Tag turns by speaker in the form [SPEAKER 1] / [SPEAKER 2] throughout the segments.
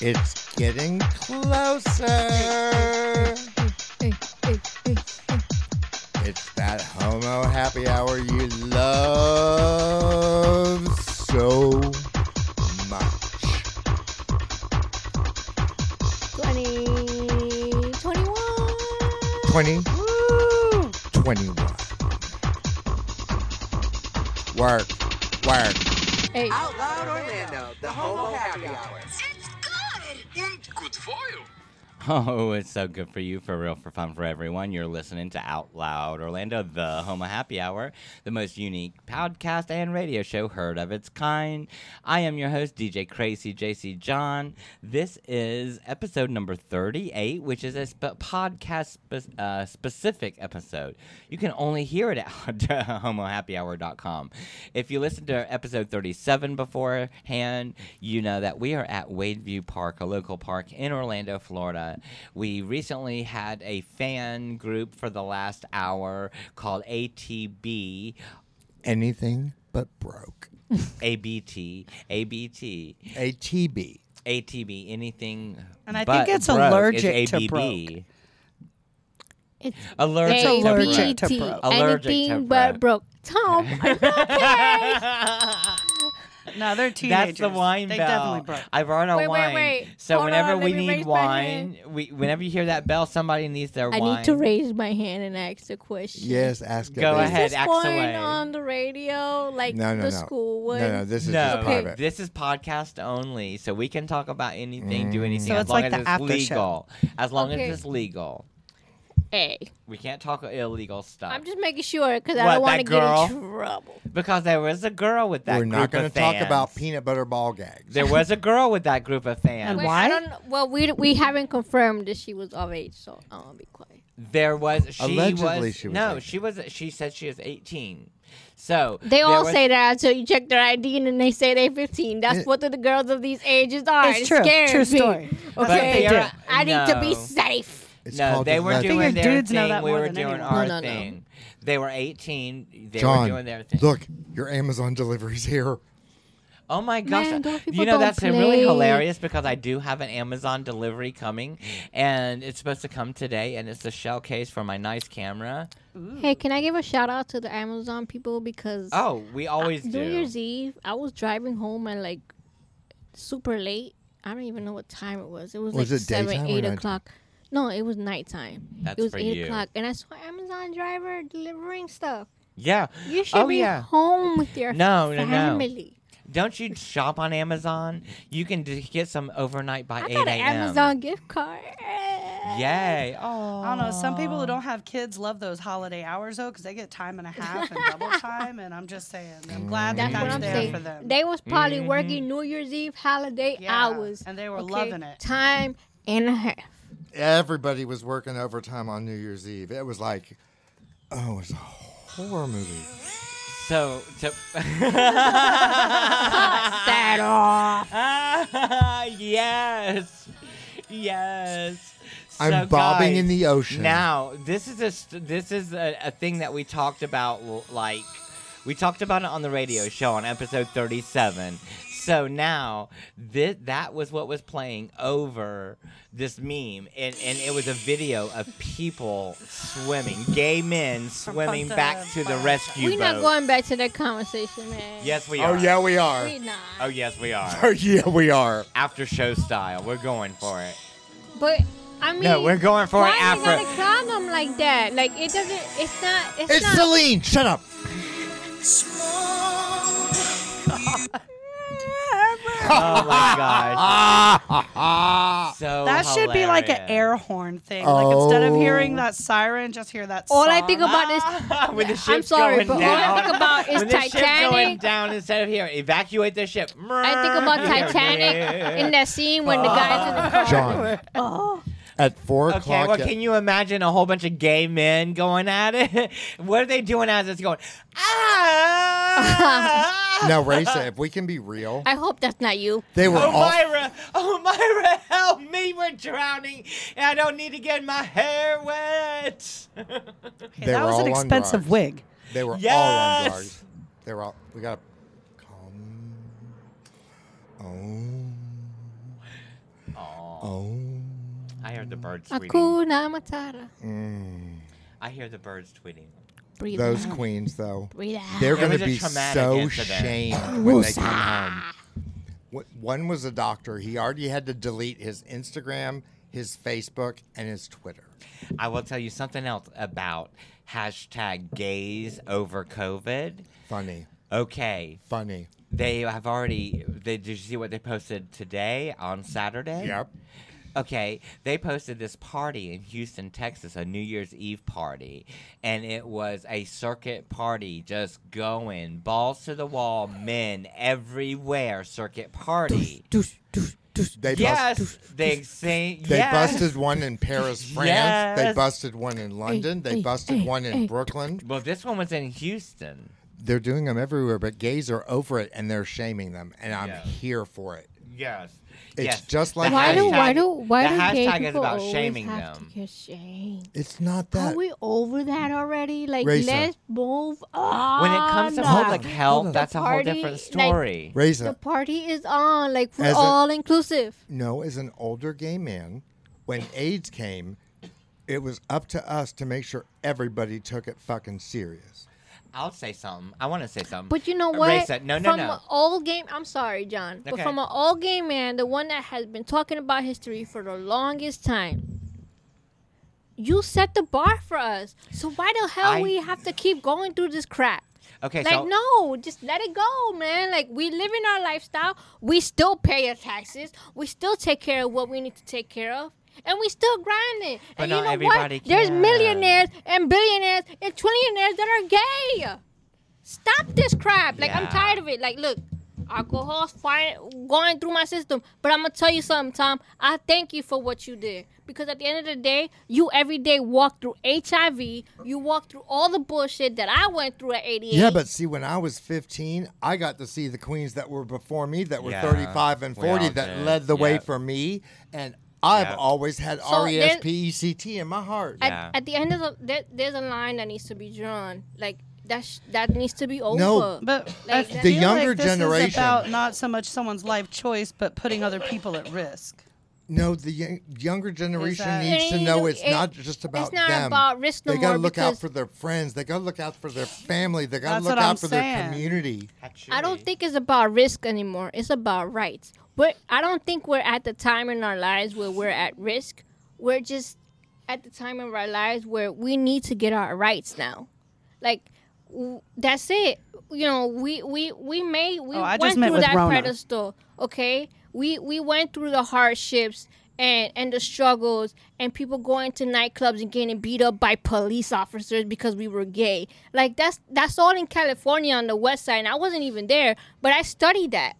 [SPEAKER 1] It's getting closer. It's that homo happy hour you love so much.
[SPEAKER 2] 2021.
[SPEAKER 1] 2021.
[SPEAKER 2] Woo!
[SPEAKER 1] Work, work.
[SPEAKER 2] Hey,
[SPEAKER 3] Out Loud Orlando, the Homo Happy Hour.
[SPEAKER 4] Oh, it's so good for you, for real, for fun, for everyone. You're listening to Out Loud Orlando, the Homo Happy Hour, the most unique podcast and radio show heard of its kind. I am your host, DJ Crazy JC John. This is episode number 38, which is a sp- podcast spe- uh, specific episode. You can only hear it at homohappyhour.com. If you listened to episode 37 beforehand, you know that we are at Wadeview Park, a local park in Orlando, Florida. We recently had a fan group for the last hour called ATB,
[SPEAKER 1] Anything but broke.
[SPEAKER 4] ABT, ABT,
[SPEAKER 1] ATB.
[SPEAKER 4] ATB, anything.
[SPEAKER 5] And I
[SPEAKER 4] but
[SPEAKER 5] think it's
[SPEAKER 4] broke is
[SPEAKER 5] allergic to
[SPEAKER 4] ABB.
[SPEAKER 5] broke.
[SPEAKER 2] it's
[SPEAKER 4] Allergic
[SPEAKER 2] A, B,
[SPEAKER 4] to
[SPEAKER 5] allergic to
[SPEAKER 2] T.
[SPEAKER 5] broke.
[SPEAKER 4] Allergic
[SPEAKER 2] Anything
[SPEAKER 4] to
[SPEAKER 2] but
[SPEAKER 4] broke.
[SPEAKER 2] broke. Tom, are you okay?
[SPEAKER 5] No, they're
[SPEAKER 4] That's
[SPEAKER 5] teenagers.
[SPEAKER 4] the wine
[SPEAKER 5] they
[SPEAKER 4] bell.
[SPEAKER 5] definitely broke.
[SPEAKER 4] I brought our
[SPEAKER 2] Wait, wait,
[SPEAKER 4] wine.
[SPEAKER 2] wait.
[SPEAKER 4] So
[SPEAKER 2] Hold
[SPEAKER 4] whenever
[SPEAKER 2] on, let
[SPEAKER 4] we
[SPEAKER 2] me
[SPEAKER 4] need
[SPEAKER 2] raise my
[SPEAKER 4] wine, we whenever you hear that bell, somebody needs their
[SPEAKER 2] I
[SPEAKER 4] wine.
[SPEAKER 2] need to raise my hand and ask a question.
[SPEAKER 1] Yes, ask
[SPEAKER 4] Go
[SPEAKER 1] it.
[SPEAKER 2] Is
[SPEAKER 4] ahead,
[SPEAKER 2] this
[SPEAKER 4] axe
[SPEAKER 2] one
[SPEAKER 4] away.
[SPEAKER 2] on the radio, like
[SPEAKER 1] No, no,
[SPEAKER 2] the
[SPEAKER 1] no.
[SPEAKER 2] school would?
[SPEAKER 1] No, no, this is
[SPEAKER 4] no,
[SPEAKER 1] just private.
[SPEAKER 4] this is podcast only, so we can talk about anything,
[SPEAKER 1] Mm.
[SPEAKER 4] do anything,
[SPEAKER 5] So
[SPEAKER 4] as
[SPEAKER 5] it's
[SPEAKER 4] long
[SPEAKER 5] like
[SPEAKER 4] as
[SPEAKER 5] the
[SPEAKER 4] it's
[SPEAKER 5] after show.
[SPEAKER 4] legal. As long
[SPEAKER 2] Okay.
[SPEAKER 4] as it's legal,
[SPEAKER 2] Hey,
[SPEAKER 4] we can't talk illegal stuff.
[SPEAKER 2] I'm just making sure because
[SPEAKER 4] What,
[SPEAKER 2] I don't want to
[SPEAKER 4] that
[SPEAKER 2] get
[SPEAKER 4] girl?
[SPEAKER 2] in trouble.
[SPEAKER 4] because there was a girl with that
[SPEAKER 1] We're
[SPEAKER 4] group
[SPEAKER 1] not
[SPEAKER 4] going
[SPEAKER 1] gonna
[SPEAKER 4] to
[SPEAKER 1] talk about peanut butter ball gags.
[SPEAKER 4] There was a girl with that group of fans.
[SPEAKER 5] And
[SPEAKER 2] Wait,
[SPEAKER 5] why?
[SPEAKER 2] I don't. kn- Well, we we haven't confirmed that she was of age, so I'm gonna be quiet.
[SPEAKER 4] There was she
[SPEAKER 1] Allegedly
[SPEAKER 4] was,
[SPEAKER 1] she was
[SPEAKER 4] no
[SPEAKER 1] 18.
[SPEAKER 4] she was she said she was 18. So
[SPEAKER 2] They
[SPEAKER 4] there
[SPEAKER 2] all
[SPEAKER 4] was-
[SPEAKER 2] say that until you check their ID and then they say they're 15. That's
[SPEAKER 1] It-
[SPEAKER 2] what the, the girls of these ages are.
[SPEAKER 5] It's
[SPEAKER 2] It
[SPEAKER 5] true.
[SPEAKER 2] scares
[SPEAKER 5] True
[SPEAKER 2] me.
[SPEAKER 5] story. That's
[SPEAKER 4] but
[SPEAKER 5] what they
[SPEAKER 4] there-
[SPEAKER 5] do.
[SPEAKER 2] I need to be
[SPEAKER 4] no.
[SPEAKER 2] safe.
[SPEAKER 1] It's
[SPEAKER 4] no,
[SPEAKER 1] called
[SPEAKER 4] they
[SPEAKER 1] the
[SPEAKER 4] were
[SPEAKER 1] method-
[SPEAKER 4] doing
[SPEAKER 5] figure
[SPEAKER 4] their
[SPEAKER 5] dudes know
[SPEAKER 4] thing.
[SPEAKER 5] that
[SPEAKER 4] We
[SPEAKER 5] more
[SPEAKER 4] were
[SPEAKER 5] than
[SPEAKER 4] doing
[SPEAKER 5] anyone.
[SPEAKER 4] our
[SPEAKER 2] No, no, no.
[SPEAKER 4] thing. They were 18. They
[SPEAKER 1] John,
[SPEAKER 4] were doing their thing.
[SPEAKER 1] look, your Amazon delivery's here.
[SPEAKER 4] Oh my gosh.
[SPEAKER 2] Man, those people
[SPEAKER 4] you know,
[SPEAKER 2] don't
[SPEAKER 4] that's really
[SPEAKER 2] play.
[SPEAKER 4] hilarious because I do have an Amazon delivery coming and it's supposed to come today and it's the shell case for my nice camera.
[SPEAKER 2] Hey, can I give a shout out to the Amazon people because
[SPEAKER 4] Oh, we
[SPEAKER 2] Uh,
[SPEAKER 4] always
[SPEAKER 2] New
[SPEAKER 4] do.
[SPEAKER 2] Year's Eve, I was driving home at like super late. I don't even know what time it was. It was,
[SPEAKER 1] Was
[SPEAKER 2] like
[SPEAKER 1] it daytime
[SPEAKER 2] seven,
[SPEAKER 1] or
[SPEAKER 2] eight
[SPEAKER 1] nighttime?
[SPEAKER 2] o'clock. No, it was nighttime.
[SPEAKER 4] That's
[SPEAKER 2] it was
[SPEAKER 4] for
[SPEAKER 2] eight
[SPEAKER 4] you.
[SPEAKER 2] o'clock, and I saw Amazon driver delivering stuff.
[SPEAKER 4] Yeah.
[SPEAKER 2] You should
[SPEAKER 4] oh,
[SPEAKER 2] be
[SPEAKER 4] yeah.
[SPEAKER 2] home with your
[SPEAKER 4] No, no, no.
[SPEAKER 2] family.
[SPEAKER 4] Don't you shop on Amazon? You can d- get some overnight by
[SPEAKER 2] I
[SPEAKER 4] 8
[SPEAKER 2] got
[SPEAKER 4] a.m.
[SPEAKER 2] an Amazon Um, gift card.
[SPEAKER 4] Yay. Oh.
[SPEAKER 5] I don't know. Some people who don't have kids love those holiday hours though, because they get time and a half and double time. And I'm just saying, I'm glad that
[SPEAKER 2] That's what
[SPEAKER 5] that's
[SPEAKER 2] I'm
[SPEAKER 5] there
[SPEAKER 2] saying.
[SPEAKER 5] for them.
[SPEAKER 2] They was probably
[SPEAKER 4] Mhm.
[SPEAKER 2] working New Year's Eve holiday
[SPEAKER 5] Yeah,
[SPEAKER 2] hours.
[SPEAKER 5] and they were loving it.
[SPEAKER 2] Time and a half.
[SPEAKER 1] Everybody was working overtime on New Year's Eve. It was like, oh, it was a horror movie.
[SPEAKER 4] So, to-
[SPEAKER 2] That off.
[SPEAKER 4] Ah, yes. Yes.
[SPEAKER 1] I'm
[SPEAKER 4] So,
[SPEAKER 1] bobbing
[SPEAKER 4] guys,
[SPEAKER 1] in the ocean.
[SPEAKER 4] Now, this is a st- this is a, a thing that we talked about l- like we talked about it on the radio show on episode 37. So now thi- that was what was playing over this meme and and it was a video of people swimming, gay men swimming
[SPEAKER 5] Punta
[SPEAKER 4] back to the
[SPEAKER 5] Blanca.
[SPEAKER 4] rescue
[SPEAKER 2] We're not
[SPEAKER 4] boat.
[SPEAKER 2] going back to that conversation, man.
[SPEAKER 4] Yes, we
[SPEAKER 1] oh
[SPEAKER 4] are.
[SPEAKER 1] yeah, we are.
[SPEAKER 2] We're not.
[SPEAKER 4] Oh yes, we are.
[SPEAKER 1] Oh yeah, we are.
[SPEAKER 4] After show style. We're going for it.
[SPEAKER 2] But I mean,
[SPEAKER 4] No, we're going for
[SPEAKER 2] why
[SPEAKER 4] it
[SPEAKER 2] you gotta
[SPEAKER 4] after.
[SPEAKER 2] clown them like that? Like it doesn't. It's not. It's,
[SPEAKER 1] It's
[SPEAKER 2] not.
[SPEAKER 1] Celine. Shut up.
[SPEAKER 4] Oh my gosh.
[SPEAKER 1] Ah, ah, ah.
[SPEAKER 4] So
[SPEAKER 5] that should be like an
[SPEAKER 4] hilarious.
[SPEAKER 5] air horn thing. Like instead of hearing
[SPEAKER 1] Oh.
[SPEAKER 5] that siren, just hear that.
[SPEAKER 2] all I
[SPEAKER 5] song.
[SPEAKER 2] think about is.
[SPEAKER 4] when the
[SPEAKER 2] I'm
[SPEAKER 4] ship's
[SPEAKER 2] sorry,
[SPEAKER 4] going
[SPEAKER 2] but all I
[SPEAKER 4] down,
[SPEAKER 2] think about is
[SPEAKER 4] when the ship's going
[SPEAKER 2] Titanic.
[SPEAKER 4] down instead of here, evacuate the ship.
[SPEAKER 2] I think about Titanic in that scene when the guy's in the car.
[SPEAKER 1] John. At four
[SPEAKER 4] Okay,
[SPEAKER 1] o'clock.
[SPEAKER 4] well, can you imagine a whole bunch of gay men going at it? what are they doing as it's going? Ah!
[SPEAKER 1] now, Raisa, if we can be real,
[SPEAKER 2] I hope that's not you.
[SPEAKER 1] they were
[SPEAKER 4] Oh,
[SPEAKER 1] all.
[SPEAKER 4] Myra! Oh, Myra, help me! We're drowning, and I don't need to get my hair wet.
[SPEAKER 1] They
[SPEAKER 5] that
[SPEAKER 1] were
[SPEAKER 5] was
[SPEAKER 1] all
[SPEAKER 5] an
[SPEAKER 1] on
[SPEAKER 5] expensive
[SPEAKER 1] drugs.
[SPEAKER 5] wig.
[SPEAKER 1] They were all on
[SPEAKER 4] Yes!
[SPEAKER 1] drugs. They were all. We gotta calm Oh. Oh.
[SPEAKER 4] I heard the birds tweeting.
[SPEAKER 2] Hakuna Matata.
[SPEAKER 1] Mm.
[SPEAKER 4] I hear the birds tweeting.
[SPEAKER 2] Breathe
[SPEAKER 1] Those
[SPEAKER 2] out.
[SPEAKER 1] queens, though.
[SPEAKER 2] Breathe out.
[SPEAKER 1] They're
[SPEAKER 4] It
[SPEAKER 1] going
[SPEAKER 4] was
[SPEAKER 1] to
[SPEAKER 4] a
[SPEAKER 1] be
[SPEAKER 4] traumatic
[SPEAKER 1] so
[SPEAKER 4] incident.
[SPEAKER 1] shamed when they come home. Wh- One was a doctor. He already had to delete his Instagram, his Facebook, and his Twitter.
[SPEAKER 4] I will tell you something else about hashtag gays over COVID.
[SPEAKER 1] Funny,
[SPEAKER 4] Okay,
[SPEAKER 1] funny.
[SPEAKER 4] they have already. They, did you see what they posted today on Saturday?
[SPEAKER 1] Yep.
[SPEAKER 4] Okay, they posted this party in Houston, Texas, a New Year's Eve party, and it was a circuit party, just going balls to the wall, men everywhere, circuit party.
[SPEAKER 2] Douche, douche, douche.
[SPEAKER 1] They
[SPEAKER 4] Yes, they sing.
[SPEAKER 1] They
[SPEAKER 4] yes.
[SPEAKER 1] busted one in Paris, France. They
[SPEAKER 4] Yes.
[SPEAKER 1] busted one in London. they
[SPEAKER 2] hey,
[SPEAKER 1] busted
[SPEAKER 2] hey,
[SPEAKER 1] one in
[SPEAKER 2] hey.
[SPEAKER 1] Brooklyn.
[SPEAKER 4] Well, this one was in Houston.
[SPEAKER 1] They're doing them everywhere, but gays are over it and they're shaming them, and I'm
[SPEAKER 4] Yeah.
[SPEAKER 1] here for it.
[SPEAKER 4] Yes.
[SPEAKER 1] It's
[SPEAKER 4] yes.
[SPEAKER 1] just like
[SPEAKER 2] Why do
[SPEAKER 1] hashtag-
[SPEAKER 2] why do why
[SPEAKER 4] the
[SPEAKER 2] do gay
[SPEAKER 4] hashtag is
[SPEAKER 2] people
[SPEAKER 4] about
[SPEAKER 2] always
[SPEAKER 4] shaming
[SPEAKER 2] have
[SPEAKER 4] them.
[SPEAKER 2] to get shamed?
[SPEAKER 1] It's not
[SPEAKER 2] Are
[SPEAKER 1] that.
[SPEAKER 2] we over that already? Like,
[SPEAKER 1] Raisa.
[SPEAKER 2] let's move on.
[SPEAKER 4] When it comes to
[SPEAKER 1] Hold
[SPEAKER 4] public
[SPEAKER 1] on, hold on.
[SPEAKER 4] health, that's a whole
[SPEAKER 2] Party,
[SPEAKER 4] different
[SPEAKER 2] like-
[SPEAKER 4] story.
[SPEAKER 2] the
[SPEAKER 1] Raisin,
[SPEAKER 2] party is on. Like, we're
[SPEAKER 1] As a-
[SPEAKER 2] all inclusive.
[SPEAKER 1] no, as an older gay man, when AIDS came, it was up to us to make sure everybody took it fucking serious.
[SPEAKER 4] I'll say something. I want to say something.
[SPEAKER 2] But you know what?
[SPEAKER 4] Raisa, no, no,
[SPEAKER 2] from
[SPEAKER 4] no.
[SPEAKER 2] an old game, I'm sorry, John, but
[SPEAKER 4] Okay.
[SPEAKER 2] from an old gay man, the one that has been talking about history for the longest time. You set the bar for us, so why the hell
[SPEAKER 4] I-
[SPEAKER 2] we have to keep going through this crap?
[SPEAKER 4] Okay,
[SPEAKER 2] like
[SPEAKER 4] so
[SPEAKER 2] no, just let it go, man. Like we live in our lifestyle. We still pay our taxes. We still take care of what we need to take care of. And we still grinding.
[SPEAKER 4] But
[SPEAKER 2] and
[SPEAKER 4] not
[SPEAKER 2] you know what?
[SPEAKER 4] everybody
[SPEAKER 2] There's
[SPEAKER 4] can.
[SPEAKER 2] millionaires and billionaires and trillionaires that are gay. Stop this crap. Like I'm
[SPEAKER 4] Yeah.
[SPEAKER 2] tired of it. Like look, alcohol's fine going through my system. But I'm gonna tell you something, Tom. I thank you for what you did. Because at the end of the day, you every day walk through HIV. You walk through all the bullshit that I went through at 88.
[SPEAKER 1] Yeah, but see, when I was 15, I got to see the queens that were before me that were
[SPEAKER 4] Yeah,
[SPEAKER 1] 35 and
[SPEAKER 4] we all
[SPEAKER 1] 40 that
[SPEAKER 4] did.
[SPEAKER 1] led the way
[SPEAKER 4] Yep.
[SPEAKER 1] for me. And I've
[SPEAKER 4] Yep.
[SPEAKER 1] always had
[SPEAKER 2] So
[SPEAKER 1] R E
[SPEAKER 2] there's-
[SPEAKER 1] S P E C T in my heart.
[SPEAKER 2] at,
[SPEAKER 4] Yeah.
[SPEAKER 2] at the end of the there, there's a line that needs to be drawn like that sh- that needs to be over
[SPEAKER 5] But
[SPEAKER 2] Like,
[SPEAKER 5] I
[SPEAKER 2] The
[SPEAKER 5] feel
[SPEAKER 1] younger
[SPEAKER 5] like this is
[SPEAKER 1] generation-
[SPEAKER 5] about not so much someone's life choice, but putting other people at risk.
[SPEAKER 1] No, the young, younger generation
[SPEAKER 5] that-
[SPEAKER 1] needs to
[SPEAKER 2] It-
[SPEAKER 1] know it's
[SPEAKER 2] it-
[SPEAKER 1] not just about
[SPEAKER 2] it's not
[SPEAKER 1] them.
[SPEAKER 2] about risk no
[SPEAKER 1] they gotta
[SPEAKER 2] more
[SPEAKER 1] look out
[SPEAKER 2] because-
[SPEAKER 1] for their friends. They got to look out for their family. They got to
[SPEAKER 5] That's
[SPEAKER 1] look
[SPEAKER 5] what I'm
[SPEAKER 1] out for their
[SPEAKER 5] saying.
[SPEAKER 1] community.
[SPEAKER 2] i don't think it's about risk anymore it's about rights but i don't think we're at the time in our lives where we're at risk we're just at the time of our lives where we need to get our rights now like w- that's it you know we we we may we
[SPEAKER 5] Oh, I
[SPEAKER 2] went
[SPEAKER 5] just met
[SPEAKER 2] through
[SPEAKER 5] with
[SPEAKER 2] that
[SPEAKER 5] Rona.
[SPEAKER 2] pedestal okay we we went through the hardships and and the struggles and people going to nightclubs and getting beat up by police officers because we were gay like that's that's all in california on the west side and i wasn't even there but i studied that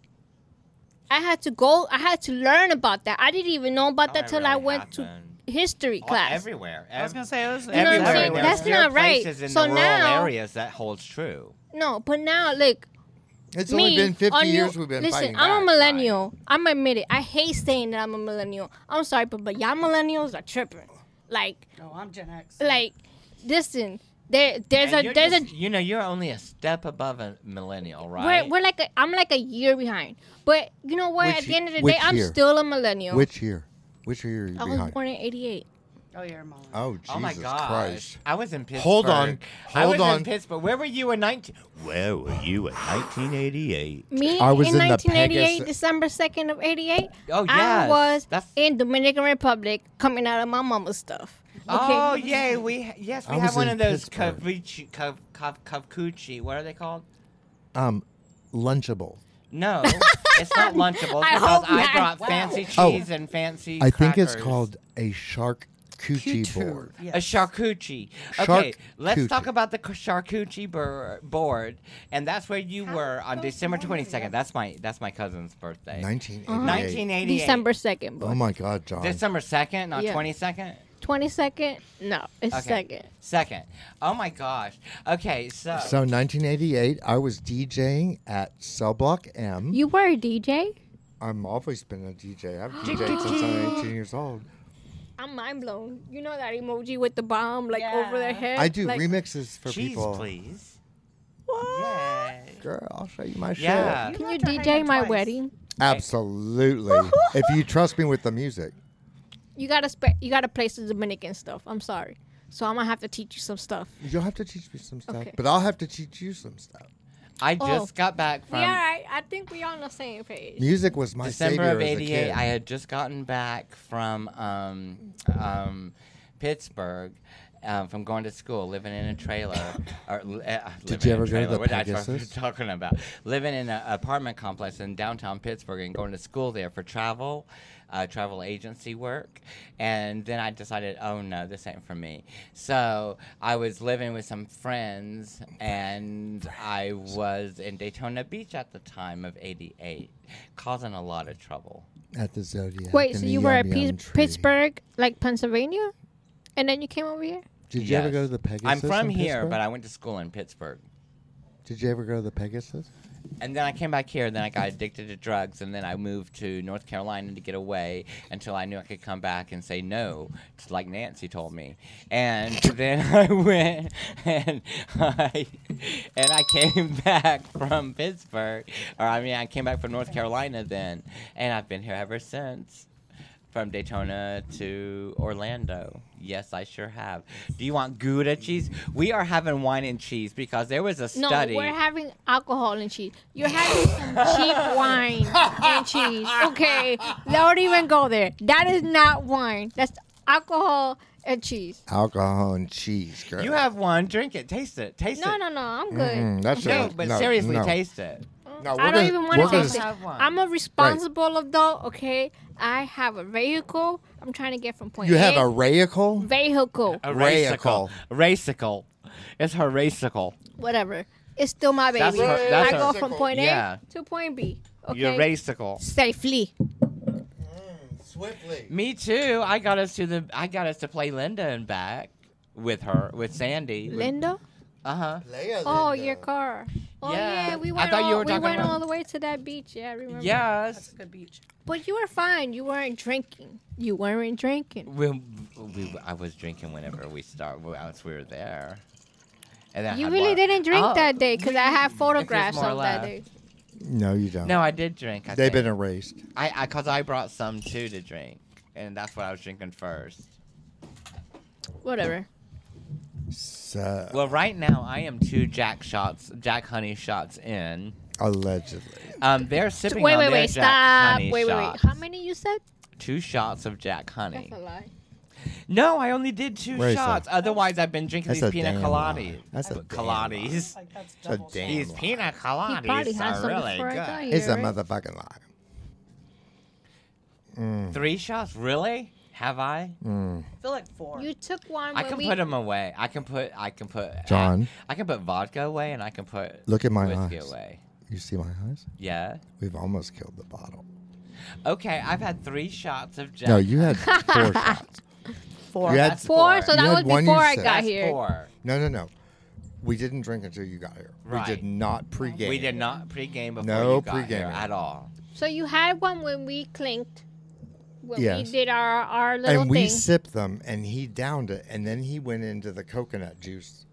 [SPEAKER 2] i had to go i had to learn about that i didn't even know about
[SPEAKER 4] Oh,
[SPEAKER 2] that
[SPEAKER 4] it
[SPEAKER 2] till i
[SPEAKER 4] really
[SPEAKER 2] went
[SPEAKER 4] happened.
[SPEAKER 2] to history
[SPEAKER 4] All-
[SPEAKER 2] class
[SPEAKER 4] everywhere.
[SPEAKER 5] I was gonna say it was
[SPEAKER 2] know what I'm
[SPEAKER 4] everywhere.
[SPEAKER 2] saying?
[SPEAKER 4] There's
[SPEAKER 2] That's
[SPEAKER 4] still
[SPEAKER 2] not right.
[SPEAKER 4] Places in
[SPEAKER 2] So
[SPEAKER 4] the rural
[SPEAKER 2] now-
[SPEAKER 4] areas that holds true.
[SPEAKER 2] no but now like
[SPEAKER 1] It's
[SPEAKER 2] me,
[SPEAKER 1] only been 50
[SPEAKER 2] on you-
[SPEAKER 1] years we've been
[SPEAKER 2] listen,
[SPEAKER 1] fighting.
[SPEAKER 2] I'm a
[SPEAKER 1] back.
[SPEAKER 2] millennial. I'm admit it. I hate saying that I'm a millennial. I'm sorry, but but y'all millennials are tripping. Like
[SPEAKER 5] No, I'm Gen X.
[SPEAKER 2] like, listen. There there's
[SPEAKER 4] And
[SPEAKER 2] a
[SPEAKER 4] you're
[SPEAKER 2] there's
[SPEAKER 4] just-
[SPEAKER 2] a
[SPEAKER 4] you know you're only a step above a millennial, right?
[SPEAKER 2] we're, we're like a, I'm like a year behind. But you know what?
[SPEAKER 1] Which
[SPEAKER 2] At the
[SPEAKER 1] ye-
[SPEAKER 2] end of the
[SPEAKER 1] which
[SPEAKER 2] day, I'm
[SPEAKER 1] year?
[SPEAKER 2] still a millennial.
[SPEAKER 1] Which year? Which year are you
[SPEAKER 2] I was
[SPEAKER 1] behind?
[SPEAKER 2] born in '88.
[SPEAKER 5] oh, you're a mom.
[SPEAKER 1] Oh, Jesus
[SPEAKER 4] Oh my gosh!
[SPEAKER 1] Christ.
[SPEAKER 4] I was in Pittsburgh.
[SPEAKER 1] Hold on.
[SPEAKER 4] I was
[SPEAKER 1] Hold on.
[SPEAKER 4] in Pittsburgh. Where were you in nineteen? Where were you in 1988?
[SPEAKER 2] Me
[SPEAKER 1] I was
[SPEAKER 2] in,
[SPEAKER 1] in the
[SPEAKER 2] 1988,
[SPEAKER 1] Pegasus-
[SPEAKER 2] December 2nd of '88.
[SPEAKER 4] Oh,
[SPEAKER 2] I
[SPEAKER 4] yes.
[SPEAKER 2] was
[SPEAKER 4] That's-
[SPEAKER 2] in Dominican Republic, coming out of my mama's stuff. Okay.
[SPEAKER 4] Oh yay! We ha- yes, we
[SPEAKER 1] I
[SPEAKER 4] have
[SPEAKER 1] was
[SPEAKER 4] one
[SPEAKER 1] in
[SPEAKER 4] of those
[SPEAKER 1] Pittsburgh.
[SPEAKER 4] kavuchi, kav, kav, kavkuchi. What are they called?
[SPEAKER 1] Um, Lunchable.
[SPEAKER 4] No, it's not lunchable
[SPEAKER 2] I
[SPEAKER 4] because
[SPEAKER 2] hope
[SPEAKER 4] I
[SPEAKER 2] not.
[SPEAKER 4] brought fancy
[SPEAKER 1] Oh.
[SPEAKER 4] cheese and fancy.
[SPEAKER 1] I think it's
[SPEAKER 4] crackers. Uh-huh.
[SPEAKER 1] called a shark coochie
[SPEAKER 5] Cute.
[SPEAKER 1] board.
[SPEAKER 5] Yes.
[SPEAKER 4] A charcuterie. Okay, let's talk
[SPEAKER 1] Charcuterie.
[SPEAKER 4] about the c- charcuterie bur- board, and that's where you were on December twenty second. That's my that's my cousin's birthday.
[SPEAKER 1] 1988.
[SPEAKER 4] Nineteen eighty eight.
[SPEAKER 2] December 2nd, boy.
[SPEAKER 1] Oh my God, John.
[SPEAKER 4] December second, not
[SPEAKER 2] Yeah.
[SPEAKER 4] twenty second.
[SPEAKER 2] 22nd? No, it's second.
[SPEAKER 4] Second. Oh my gosh. Okay, so,
[SPEAKER 1] So 1988, I was DJing at Cell Block M.
[SPEAKER 2] You were a DJ?
[SPEAKER 1] I'm always been a DJ. I've DJed since I'm 18 years old.
[SPEAKER 2] I'm mind blown. You know that emoji with the bomb like over their
[SPEAKER 5] Yeah.
[SPEAKER 2] head?
[SPEAKER 1] I do
[SPEAKER 2] like,
[SPEAKER 1] remixes for
[SPEAKER 4] cheese,
[SPEAKER 1] people.
[SPEAKER 4] please.
[SPEAKER 5] What?
[SPEAKER 4] Yay.
[SPEAKER 1] Girl, I'll show you my shit.
[SPEAKER 4] Yeah.
[SPEAKER 2] Can you
[SPEAKER 5] left her
[SPEAKER 2] DJ
[SPEAKER 5] hanging
[SPEAKER 2] my
[SPEAKER 5] twice.
[SPEAKER 2] wedding?
[SPEAKER 1] Absolutely. if you trust me with the music,
[SPEAKER 2] You gotta spe- you gotta play some Dominican stuff. I'm sorry, so I'm gonna have to teach you some stuff.
[SPEAKER 1] you'll have to teach me some stuff,
[SPEAKER 2] Okay.
[SPEAKER 1] but I'll have to teach you some stuff.
[SPEAKER 4] I
[SPEAKER 2] Oh.
[SPEAKER 4] just got back
[SPEAKER 1] Um,
[SPEAKER 4] from
[SPEAKER 2] yeah, I, I think we on the same page.
[SPEAKER 1] Music was my
[SPEAKER 4] December
[SPEAKER 1] savior
[SPEAKER 4] of
[SPEAKER 1] as a
[SPEAKER 4] '88.
[SPEAKER 1] kid.
[SPEAKER 4] I had just gotten back from um, um, Pittsburgh. Um, from going to school, living in a trailer. Or, li- uh, living in a
[SPEAKER 1] ever go to
[SPEAKER 4] trailer,
[SPEAKER 1] the
[SPEAKER 4] what I talk-
[SPEAKER 1] Pegasus?
[SPEAKER 4] talking about? Living in an apartment complex in downtown Pittsburgh and going to school there for travel, uh, travel agency work. And then I decided, oh no, this ain't for me. So I was living with some friends, and I was in Daytona Beach at the time of '88, causing a lot of trouble.
[SPEAKER 1] at the Zodiac.
[SPEAKER 2] Wait,
[SPEAKER 1] in
[SPEAKER 2] so
[SPEAKER 1] the
[SPEAKER 2] you were at
[SPEAKER 1] Yum Yum
[SPEAKER 2] Pitts
[SPEAKER 1] Tree.
[SPEAKER 2] Pittsburgh, like Pennsylvania, and then you came over here?
[SPEAKER 1] Did you ever
[SPEAKER 4] Yes.
[SPEAKER 1] go to the Pegasus?
[SPEAKER 4] I'm from
[SPEAKER 1] in
[SPEAKER 4] here, but
[SPEAKER 1] Pittsburgh?
[SPEAKER 4] I went to school in Pittsburgh.
[SPEAKER 1] Did you ever go to the Pegasus?
[SPEAKER 4] And then I came back here, and then I got addicted to drugs, and then I moved to North Carolina to get away until I knew I could come back and say no, just like Nancy told me. And then I went and I, and I came back from Pittsburgh, or I mean, I came back from North Carolina then, and I've been here ever since. From Daytona to Orlando. Yes, I sure have. Do you want Gouda cheese? We are having wine and cheese because there was a
[SPEAKER 2] No,
[SPEAKER 4] study.
[SPEAKER 2] we're having alcohol and cheese. You're having some cheap wine and cheese. Okay, don't even go there. That is not wine. That's alcohol and cheese.
[SPEAKER 1] Alcohol and cheese, girl.
[SPEAKER 4] You have one. Drink it. Taste it. Taste
[SPEAKER 2] No,
[SPEAKER 4] it. Mm-hmm.
[SPEAKER 2] no, no. I'm good.
[SPEAKER 1] Mm, that's
[SPEAKER 4] No,
[SPEAKER 1] it.
[SPEAKER 4] but seriously,
[SPEAKER 1] no.
[SPEAKER 4] taste it.
[SPEAKER 1] No,
[SPEAKER 2] I
[SPEAKER 1] we're
[SPEAKER 2] don't
[SPEAKER 1] gonna-
[SPEAKER 2] even
[SPEAKER 1] we're
[SPEAKER 2] want to
[SPEAKER 1] gonna
[SPEAKER 2] taste it.
[SPEAKER 4] Have one.
[SPEAKER 2] I'm a responsible adult. Okay, I have a vehicle. I'm trying to get from point.
[SPEAKER 1] You have a
[SPEAKER 2] a
[SPEAKER 1] rayicle?
[SPEAKER 2] vehicle.
[SPEAKER 4] A
[SPEAKER 1] Rayicle.
[SPEAKER 4] racicle. Racicle. It's her racicle.
[SPEAKER 2] Whatever. It's still my baby.
[SPEAKER 4] That's her- that's
[SPEAKER 2] I go
[SPEAKER 4] her-
[SPEAKER 2] from point A
[SPEAKER 4] Yeah.
[SPEAKER 2] to point B. Okay.
[SPEAKER 4] Your racicle.
[SPEAKER 2] Safely. Mm.
[SPEAKER 1] Swiftly.
[SPEAKER 4] Me too. I got us to the. I got us to play Linda and back with her with Sandy.
[SPEAKER 2] Linda.
[SPEAKER 4] Uh huh.
[SPEAKER 2] Oh, your car. Oh yeah,
[SPEAKER 4] Yeah.
[SPEAKER 2] we
[SPEAKER 4] I
[SPEAKER 2] went.
[SPEAKER 4] thought
[SPEAKER 2] all,
[SPEAKER 4] you were
[SPEAKER 2] we
[SPEAKER 4] talking
[SPEAKER 2] went
[SPEAKER 4] about-
[SPEAKER 2] all the way to that beach. Yeah, I remember.
[SPEAKER 5] That's
[SPEAKER 4] Yes.
[SPEAKER 5] a good beach.
[SPEAKER 2] but you were fine. You weren't drinking. You weren't drinking.
[SPEAKER 4] We, we, I was drinking whenever we start. Once we were there. And I
[SPEAKER 2] You
[SPEAKER 4] had
[SPEAKER 2] really
[SPEAKER 4] one-
[SPEAKER 2] didn't drink
[SPEAKER 4] Oh,
[SPEAKER 2] that day because I have photographs
[SPEAKER 4] more
[SPEAKER 2] of that
[SPEAKER 4] left.
[SPEAKER 2] day.
[SPEAKER 1] No, you don't.
[SPEAKER 4] No, I did drink. I
[SPEAKER 1] They've been
[SPEAKER 4] think.
[SPEAKER 1] erased.
[SPEAKER 4] I I because I brought some too to drink, and that's what I was drinking first.
[SPEAKER 2] Whatever.
[SPEAKER 1] So,
[SPEAKER 4] Well, right now I am two Jack shots, Jack Honey shots in.
[SPEAKER 1] allegedly.
[SPEAKER 4] Um, they're sipping
[SPEAKER 2] wait,
[SPEAKER 4] on
[SPEAKER 2] wait,
[SPEAKER 4] their
[SPEAKER 2] wait.
[SPEAKER 4] Jack
[SPEAKER 2] Stop.
[SPEAKER 4] Honey
[SPEAKER 2] Wait, wait, wait.
[SPEAKER 4] shots.
[SPEAKER 2] How many you said?
[SPEAKER 4] Two shots of Jack Honey.
[SPEAKER 2] lie.
[SPEAKER 4] No, I only did two
[SPEAKER 1] Where's
[SPEAKER 4] shots. Otherwise, I've been drinking
[SPEAKER 1] That's
[SPEAKER 4] these
[SPEAKER 1] a
[SPEAKER 4] pina
[SPEAKER 1] damn
[SPEAKER 4] coladas.
[SPEAKER 1] lie. That's a damn lie.
[SPEAKER 4] coladas.
[SPEAKER 5] Like that's
[SPEAKER 1] a
[SPEAKER 5] double.
[SPEAKER 1] damn-
[SPEAKER 4] These
[SPEAKER 1] lie.
[SPEAKER 4] pina
[SPEAKER 2] He probably
[SPEAKER 4] coladas
[SPEAKER 2] had
[SPEAKER 4] are
[SPEAKER 2] some
[SPEAKER 4] really
[SPEAKER 2] before I got
[SPEAKER 4] good.
[SPEAKER 2] here.
[SPEAKER 1] It's a
[SPEAKER 2] right?
[SPEAKER 1] motherfucking lie. Hmm.
[SPEAKER 4] Three shots, really? Have I?
[SPEAKER 5] I feel like four.
[SPEAKER 2] You took one.
[SPEAKER 4] I
[SPEAKER 2] when
[SPEAKER 4] can
[SPEAKER 2] we,
[SPEAKER 4] put them away. I can put. I can put. uh,
[SPEAKER 1] John.
[SPEAKER 4] I can put vodka away, and I can put.
[SPEAKER 1] Look at my
[SPEAKER 4] whiskey
[SPEAKER 1] eyes.
[SPEAKER 4] away.
[SPEAKER 1] You see my eyes?
[SPEAKER 4] Yeah.
[SPEAKER 1] We've almost killed the bottle.
[SPEAKER 4] Okay, I've had three shots of Jack.
[SPEAKER 1] No, you had four shots.
[SPEAKER 5] four.
[SPEAKER 1] You had
[SPEAKER 4] That's
[SPEAKER 2] four.
[SPEAKER 4] four.
[SPEAKER 2] So
[SPEAKER 4] You
[SPEAKER 1] had
[SPEAKER 2] that was
[SPEAKER 1] one you
[SPEAKER 2] before I
[SPEAKER 1] said.
[SPEAKER 2] got
[SPEAKER 4] That's
[SPEAKER 2] here.
[SPEAKER 4] four.
[SPEAKER 1] No, no, no. We didn't drink until you got here. We
[SPEAKER 4] Right.
[SPEAKER 1] did not pregame.
[SPEAKER 4] We did not pregame before
[SPEAKER 1] No
[SPEAKER 4] you got here
[SPEAKER 1] pregaming.
[SPEAKER 4] at all.
[SPEAKER 2] So you had one when we clinked. When
[SPEAKER 1] Yes.
[SPEAKER 2] we did our our little
[SPEAKER 1] And we
[SPEAKER 2] thing.
[SPEAKER 1] sipped them, and he downed it, and then he went into the coconut juice.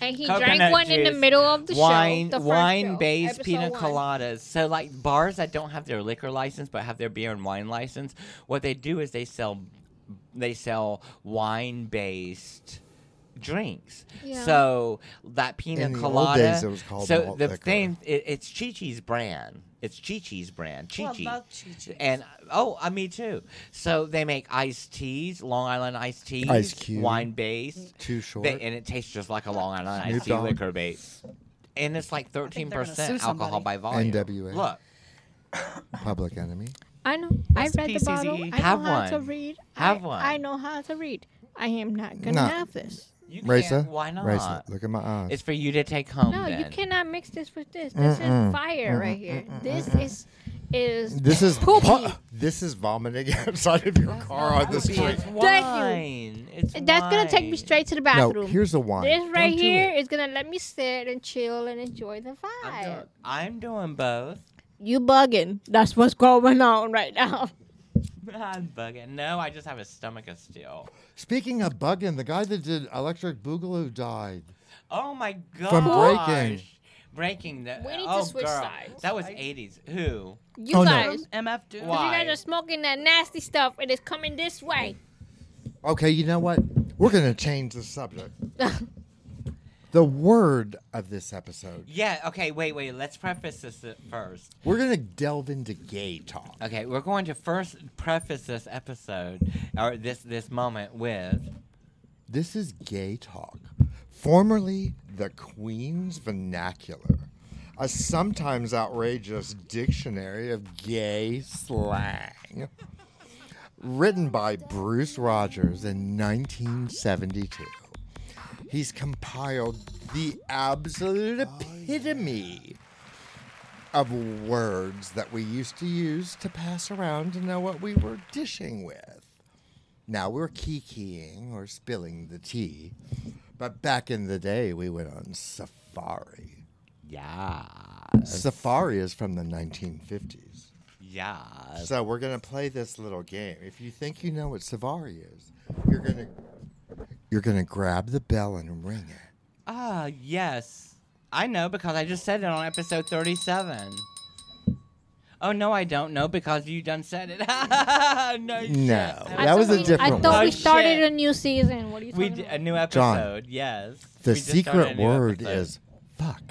[SPEAKER 2] and he
[SPEAKER 4] coconut
[SPEAKER 2] drank one in the
[SPEAKER 4] juice,
[SPEAKER 2] middle of the
[SPEAKER 4] wine,
[SPEAKER 2] show. the first show,
[SPEAKER 4] wine-based
[SPEAKER 2] episode
[SPEAKER 4] pina
[SPEAKER 2] one.
[SPEAKER 4] coladas. So, like bars that don't have their liquor license but have their beer and wine license, what they do is they sell, they sell wine-based drinks.
[SPEAKER 2] Yeah.
[SPEAKER 4] So that pina
[SPEAKER 1] In the old
[SPEAKER 4] colada.
[SPEAKER 1] days, it was called
[SPEAKER 4] so
[SPEAKER 1] malt
[SPEAKER 4] the
[SPEAKER 1] liquor.
[SPEAKER 4] thing, it, it's Chi-Chi's brand. It's Chi-Chi's brand. Chi-Chi.
[SPEAKER 5] Well, about Chi-Chi's.
[SPEAKER 4] And oh, uh, me too. So they make iced teas, Long Island iced teas,
[SPEAKER 1] Ice Cube.
[SPEAKER 4] wine based.
[SPEAKER 1] Too short.
[SPEAKER 4] They, and it tastes just like a Long Island
[SPEAKER 1] Snoop
[SPEAKER 4] iced tea
[SPEAKER 1] Dogg.
[SPEAKER 4] liquor base. And it's like
[SPEAKER 5] think
[SPEAKER 4] 13%
[SPEAKER 5] they're gonna sue
[SPEAKER 4] alcohol
[SPEAKER 5] somebody.
[SPEAKER 4] by volume.
[SPEAKER 1] NWA.
[SPEAKER 4] Look,
[SPEAKER 1] Public enemy.
[SPEAKER 2] I know.
[SPEAKER 5] That's
[SPEAKER 2] I read the bottle.
[SPEAKER 5] PCCE.
[SPEAKER 2] I
[SPEAKER 4] Have
[SPEAKER 2] know how to
[SPEAKER 4] one.
[SPEAKER 2] read.
[SPEAKER 4] Have
[SPEAKER 2] I,
[SPEAKER 4] one.
[SPEAKER 2] I know how to read. I am not gonna
[SPEAKER 1] No.
[SPEAKER 2] have this.
[SPEAKER 4] you
[SPEAKER 1] Raisa,
[SPEAKER 4] can't. Why not?
[SPEAKER 1] Raisa, look at my eyes.
[SPEAKER 4] It's for you to take home.
[SPEAKER 2] No, you
[SPEAKER 4] then.
[SPEAKER 2] cannot mix this with this. This
[SPEAKER 1] Mm-mm.
[SPEAKER 2] is fire right here. This is is
[SPEAKER 1] This is
[SPEAKER 2] poopy.
[SPEAKER 1] vo- this is vomiting outside of your car on the
[SPEAKER 4] See,
[SPEAKER 1] street.
[SPEAKER 4] It's wine. It's
[SPEAKER 2] That's gonna take me
[SPEAKER 4] wine.
[SPEAKER 2] straight to the
[SPEAKER 1] No,
[SPEAKER 2] bathroom.
[SPEAKER 1] here's the wine.
[SPEAKER 2] This right
[SPEAKER 1] Don't do
[SPEAKER 2] here
[SPEAKER 1] it.
[SPEAKER 2] is gonna let me sit and chill and enjoy the
[SPEAKER 4] I'm
[SPEAKER 2] vibe.
[SPEAKER 4] doing, I'm doing both.
[SPEAKER 2] You bugging? That's what's going on right now.
[SPEAKER 4] I'm bugging. No, I just have a stomach of steel.
[SPEAKER 1] Speaking of bugging, the guy that did Electric Boogaloo died.
[SPEAKER 4] Oh my gosh.
[SPEAKER 1] From breaking.
[SPEAKER 4] breaking the.
[SPEAKER 2] We need to
[SPEAKER 4] oh,
[SPEAKER 2] switch
[SPEAKER 4] girl.
[SPEAKER 2] sides.
[SPEAKER 4] That was
[SPEAKER 5] I-
[SPEAKER 4] 80s. Who?
[SPEAKER 2] You
[SPEAKER 1] Oh, no.
[SPEAKER 2] guys.
[SPEAKER 5] MF Doom.
[SPEAKER 4] Why?
[SPEAKER 2] You guys are smoking that nasty stuff and it's coming this way.
[SPEAKER 1] Okay, you know what? We're going to change the subject. the word of this episode.
[SPEAKER 4] Yeah, okay, wait, wait. Let's preface this uh, first.
[SPEAKER 1] We're going to delve into gay talk.
[SPEAKER 4] Okay, we're going to first preface this episode or this this moment with
[SPEAKER 1] This is gay talk, formerly the Queen's vernacular, a sometimes outrageous dictionary of gay slang, written by Bruce Rogers in 1972. He's compiled the absolute epitome of words that we used to use to pass around to know what we were dishing with. Now we're kikiing or spilling the tea, but back in the day we went on safari.
[SPEAKER 4] yeah,
[SPEAKER 1] Safari is from the 1950s.
[SPEAKER 4] yeah.
[SPEAKER 1] So we're going to play this little game. If you think you know what safari is, you're going to you're going to grab the bell and ring it.
[SPEAKER 4] Ah, yes. I know because I just said it on episode 37. Oh, no, I don't know because you done said it. no, shit.
[SPEAKER 1] No.
[SPEAKER 4] I-
[SPEAKER 1] That was a
[SPEAKER 2] we-
[SPEAKER 1] different
[SPEAKER 2] I thought
[SPEAKER 4] one.
[SPEAKER 2] we
[SPEAKER 4] Oh,
[SPEAKER 2] started
[SPEAKER 4] shit.
[SPEAKER 2] a new season. What are you
[SPEAKER 4] We
[SPEAKER 2] talking
[SPEAKER 4] d- a
[SPEAKER 5] uh,
[SPEAKER 2] about?
[SPEAKER 4] new episode, yes.
[SPEAKER 1] The
[SPEAKER 4] We just started a
[SPEAKER 1] secret
[SPEAKER 4] new
[SPEAKER 1] word
[SPEAKER 4] episode.
[SPEAKER 1] is fuck.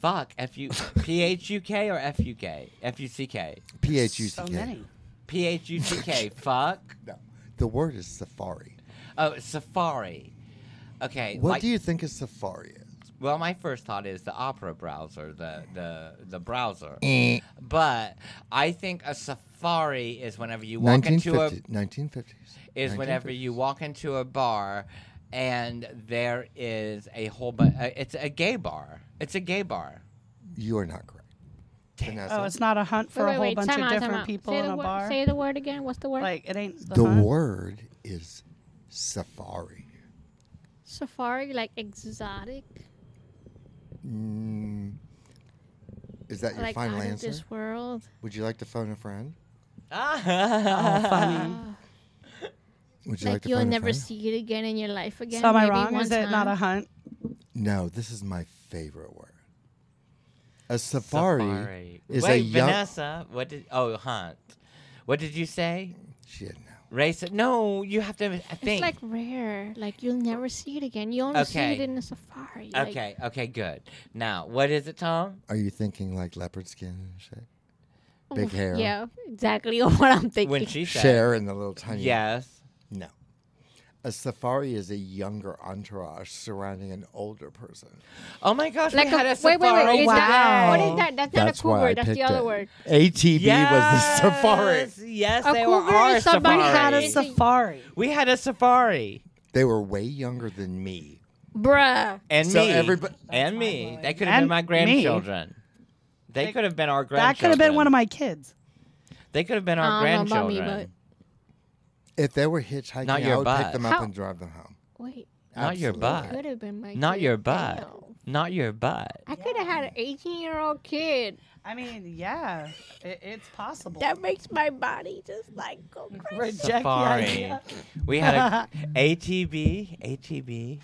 [SPEAKER 4] Fuck, F-U- P-H-U-K or F-U-K? F-U-C-K.
[SPEAKER 1] P H U C
[SPEAKER 5] So
[SPEAKER 1] K.
[SPEAKER 5] many.
[SPEAKER 4] P-H-U-C-K, fuck.
[SPEAKER 1] No. The word is safari.
[SPEAKER 4] Oh, safari. Okay,
[SPEAKER 1] What
[SPEAKER 4] like,
[SPEAKER 1] do you think a safari is?
[SPEAKER 4] well, my first thought is the Opera browser, the, the, the browser.
[SPEAKER 1] Eh.
[SPEAKER 4] But I think a safari is whenever you walk into a
[SPEAKER 1] 1950, 1950s.
[SPEAKER 4] is whenever
[SPEAKER 1] 1950s.
[SPEAKER 4] you walk into a bar and there is a whole bunch. Uh, it's a gay bar. It's a gay bar.
[SPEAKER 1] You are not correct. Vanessa,
[SPEAKER 5] Oh, it's not a hunt
[SPEAKER 2] Wait,
[SPEAKER 5] for a
[SPEAKER 2] wait,
[SPEAKER 5] whole
[SPEAKER 2] wait,
[SPEAKER 5] bunch
[SPEAKER 2] time
[SPEAKER 5] of
[SPEAKER 2] out, time
[SPEAKER 5] different
[SPEAKER 2] out.
[SPEAKER 5] people
[SPEAKER 2] say
[SPEAKER 5] in
[SPEAKER 2] the
[SPEAKER 5] a
[SPEAKER 2] wor-
[SPEAKER 5] bar.
[SPEAKER 2] Say the word again. What's the word?
[SPEAKER 5] Like it ain't the,
[SPEAKER 1] the
[SPEAKER 2] Uh-huh.
[SPEAKER 5] hunt.
[SPEAKER 1] word is safari.
[SPEAKER 2] Safari, like exotic,
[SPEAKER 1] Mm, is that your
[SPEAKER 2] like
[SPEAKER 1] final
[SPEAKER 2] out of
[SPEAKER 1] answer?
[SPEAKER 2] this world.
[SPEAKER 1] Would you like to phone a friend?
[SPEAKER 5] Oh, funny.
[SPEAKER 1] Would you
[SPEAKER 2] Like,
[SPEAKER 1] like, to
[SPEAKER 2] you'll
[SPEAKER 1] phone a
[SPEAKER 2] never
[SPEAKER 1] friend?
[SPEAKER 2] see it again in your life again.
[SPEAKER 5] so am I
[SPEAKER 2] maybe
[SPEAKER 5] wrong?
[SPEAKER 2] one
[SPEAKER 5] Is it not
[SPEAKER 2] time.
[SPEAKER 5] a hunt?
[SPEAKER 1] No, this is my favorite word. A safari, is
[SPEAKER 4] Wait,
[SPEAKER 1] a young.
[SPEAKER 4] Vanessa. What did? Oh, hunt. What did you say?
[SPEAKER 1] She didn't know.
[SPEAKER 4] Race? No, you have to I
[SPEAKER 2] It's
[SPEAKER 4] think.
[SPEAKER 2] like rare. Like you'll never see it again. You only see it
[SPEAKER 4] Okay.
[SPEAKER 2] in a safari. like-
[SPEAKER 4] okay. Okay. Good. Now, what is it, Tom?
[SPEAKER 1] Are you thinking like leopard skin and shit? Big hair.
[SPEAKER 2] Yeah, exactly what I'm thinking.
[SPEAKER 4] When she said
[SPEAKER 1] Share in the little tiny.
[SPEAKER 4] yes.
[SPEAKER 1] No. A safari is a younger entourage surrounding an older person.
[SPEAKER 4] Oh my gosh,
[SPEAKER 2] like
[SPEAKER 4] we had
[SPEAKER 2] a,
[SPEAKER 4] a
[SPEAKER 2] wait,
[SPEAKER 4] safari.
[SPEAKER 2] wait, wait. Is that, what
[SPEAKER 5] Wow.
[SPEAKER 2] is that? That's, not a cool
[SPEAKER 1] why I
[SPEAKER 2] word. That's the
[SPEAKER 1] picked
[SPEAKER 2] other
[SPEAKER 1] it.
[SPEAKER 2] word.
[SPEAKER 1] ATB
[SPEAKER 4] Yes,
[SPEAKER 1] was the safari.
[SPEAKER 4] Yes,
[SPEAKER 2] A
[SPEAKER 4] they
[SPEAKER 2] cougar
[SPEAKER 4] were our
[SPEAKER 2] is somebody
[SPEAKER 4] safari.
[SPEAKER 5] Had a
[SPEAKER 2] Right.
[SPEAKER 5] safari.
[SPEAKER 4] we had a safari.
[SPEAKER 1] They were way younger than me.
[SPEAKER 2] Bruh.
[SPEAKER 4] and
[SPEAKER 1] So
[SPEAKER 4] me
[SPEAKER 1] everybo-
[SPEAKER 4] and me. They could have
[SPEAKER 5] And
[SPEAKER 4] been my
[SPEAKER 5] me.
[SPEAKER 4] grandchildren. They could have been our grandchildren.
[SPEAKER 5] That could have been one of my kids.
[SPEAKER 4] They could have been our
[SPEAKER 2] I don't know about me,
[SPEAKER 4] grandchildren.
[SPEAKER 1] If they were hitchhiking,
[SPEAKER 4] Not
[SPEAKER 1] I
[SPEAKER 4] your
[SPEAKER 1] would
[SPEAKER 4] butt.
[SPEAKER 1] pick them up
[SPEAKER 2] How-
[SPEAKER 1] and drive them home.
[SPEAKER 2] Wait.
[SPEAKER 4] Not your
[SPEAKER 1] Absolutely.
[SPEAKER 4] butt.
[SPEAKER 2] Could have been my
[SPEAKER 4] Not
[SPEAKER 2] kid.
[SPEAKER 4] your butt.
[SPEAKER 2] Damn.
[SPEAKER 4] Not your butt.
[SPEAKER 2] I could have had an 18 year old kid.
[SPEAKER 5] I mean, yeah, it, it's possible.
[SPEAKER 2] That makes my body just like go crazy.
[SPEAKER 5] Reject
[SPEAKER 4] Safari.
[SPEAKER 5] the idea.
[SPEAKER 4] We had a ATB, ATB,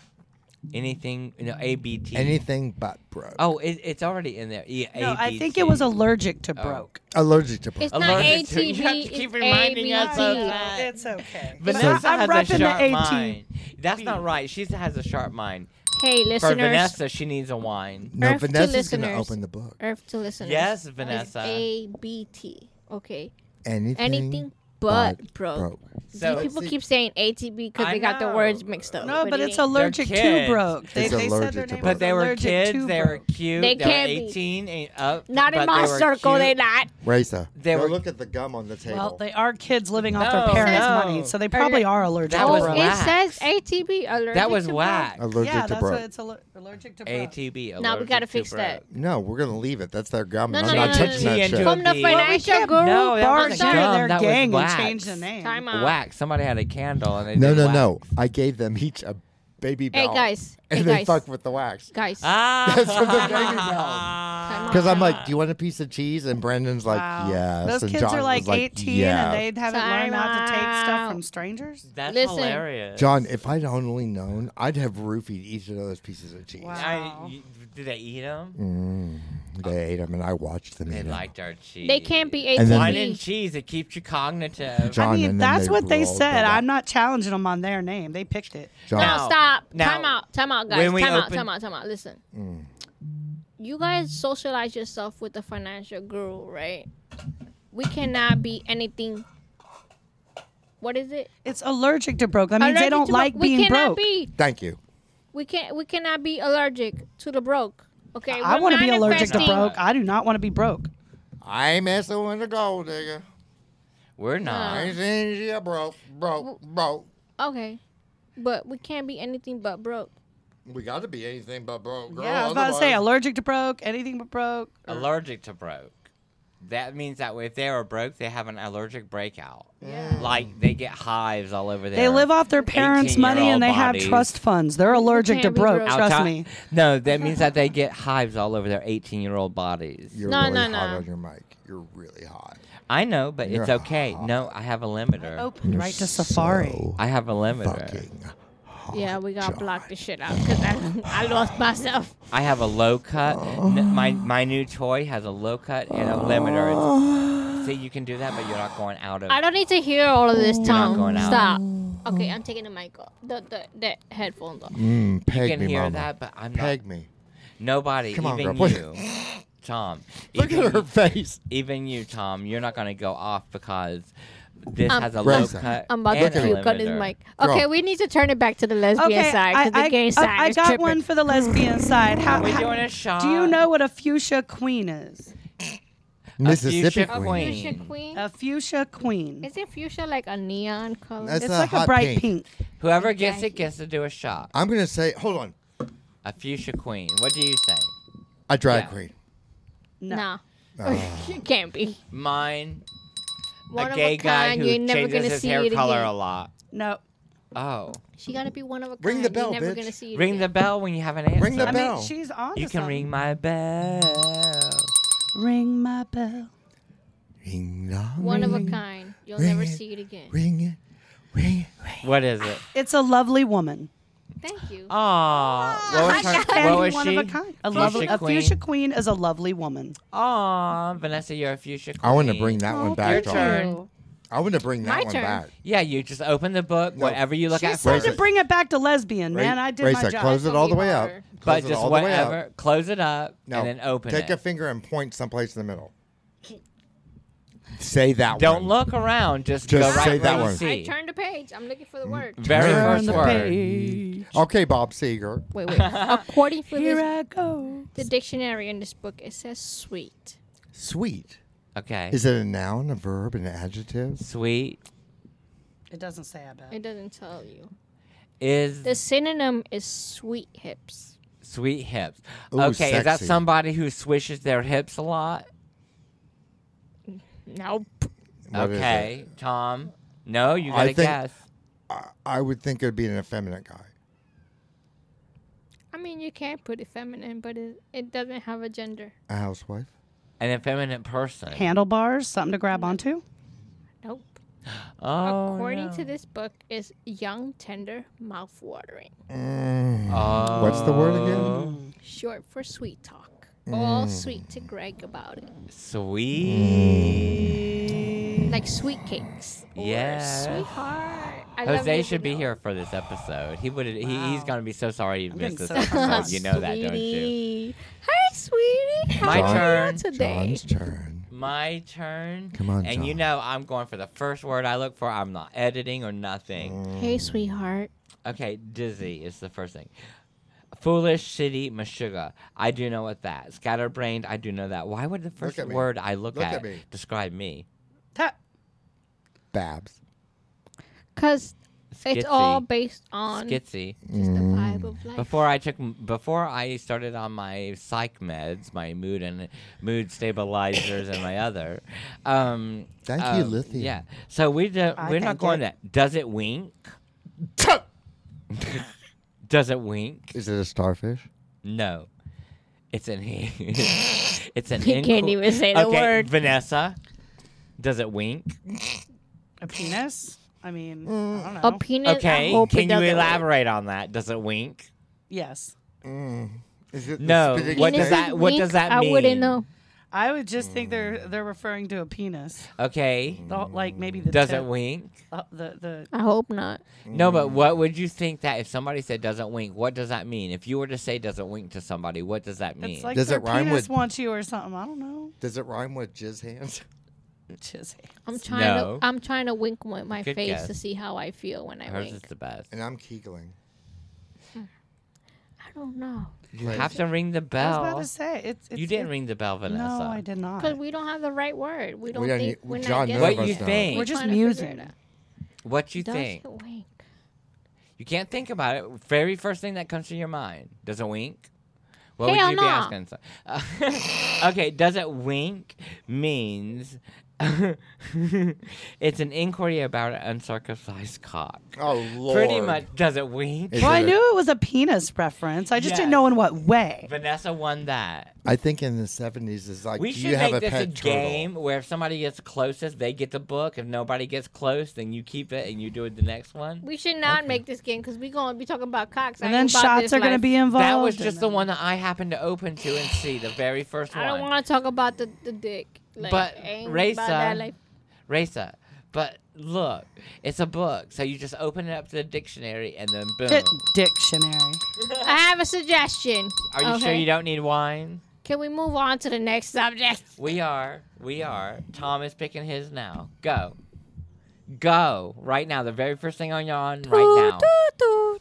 [SPEAKER 4] anything, you know, ABT.
[SPEAKER 1] Anything but broke.
[SPEAKER 4] Oh, it, it's already in there. E-
[SPEAKER 5] No, I think
[SPEAKER 4] ABT.
[SPEAKER 5] it was allergic to broke.
[SPEAKER 1] Allergic to broke.
[SPEAKER 2] It's not
[SPEAKER 4] Allergic Oh. to-
[SPEAKER 2] ATB.
[SPEAKER 4] you have to
[SPEAKER 2] it's
[SPEAKER 4] keep reminding us of
[SPEAKER 2] ABT.
[SPEAKER 4] that.
[SPEAKER 5] It's okay.
[SPEAKER 4] Vanessa
[SPEAKER 5] I'm
[SPEAKER 4] has
[SPEAKER 5] repping
[SPEAKER 4] a
[SPEAKER 5] the
[SPEAKER 4] sharp
[SPEAKER 5] ATB.
[SPEAKER 4] mind. That's not right. She has a sharp mind.
[SPEAKER 2] Hey, listeners.
[SPEAKER 4] For Vanessa, she needs a wine.
[SPEAKER 1] no,
[SPEAKER 2] Earth to
[SPEAKER 1] Vanessa's going to
[SPEAKER 2] listeners.
[SPEAKER 1] open the book.
[SPEAKER 2] Earth Er, to listeners.
[SPEAKER 4] Yes,
[SPEAKER 2] It's
[SPEAKER 4] Vanessa.
[SPEAKER 2] ABT. Okay.
[SPEAKER 1] Anything,
[SPEAKER 2] Anything but, broke.
[SPEAKER 1] broke.
[SPEAKER 4] So
[SPEAKER 2] People keep saying ATB because
[SPEAKER 4] I
[SPEAKER 2] they got
[SPEAKER 4] know.
[SPEAKER 2] the words mixed up.
[SPEAKER 5] No, but
[SPEAKER 2] it
[SPEAKER 5] it's
[SPEAKER 2] ain't.
[SPEAKER 5] allergic to
[SPEAKER 4] kids.
[SPEAKER 5] broke. They,
[SPEAKER 1] It's
[SPEAKER 5] they said
[SPEAKER 1] allergic
[SPEAKER 5] their
[SPEAKER 1] to
[SPEAKER 5] name
[SPEAKER 1] broke.
[SPEAKER 5] was
[SPEAKER 4] But they were
[SPEAKER 5] allergic
[SPEAKER 4] kids.
[SPEAKER 5] to
[SPEAKER 4] They were
[SPEAKER 5] broke.
[SPEAKER 4] cute.
[SPEAKER 2] They
[SPEAKER 4] They, were
[SPEAKER 2] can't be.
[SPEAKER 4] 18 and up.
[SPEAKER 2] Not in
[SPEAKER 4] but
[SPEAKER 2] my
[SPEAKER 4] they were
[SPEAKER 2] circle, they
[SPEAKER 4] cute.
[SPEAKER 2] not.
[SPEAKER 1] Rasa,
[SPEAKER 4] They
[SPEAKER 1] go
[SPEAKER 4] were-
[SPEAKER 1] look at the gum on the table.
[SPEAKER 5] Well, they are kids living off
[SPEAKER 4] No,
[SPEAKER 5] their parents'
[SPEAKER 4] no.
[SPEAKER 5] money, so they probably are allergic
[SPEAKER 4] That
[SPEAKER 5] to
[SPEAKER 4] was
[SPEAKER 2] oh,
[SPEAKER 5] broke.
[SPEAKER 2] it
[SPEAKER 4] wax.
[SPEAKER 2] says ATB allergic.
[SPEAKER 4] That was
[SPEAKER 2] to
[SPEAKER 4] whack.
[SPEAKER 1] allergic
[SPEAKER 5] yeah,
[SPEAKER 1] to
[SPEAKER 5] that's
[SPEAKER 1] broke.
[SPEAKER 5] what it's aller- allergic to broke.
[SPEAKER 4] ATB.
[SPEAKER 2] Now we gotta
[SPEAKER 4] allergic to
[SPEAKER 2] fix that.
[SPEAKER 4] broke.
[SPEAKER 1] no, we're going to leave it. That's their gum.
[SPEAKER 2] No,
[SPEAKER 1] and
[SPEAKER 2] no,
[SPEAKER 1] I'm
[SPEAKER 2] no,
[SPEAKER 1] not
[SPEAKER 2] no,
[SPEAKER 1] touching
[SPEAKER 2] no,
[SPEAKER 4] no.
[SPEAKER 1] that
[SPEAKER 4] She
[SPEAKER 1] shit.
[SPEAKER 4] enjoyed-
[SPEAKER 2] From the
[SPEAKER 4] Well, we
[SPEAKER 2] financial
[SPEAKER 5] can't-
[SPEAKER 2] guru
[SPEAKER 4] No, that
[SPEAKER 5] Bars
[SPEAKER 4] wasn't
[SPEAKER 2] Barstow.
[SPEAKER 5] started
[SPEAKER 4] gum.
[SPEAKER 5] their
[SPEAKER 4] That was
[SPEAKER 5] gang and
[SPEAKER 4] wax.
[SPEAKER 5] changed the name.
[SPEAKER 2] Time out.
[SPEAKER 4] Wax. Somebody had a candle and they
[SPEAKER 1] No,
[SPEAKER 4] did
[SPEAKER 1] no,
[SPEAKER 4] wax.
[SPEAKER 1] no. I gave them each a baby
[SPEAKER 2] Hey,
[SPEAKER 1] bell.
[SPEAKER 2] guys.
[SPEAKER 1] And
[SPEAKER 2] Hey,
[SPEAKER 1] they
[SPEAKER 2] guys.
[SPEAKER 1] fuck with the wax.
[SPEAKER 2] guys.
[SPEAKER 4] Ah.
[SPEAKER 1] That's from the Baby Bell.
[SPEAKER 2] Time out,
[SPEAKER 1] Because I'm
[SPEAKER 2] time
[SPEAKER 1] like,
[SPEAKER 2] out.
[SPEAKER 1] do you want a piece of cheese? And Brandon's like,
[SPEAKER 5] Wow.
[SPEAKER 1] yes.
[SPEAKER 5] Those
[SPEAKER 1] and
[SPEAKER 5] kids
[SPEAKER 1] John
[SPEAKER 5] are
[SPEAKER 1] was
[SPEAKER 5] like, 18
[SPEAKER 1] yeah.
[SPEAKER 5] and they haven't learned how to take
[SPEAKER 2] Time
[SPEAKER 5] stuff
[SPEAKER 2] out.
[SPEAKER 5] from strangers.
[SPEAKER 4] That's
[SPEAKER 2] Listen.
[SPEAKER 4] hilarious.
[SPEAKER 1] John, if I'd only known, I'd have roofied each of those pieces of cheese.
[SPEAKER 5] Wow.
[SPEAKER 4] I, y- did they eat them?
[SPEAKER 1] Mm, they ate them, and I watched them.
[SPEAKER 4] They
[SPEAKER 1] eat 'em.
[SPEAKER 4] liked our cheese.
[SPEAKER 2] They can't be
[SPEAKER 1] And then-
[SPEAKER 4] Wine and
[SPEAKER 2] 18.
[SPEAKER 4] cheese. It keeps you cognitive.
[SPEAKER 1] John,
[SPEAKER 5] I
[SPEAKER 1] and then
[SPEAKER 5] mean, that's
[SPEAKER 1] they
[SPEAKER 5] what they
[SPEAKER 1] rolled
[SPEAKER 5] said.
[SPEAKER 1] them up.
[SPEAKER 5] I'm not challenging them on their name. They picked it.
[SPEAKER 1] John,
[SPEAKER 4] Now-
[SPEAKER 2] No, stop.
[SPEAKER 4] now-
[SPEAKER 2] time out. Time out, guys.
[SPEAKER 4] When
[SPEAKER 2] Time
[SPEAKER 4] we
[SPEAKER 2] out.
[SPEAKER 4] open- Mm.
[SPEAKER 2] Time out. Time out. Listen. You guys socialize yourself with the financial guru, right? We cannot be anything. What is it?
[SPEAKER 5] It's allergic to broke. That means they
[SPEAKER 2] Allergic
[SPEAKER 5] don't
[SPEAKER 2] to
[SPEAKER 5] like
[SPEAKER 2] broke. we
[SPEAKER 5] being
[SPEAKER 2] cannot
[SPEAKER 5] broke.
[SPEAKER 2] Be,
[SPEAKER 1] thank you.
[SPEAKER 2] we can't. We cannot be allergic to the broke. Okay.
[SPEAKER 5] I
[SPEAKER 2] want to
[SPEAKER 5] be allergic to
[SPEAKER 4] manifesting-
[SPEAKER 5] broke. I do not want to be broke.
[SPEAKER 1] I ain't messing with a gold digger.
[SPEAKER 4] We're not.
[SPEAKER 1] I
[SPEAKER 2] Uh,
[SPEAKER 1] ain't saying she a broke, broke, broke.
[SPEAKER 2] Okay, but we can't be anything but broke.
[SPEAKER 1] We got to be anything but broke, girl.
[SPEAKER 5] yeah, I was about to say
[SPEAKER 1] otherwise-
[SPEAKER 5] allergic to broke, anything but broke.
[SPEAKER 4] allergic to broke. That means that if they are broke, they have an allergic breakout.
[SPEAKER 2] Yeah.
[SPEAKER 4] Like they get hives all over their.
[SPEAKER 5] They live off their parents' money
[SPEAKER 4] 18-year-old
[SPEAKER 5] and they
[SPEAKER 4] bodies.
[SPEAKER 5] have trust funds. They're allergic to
[SPEAKER 2] can't be
[SPEAKER 5] broke.
[SPEAKER 2] broke.
[SPEAKER 5] Trust
[SPEAKER 4] Outside-
[SPEAKER 5] me.
[SPEAKER 4] No, that means that they get hives all over their 18-year-old bodies.
[SPEAKER 1] You're
[SPEAKER 2] No,
[SPEAKER 1] really
[SPEAKER 2] no,
[SPEAKER 1] hot
[SPEAKER 2] no.
[SPEAKER 1] on your mic. You're really hot.
[SPEAKER 4] I know, but it's
[SPEAKER 1] You're
[SPEAKER 4] okay. No, I have a limiter.
[SPEAKER 2] Oh.
[SPEAKER 5] Opened right to
[SPEAKER 1] So
[SPEAKER 5] Safari.
[SPEAKER 4] I have a limiter.
[SPEAKER 1] fucking
[SPEAKER 4] Oh
[SPEAKER 1] hot.
[SPEAKER 2] Yeah, we gotta
[SPEAKER 1] John.
[SPEAKER 2] block this shit out because I, I lost myself.
[SPEAKER 4] I have a low cut. N-
[SPEAKER 1] Oh.
[SPEAKER 4] my my new toy has a low cut and a limiter.
[SPEAKER 1] Oh.
[SPEAKER 4] It's, see, you can do that, but you're not going out of.
[SPEAKER 2] I don't need to hear all of this
[SPEAKER 4] not
[SPEAKER 2] tongue.
[SPEAKER 4] going out.
[SPEAKER 2] Stop. Okay, I'm taking the mic off. The the, the headphones off.
[SPEAKER 1] Mm,
[SPEAKER 4] you
[SPEAKER 1] peg
[SPEAKER 4] can
[SPEAKER 1] me,
[SPEAKER 4] hear
[SPEAKER 1] mama.
[SPEAKER 4] that, but I'm
[SPEAKER 1] Peg
[SPEAKER 4] not.
[SPEAKER 1] me.
[SPEAKER 4] Nobody,
[SPEAKER 1] Come on,
[SPEAKER 4] even
[SPEAKER 1] girl,
[SPEAKER 4] you, Tom.
[SPEAKER 1] Look
[SPEAKER 4] even
[SPEAKER 1] at her face.
[SPEAKER 4] even you, Tom, you're not gonna go off because this
[SPEAKER 2] Um,
[SPEAKER 4] has a low
[SPEAKER 1] Raisa.
[SPEAKER 4] cut.
[SPEAKER 2] I'm about
[SPEAKER 4] and
[SPEAKER 2] to
[SPEAKER 4] a
[SPEAKER 2] puke on his
[SPEAKER 4] limiter.
[SPEAKER 2] mic.
[SPEAKER 1] Girl.
[SPEAKER 2] Okay, we need to turn it back to the lesbian
[SPEAKER 5] Okay,
[SPEAKER 2] side because the gay side
[SPEAKER 5] I
[SPEAKER 2] is
[SPEAKER 5] got
[SPEAKER 2] tripping.
[SPEAKER 5] one for the lesbian side. How,
[SPEAKER 4] Are we
[SPEAKER 5] how-
[SPEAKER 4] doing Uh, a shot?
[SPEAKER 5] do you know what a fuchsia queen is?
[SPEAKER 1] Mississippi
[SPEAKER 4] fuchsia
[SPEAKER 1] queen.
[SPEAKER 4] queen.
[SPEAKER 2] Fuchsia queen.
[SPEAKER 5] A fuchsia queen.
[SPEAKER 2] Isn't fuchsia like a neon color?
[SPEAKER 1] That's-
[SPEAKER 5] It's
[SPEAKER 1] a
[SPEAKER 5] like a
[SPEAKER 1] hot pink.
[SPEAKER 5] bright pink.
[SPEAKER 4] Whoever gets it gets to do a shot.
[SPEAKER 1] I'm gonna say. Hold on.
[SPEAKER 4] A fuchsia queen. What do you say?
[SPEAKER 1] A drag
[SPEAKER 4] Yeah.
[SPEAKER 1] queen.
[SPEAKER 5] No.
[SPEAKER 2] nah. it can't be.
[SPEAKER 4] Mine.
[SPEAKER 2] One
[SPEAKER 4] a
[SPEAKER 2] of
[SPEAKER 4] gay
[SPEAKER 2] a
[SPEAKER 4] guy
[SPEAKER 2] kind.
[SPEAKER 4] who
[SPEAKER 2] You're never
[SPEAKER 4] changes
[SPEAKER 2] gonna
[SPEAKER 4] his
[SPEAKER 2] see
[SPEAKER 4] hair
[SPEAKER 2] it
[SPEAKER 4] color
[SPEAKER 2] again.
[SPEAKER 4] a lot.
[SPEAKER 5] No.
[SPEAKER 4] Oh,
[SPEAKER 2] She gotta be one of a kind.
[SPEAKER 1] Ring the bell,
[SPEAKER 2] You're never
[SPEAKER 1] bitch.
[SPEAKER 2] gonna see it
[SPEAKER 4] ring the
[SPEAKER 2] again.
[SPEAKER 4] bell when you have an answer.
[SPEAKER 1] Ring the
[SPEAKER 5] I
[SPEAKER 1] bell.
[SPEAKER 5] mean, she's on
[SPEAKER 4] You can ring my bell.
[SPEAKER 5] Ring my bell.
[SPEAKER 1] Ring the
[SPEAKER 2] One of a
[SPEAKER 1] ring.
[SPEAKER 2] kind. You'll
[SPEAKER 1] Ring
[SPEAKER 2] never
[SPEAKER 1] it.
[SPEAKER 2] see it again.
[SPEAKER 1] Ring it. Ring it.
[SPEAKER 4] What is it?
[SPEAKER 5] It's a lovely woman.
[SPEAKER 2] Thank you.
[SPEAKER 4] Aw, what was her?
[SPEAKER 5] Candy
[SPEAKER 4] What was
[SPEAKER 5] one
[SPEAKER 4] she?
[SPEAKER 5] Of a, kind. a,
[SPEAKER 4] Fuchsia
[SPEAKER 5] lovely, a
[SPEAKER 4] queen.
[SPEAKER 5] fuchsia queen is a lovely woman.
[SPEAKER 4] Aw, Vanessa, you're a fuchsia queen.
[SPEAKER 1] I want to bring that one back,
[SPEAKER 4] thank
[SPEAKER 1] John.
[SPEAKER 4] turn.
[SPEAKER 5] you.
[SPEAKER 1] I want to bring that
[SPEAKER 2] My
[SPEAKER 1] one
[SPEAKER 2] turn.
[SPEAKER 1] back.
[SPEAKER 4] Yeah, you just open the book,
[SPEAKER 1] No,
[SPEAKER 4] whatever you look
[SPEAKER 5] She
[SPEAKER 4] at
[SPEAKER 5] said
[SPEAKER 4] first.
[SPEAKER 5] to bring it back to lesbian, man.
[SPEAKER 1] Ra-
[SPEAKER 5] I did
[SPEAKER 1] Raisa,
[SPEAKER 5] my job.
[SPEAKER 1] close it all the way up. Close
[SPEAKER 2] But
[SPEAKER 4] But
[SPEAKER 1] it
[SPEAKER 4] just
[SPEAKER 1] all the way up.
[SPEAKER 4] whatever, close it up
[SPEAKER 1] No,
[SPEAKER 4] and then open
[SPEAKER 1] Take a
[SPEAKER 4] it.
[SPEAKER 1] finger and point someplace in the middle. Say that
[SPEAKER 4] Don't
[SPEAKER 1] one.
[SPEAKER 4] look around, just,
[SPEAKER 1] Just
[SPEAKER 4] go right
[SPEAKER 1] say
[SPEAKER 4] where
[SPEAKER 1] that
[SPEAKER 4] you
[SPEAKER 1] one.
[SPEAKER 2] I
[SPEAKER 4] see.
[SPEAKER 2] turned the page. I'm looking for the word.
[SPEAKER 4] Very
[SPEAKER 1] Turn
[SPEAKER 4] first
[SPEAKER 1] the
[SPEAKER 4] word.
[SPEAKER 1] Okay, Bob Seger.
[SPEAKER 2] Wait, wait. According to
[SPEAKER 5] Here
[SPEAKER 2] this,
[SPEAKER 5] I go.
[SPEAKER 2] the dictionary in this book, it says sweet.
[SPEAKER 1] Sweet.
[SPEAKER 4] Okay.
[SPEAKER 1] Is it a noun, a verb, an adjective?
[SPEAKER 4] Sweet
[SPEAKER 5] It doesn't say I bet.
[SPEAKER 2] It doesn't tell you.
[SPEAKER 4] is
[SPEAKER 2] The synonym is sweet hips.
[SPEAKER 4] sweet hips.
[SPEAKER 1] Ooh,
[SPEAKER 4] okay, is that
[SPEAKER 1] sexy.
[SPEAKER 4] somebody who swishes their hips a lot?
[SPEAKER 2] Nope.
[SPEAKER 1] What is it?
[SPEAKER 4] okay, Tom. No, you
[SPEAKER 1] I
[SPEAKER 4] gotta
[SPEAKER 1] think-
[SPEAKER 4] guess.
[SPEAKER 1] I, I would think it would be an effeminate guy.
[SPEAKER 2] I mean, you can put it feminine, but it, it doesn't have a gender.
[SPEAKER 1] A housewife?
[SPEAKER 4] An effeminate person.
[SPEAKER 5] Handlebars, something to grab onto.
[SPEAKER 2] Nope.
[SPEAKER 4] oh,
[SPEAKER 2] According
[SPEAKER 4] no.
[SPEAKER 2] to this book, is young, tender, mouth-watering.
[SPEAKER 4] Oh.
[SPEAKER 1] What's the word again?
[SPEAKER 2] Short for sweet talk. All sweet to Greg about it.
[SPEAKER 1] Mm.
[SPEAKER 4] Sweet.
[SPEAKER 2] Like sweet cakes. or
[SPEAKER 4] Yes.
[SPEAKER 2] Sweetheart. I love you
[SPEAKER 4] Jose
[SPEAKER 2] to
[SPEAKER 4] should be
[SPEAKER 2] know.
[SPEAKER 4] here for this episode. He would. He, he's
[SPEAKER 5] Wow.
[SPEAKER 4] gonna be so sorry you
[SPEAKER 5] I'm
[SPEAKER 4] missed this
[SPEAKER 5] getting so
[SPEAKER 4] episode. Oh, You know that, don't you?
[SPEAKER 2] sweetie. Hey, sweetie. How
[SPEAKER 4] My
[SPEAKER 2] are
[SPEAKER 4] turn.
[SPEAKER 2] you today?
[SPEAKER 1] John's turn.
[SPEAKER 4] My turn.
[SPEAKER 1] Come on,
[SPEAKER 4] And you
[SPEAKER 1] John.
[SPEAKER 4] know I'm going for the first word I look for. I'm not editing or
[SPEAKER 1] Mm.
[SPEAKER 4] nothing.
[SPEAKER 2] Hey, sweetheart.
[SPEAKER 4] Okay, dizzy is the first thing. Foolish, shitty, mashuga. I do know what that. Scatterbrained. I do know that. Why would the first
[SPEAKER 1] at me.
[SPEAKER 4] word I look,
[SPEAKER 1] Look
[SPEAKER 4] at,
[SPEAKER 1] at me.
[SPEAKER 4] describe me?
[SPEAKER 5] Ta-
[SPEAKER 1] Babs.
[SPEAKER 2] Because it's all
[SPEAKER 4] Skitsy.
[SPEAKER 2] based on
[SPEAKER 4] Skitsy.
[SPEAKER 2] just the vibe of life.
[SPEAKER 4] Before I took, before I started on my psych meds, my mood and mood stabilizers, and my other. Um,
[SPEAKER 1] Thank
[SPEAKER 4] um,
[SPEAKER 1] you, lithium.
[SPEAKER 4] Yeah. So we do,
[SPEAKER 5] I
[SPEAKER 4] we're not
[SPEAKER 5] thank
[SPEAKER 4] going
[SPEAKER 5] it.
[SPEAKER 4] to. Does it wink? Does it wink?
[SPEAKER 1] Is it a starfish?
[SPEAKER 4] No. It's an It's an
[SPEAKER 2] He can't
[SPEAKER 4] inco-
[SPEAKER 2] even say the
[SPEAKER 4] okay,
[SPEAKER 2] word.
[SPEAKER 4] Vanessa. Does it wink?
[SPEAKER 5] A penis? I mean,
[SPEAKER 1] Mm.
[SPEAKER 5] I don't know.
[SPEAKER 2] A penis. I
[SPEAKER 4] okay.
[SPEAKER 2] hope it
[SPEAKER 4] Can you
[SPEAKER 2] doesn't work.
[SPEAKER 4] elaborate on that? Does it wink?
[SPEAKER 5] yes.
[SPEAKER 1] Is it the
[SPEAKER 4] No,
[SPEAKER 1] spaghetti
[SPEAKER 4] what does
[SPEAKER 2] Penises
[SPEAKER 1] thing?
[SPEAKER 4] that- what does
[SPEAKER 2] wink?
[SPEAKER 4] that
[SPEAKER 2] I wouldn't
[SPEAKER 4] mean?
[SPEAKER 2] know.
[SPEAKER 5] I would just think they're
[SPEAKER 4] Mm.
[SPEAKER 5] they're referring to a penis.
[SPEAKER 4] Okay.
[SPEAKER 5] The, like maybe the
[SPEAKER 4] Does
[SPEAKER 5] tip.
[SPEAKER 4] it wink?
[SPEAKER 5] Uh, the the
[SPEAKER 2] I hope not.
[SPEAKER 4] No, but
[SPEAKER 5] Mm.
[SPEAKER 4] what would you think that if somebody said doesn't wink, what does that mean? If you were to say doesn't wink to somebody, what does that mean?
[SPEAKER 5] it's like
[SPEAKER 1] Does
[SPEAKER 5] their
[SPEAKER 1] it rhyme
[SPEAKER 5] penis
[SPEAKER 1] with-
[SPEAKER 5] wants you or something. I don't know.
[SPEAKER 1] Does it rhyme with jizz hands?
[SPEAKER 5] Just
[SPEAKER 2] I'm trying
[SPEAKER 4] No.
[SPEAKER 2] to. I'm trying to wink with my
[SPEAKER 4] Good
[SPEAKER 2] face
[SPEAKER 4] guess.
[SPEAKER 2] to see how I feel when I
[SPEAKER 4] Hers is
[SPEAKER 2] wink.
[SPEAKER 4] the best.
[SPEAKER 1] And I'm keegling.
[SPEAKER 2] I don't know
[SPEAKER 4] You
[SPEAKER 1] Right.
[SPEAKER 4] have to ring the
[SPEAKER 5] I was about
[SPEAKER 4] bell.
[SPEAKER 5] to say it's, it's
[SPEAKER 4] You didn't
[SPEAKER 5] it-
[SPEAKER 4] ring the bell, Vanessa.
[SPEAKER 5] No, I did not.
[SPEAKER 2] because we don't have the right word. We don't
[SPEAKER 1] don't
[SPEAKER 2] think
[SPEAKER 1] e-
[SPEAKER 2] we're
[SPEAKER 1] John,
[SPEAKER 2] not
[SPEAKER 1] none
[SPEAKER 4] What
[SPEAKER 1] of
[SPEAKER 4] you
[SPEAKER 1] us know.
[SPEAKER 4] think?
[SPEAKER 5] We're just
[SPEAKER 2] trying to figure it
[SPEAKER 5] musing.
[SPEAKER 2] out.
[SPEAKER 4] What you
[SPEAKER 2] Does
[SPEAKER 4] think?
[SPEAKER 2] it wink?
[SPEAKER 4] You can't think about it. Very first thing that comes to your mind. Does it wink? What
[SPEAKER 2] Hell
[SPEAKER 4] would you
[SPEAKER 2] no.
[SPEAKER 4] be asking? So- Uh, okay, does it wink means it's an inquiry about an uncircumcised cock.
[SPEAKER 1] Oh lord.
[SPEAKER 4] Pretty much, does it wink?
[SPEAKER 1] Is
[SPEAKER 5] Well, I
[SPEAKER 1] it a-
[SPEAKER 5] knew it was a penis reference. I just
[SPEAKER 4] Yes.
[SPEAKER 5] didn't know in what way.
[SPEAKER 4] Vanessa won that.
[SPEAKER 1] I think in the seventies it's like
[SPEAKER 4] we
[SPEAKER 1] do
[SPEAKER 4] should
[SPEAKER 1] you have
[SPEAKER 4] make
[SPEAKER 1] a
[SPEAKER 4] this
[SPEAKER 1] pet
[SPEAKER 4] a
[SPEAKER 1] turtle?
[SPEAKER 4] game where if somebody gets closest, they get the book. If nobody gets close, then you keep it and you do it the next one.
[SPEAKER 2] We should not make this game because we're gonna be talking about cocks. I
[SPEAKER 5] And then
[SPEAKER 2] ain't about
[SPEAKER 5] shots
[SPEAKER 2] this
[SPEAKER 5] are going to
[SPEAKER 2] life.
[SPEAKER 5] be involved.
[SPEAKER 4] That was
[SPEAKER 5] and
[SPEAKER 4] just the
[SPEAKER 5] then-
[SPEAKER 4] one that I happened to open to and see the very first one.
[SPEAKER 2] I don't want to talk about the, the dick. Like,
[SPEAKER 4] But,
[SPEAKER 2] I ain't
[SPEAKER 4] Raisa,
[SPEAKER 2] about that, like,
[SPEAKER 4] Raisa. But look, it's a book. So you just open it up to the dictionary and then boom.
[SPEAKER 5] Dic- dictionary.
[SPEAKER 2] I have a suggestion.
[SPEAKER 4] Are you sure
[SPEAKER 2] Okay.
[SPEAKER 4] you don't need wine?
[SPEAKER 2] Can we move on to the next subject?
[SPEAKER 4] We are. We are. Tom is picking his now. Go. Go. Right now. The very first thing on your on right now.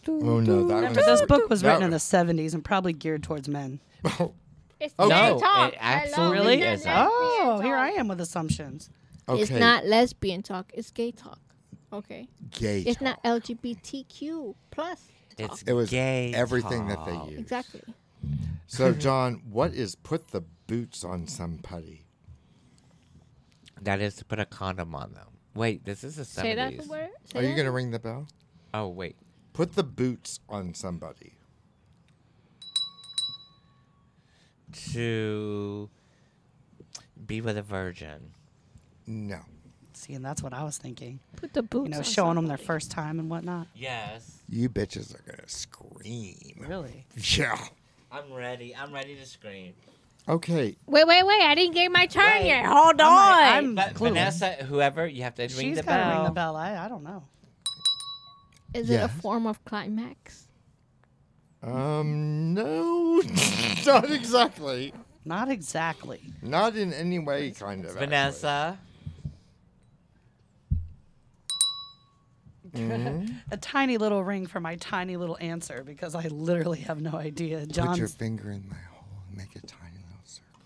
[SPEAKER 1] Oh no, that
[SPEAKER 5] Remember,
[SPEAKER 1] one's-
[SPEAKER 5] this book was
[SPEAKER 1] that-
[SPEAKER 5] written in the 70s and probably geared towards men.
[SPEAKER 2] It's
[SPEAKER 1] Okay.
[SPEAKER 2] not
[SPEAKER 1] No,
[SPEAKER 2] talk.
[SPEAKER 4] it
[SPEAKER 2] Hello,
[SPEAKER 4] absolutely
[SPEAKER 2] it's not
[SPEAKER 4] isn't.
[SPEAKER 2] lesbian
[SPEAKER 5] Oh, here
[SPEAKER 2] talk.
[SPEAKER 5] I am with assumptions.
[SPEAKER 1] Okay.
[SPEAKER 2] It's not lesbian talk. It's gay talk. Okay.
[SPEAKER 1] gay.
[SPEAKER 2] It's
[SPEAKER 1] talk.
[SPEAKER 2] not LGBTQ plus. Talk.
[SPEAKER 4] It's
[SPEAKER 1] It was
[SPEAKER 4] gay
[SPEAKER 1] everything that
[SPEAKER 4] talk.
[SPEAKER 1] they used.
[SPEAKER 2] Exactly.
[SPEAKER 1] So John, what is put the boots on somebody?
[SPEAKER 4] That is to put a condom on them. Wait, this is the 70s.
[SPEAKER 2] Say that word. Say
[SPEAKER 1] Are you
[SPEAKER 2] that?
[SPEAKER 1] gonna ring the bell?
[SPEAKER 4] Oh, wait.
[SPEAKER 1] Put the boots on somebody.
[SPEAKER 4] To be with a virgin.
[SPEAKER 1] No.
[SPEAKER 5] See, and that's what I was thinking.
[SPEAKER 2] put the boots?
[SPEAKER 5] You know,
[SPEAKER 2] on
[SPEAKER 5] showing them their
[SPEAKER 2] somebody.
[SPEAKER 5] first time and whatnot.
[SPEAKER 4] Yes.
[SPEAKER 1] You bitches are gonna scream.
[SPEAKER 5] Really?
[SPEAKER 1] Yeah.
[SPEAKER 4] I'm ready. I'm ready to scream.
[SPEAKER 1] Okay.
[SPEAKER 2] Wait, wait, wait! I didn't get my turn
[SPEAKER 4] Wait.
[SPEAKER 2] yet. Hold on.
[SPEAKER 5] I'm, like,
[SPEAKER 4] But
[SPEAKER 5] I'm clueless.
[SPEAKER 4] Vanessa, whoever, you have to ring
[SPEAKER 5] She's
[SPEAKER 4] the
[SPEAKER 5] got to
[SPEAKER 4] bell.
[SPEAKER 5] ring the bell. I, I don't know.
[SPEAKER 2] Is it a
[SPEAKER 1] Yes.
[SPEAKER 2] form of climax?
[SPEAKER 1] Um. No. not exactly.
[SPEAKER 5] Not exactly.
[SPEAKER 1] Not in any way, kind of.
[SPEAKER 4] Vanessa.
[SPEAKER 5] A tiny little ring for my tiny little answer because I literally have no idea.
[SPEAKER 1] actually. Put your
[SPEAKER 5] John's
[SPEAKER 1] finger in my hole and make a tiny little circle.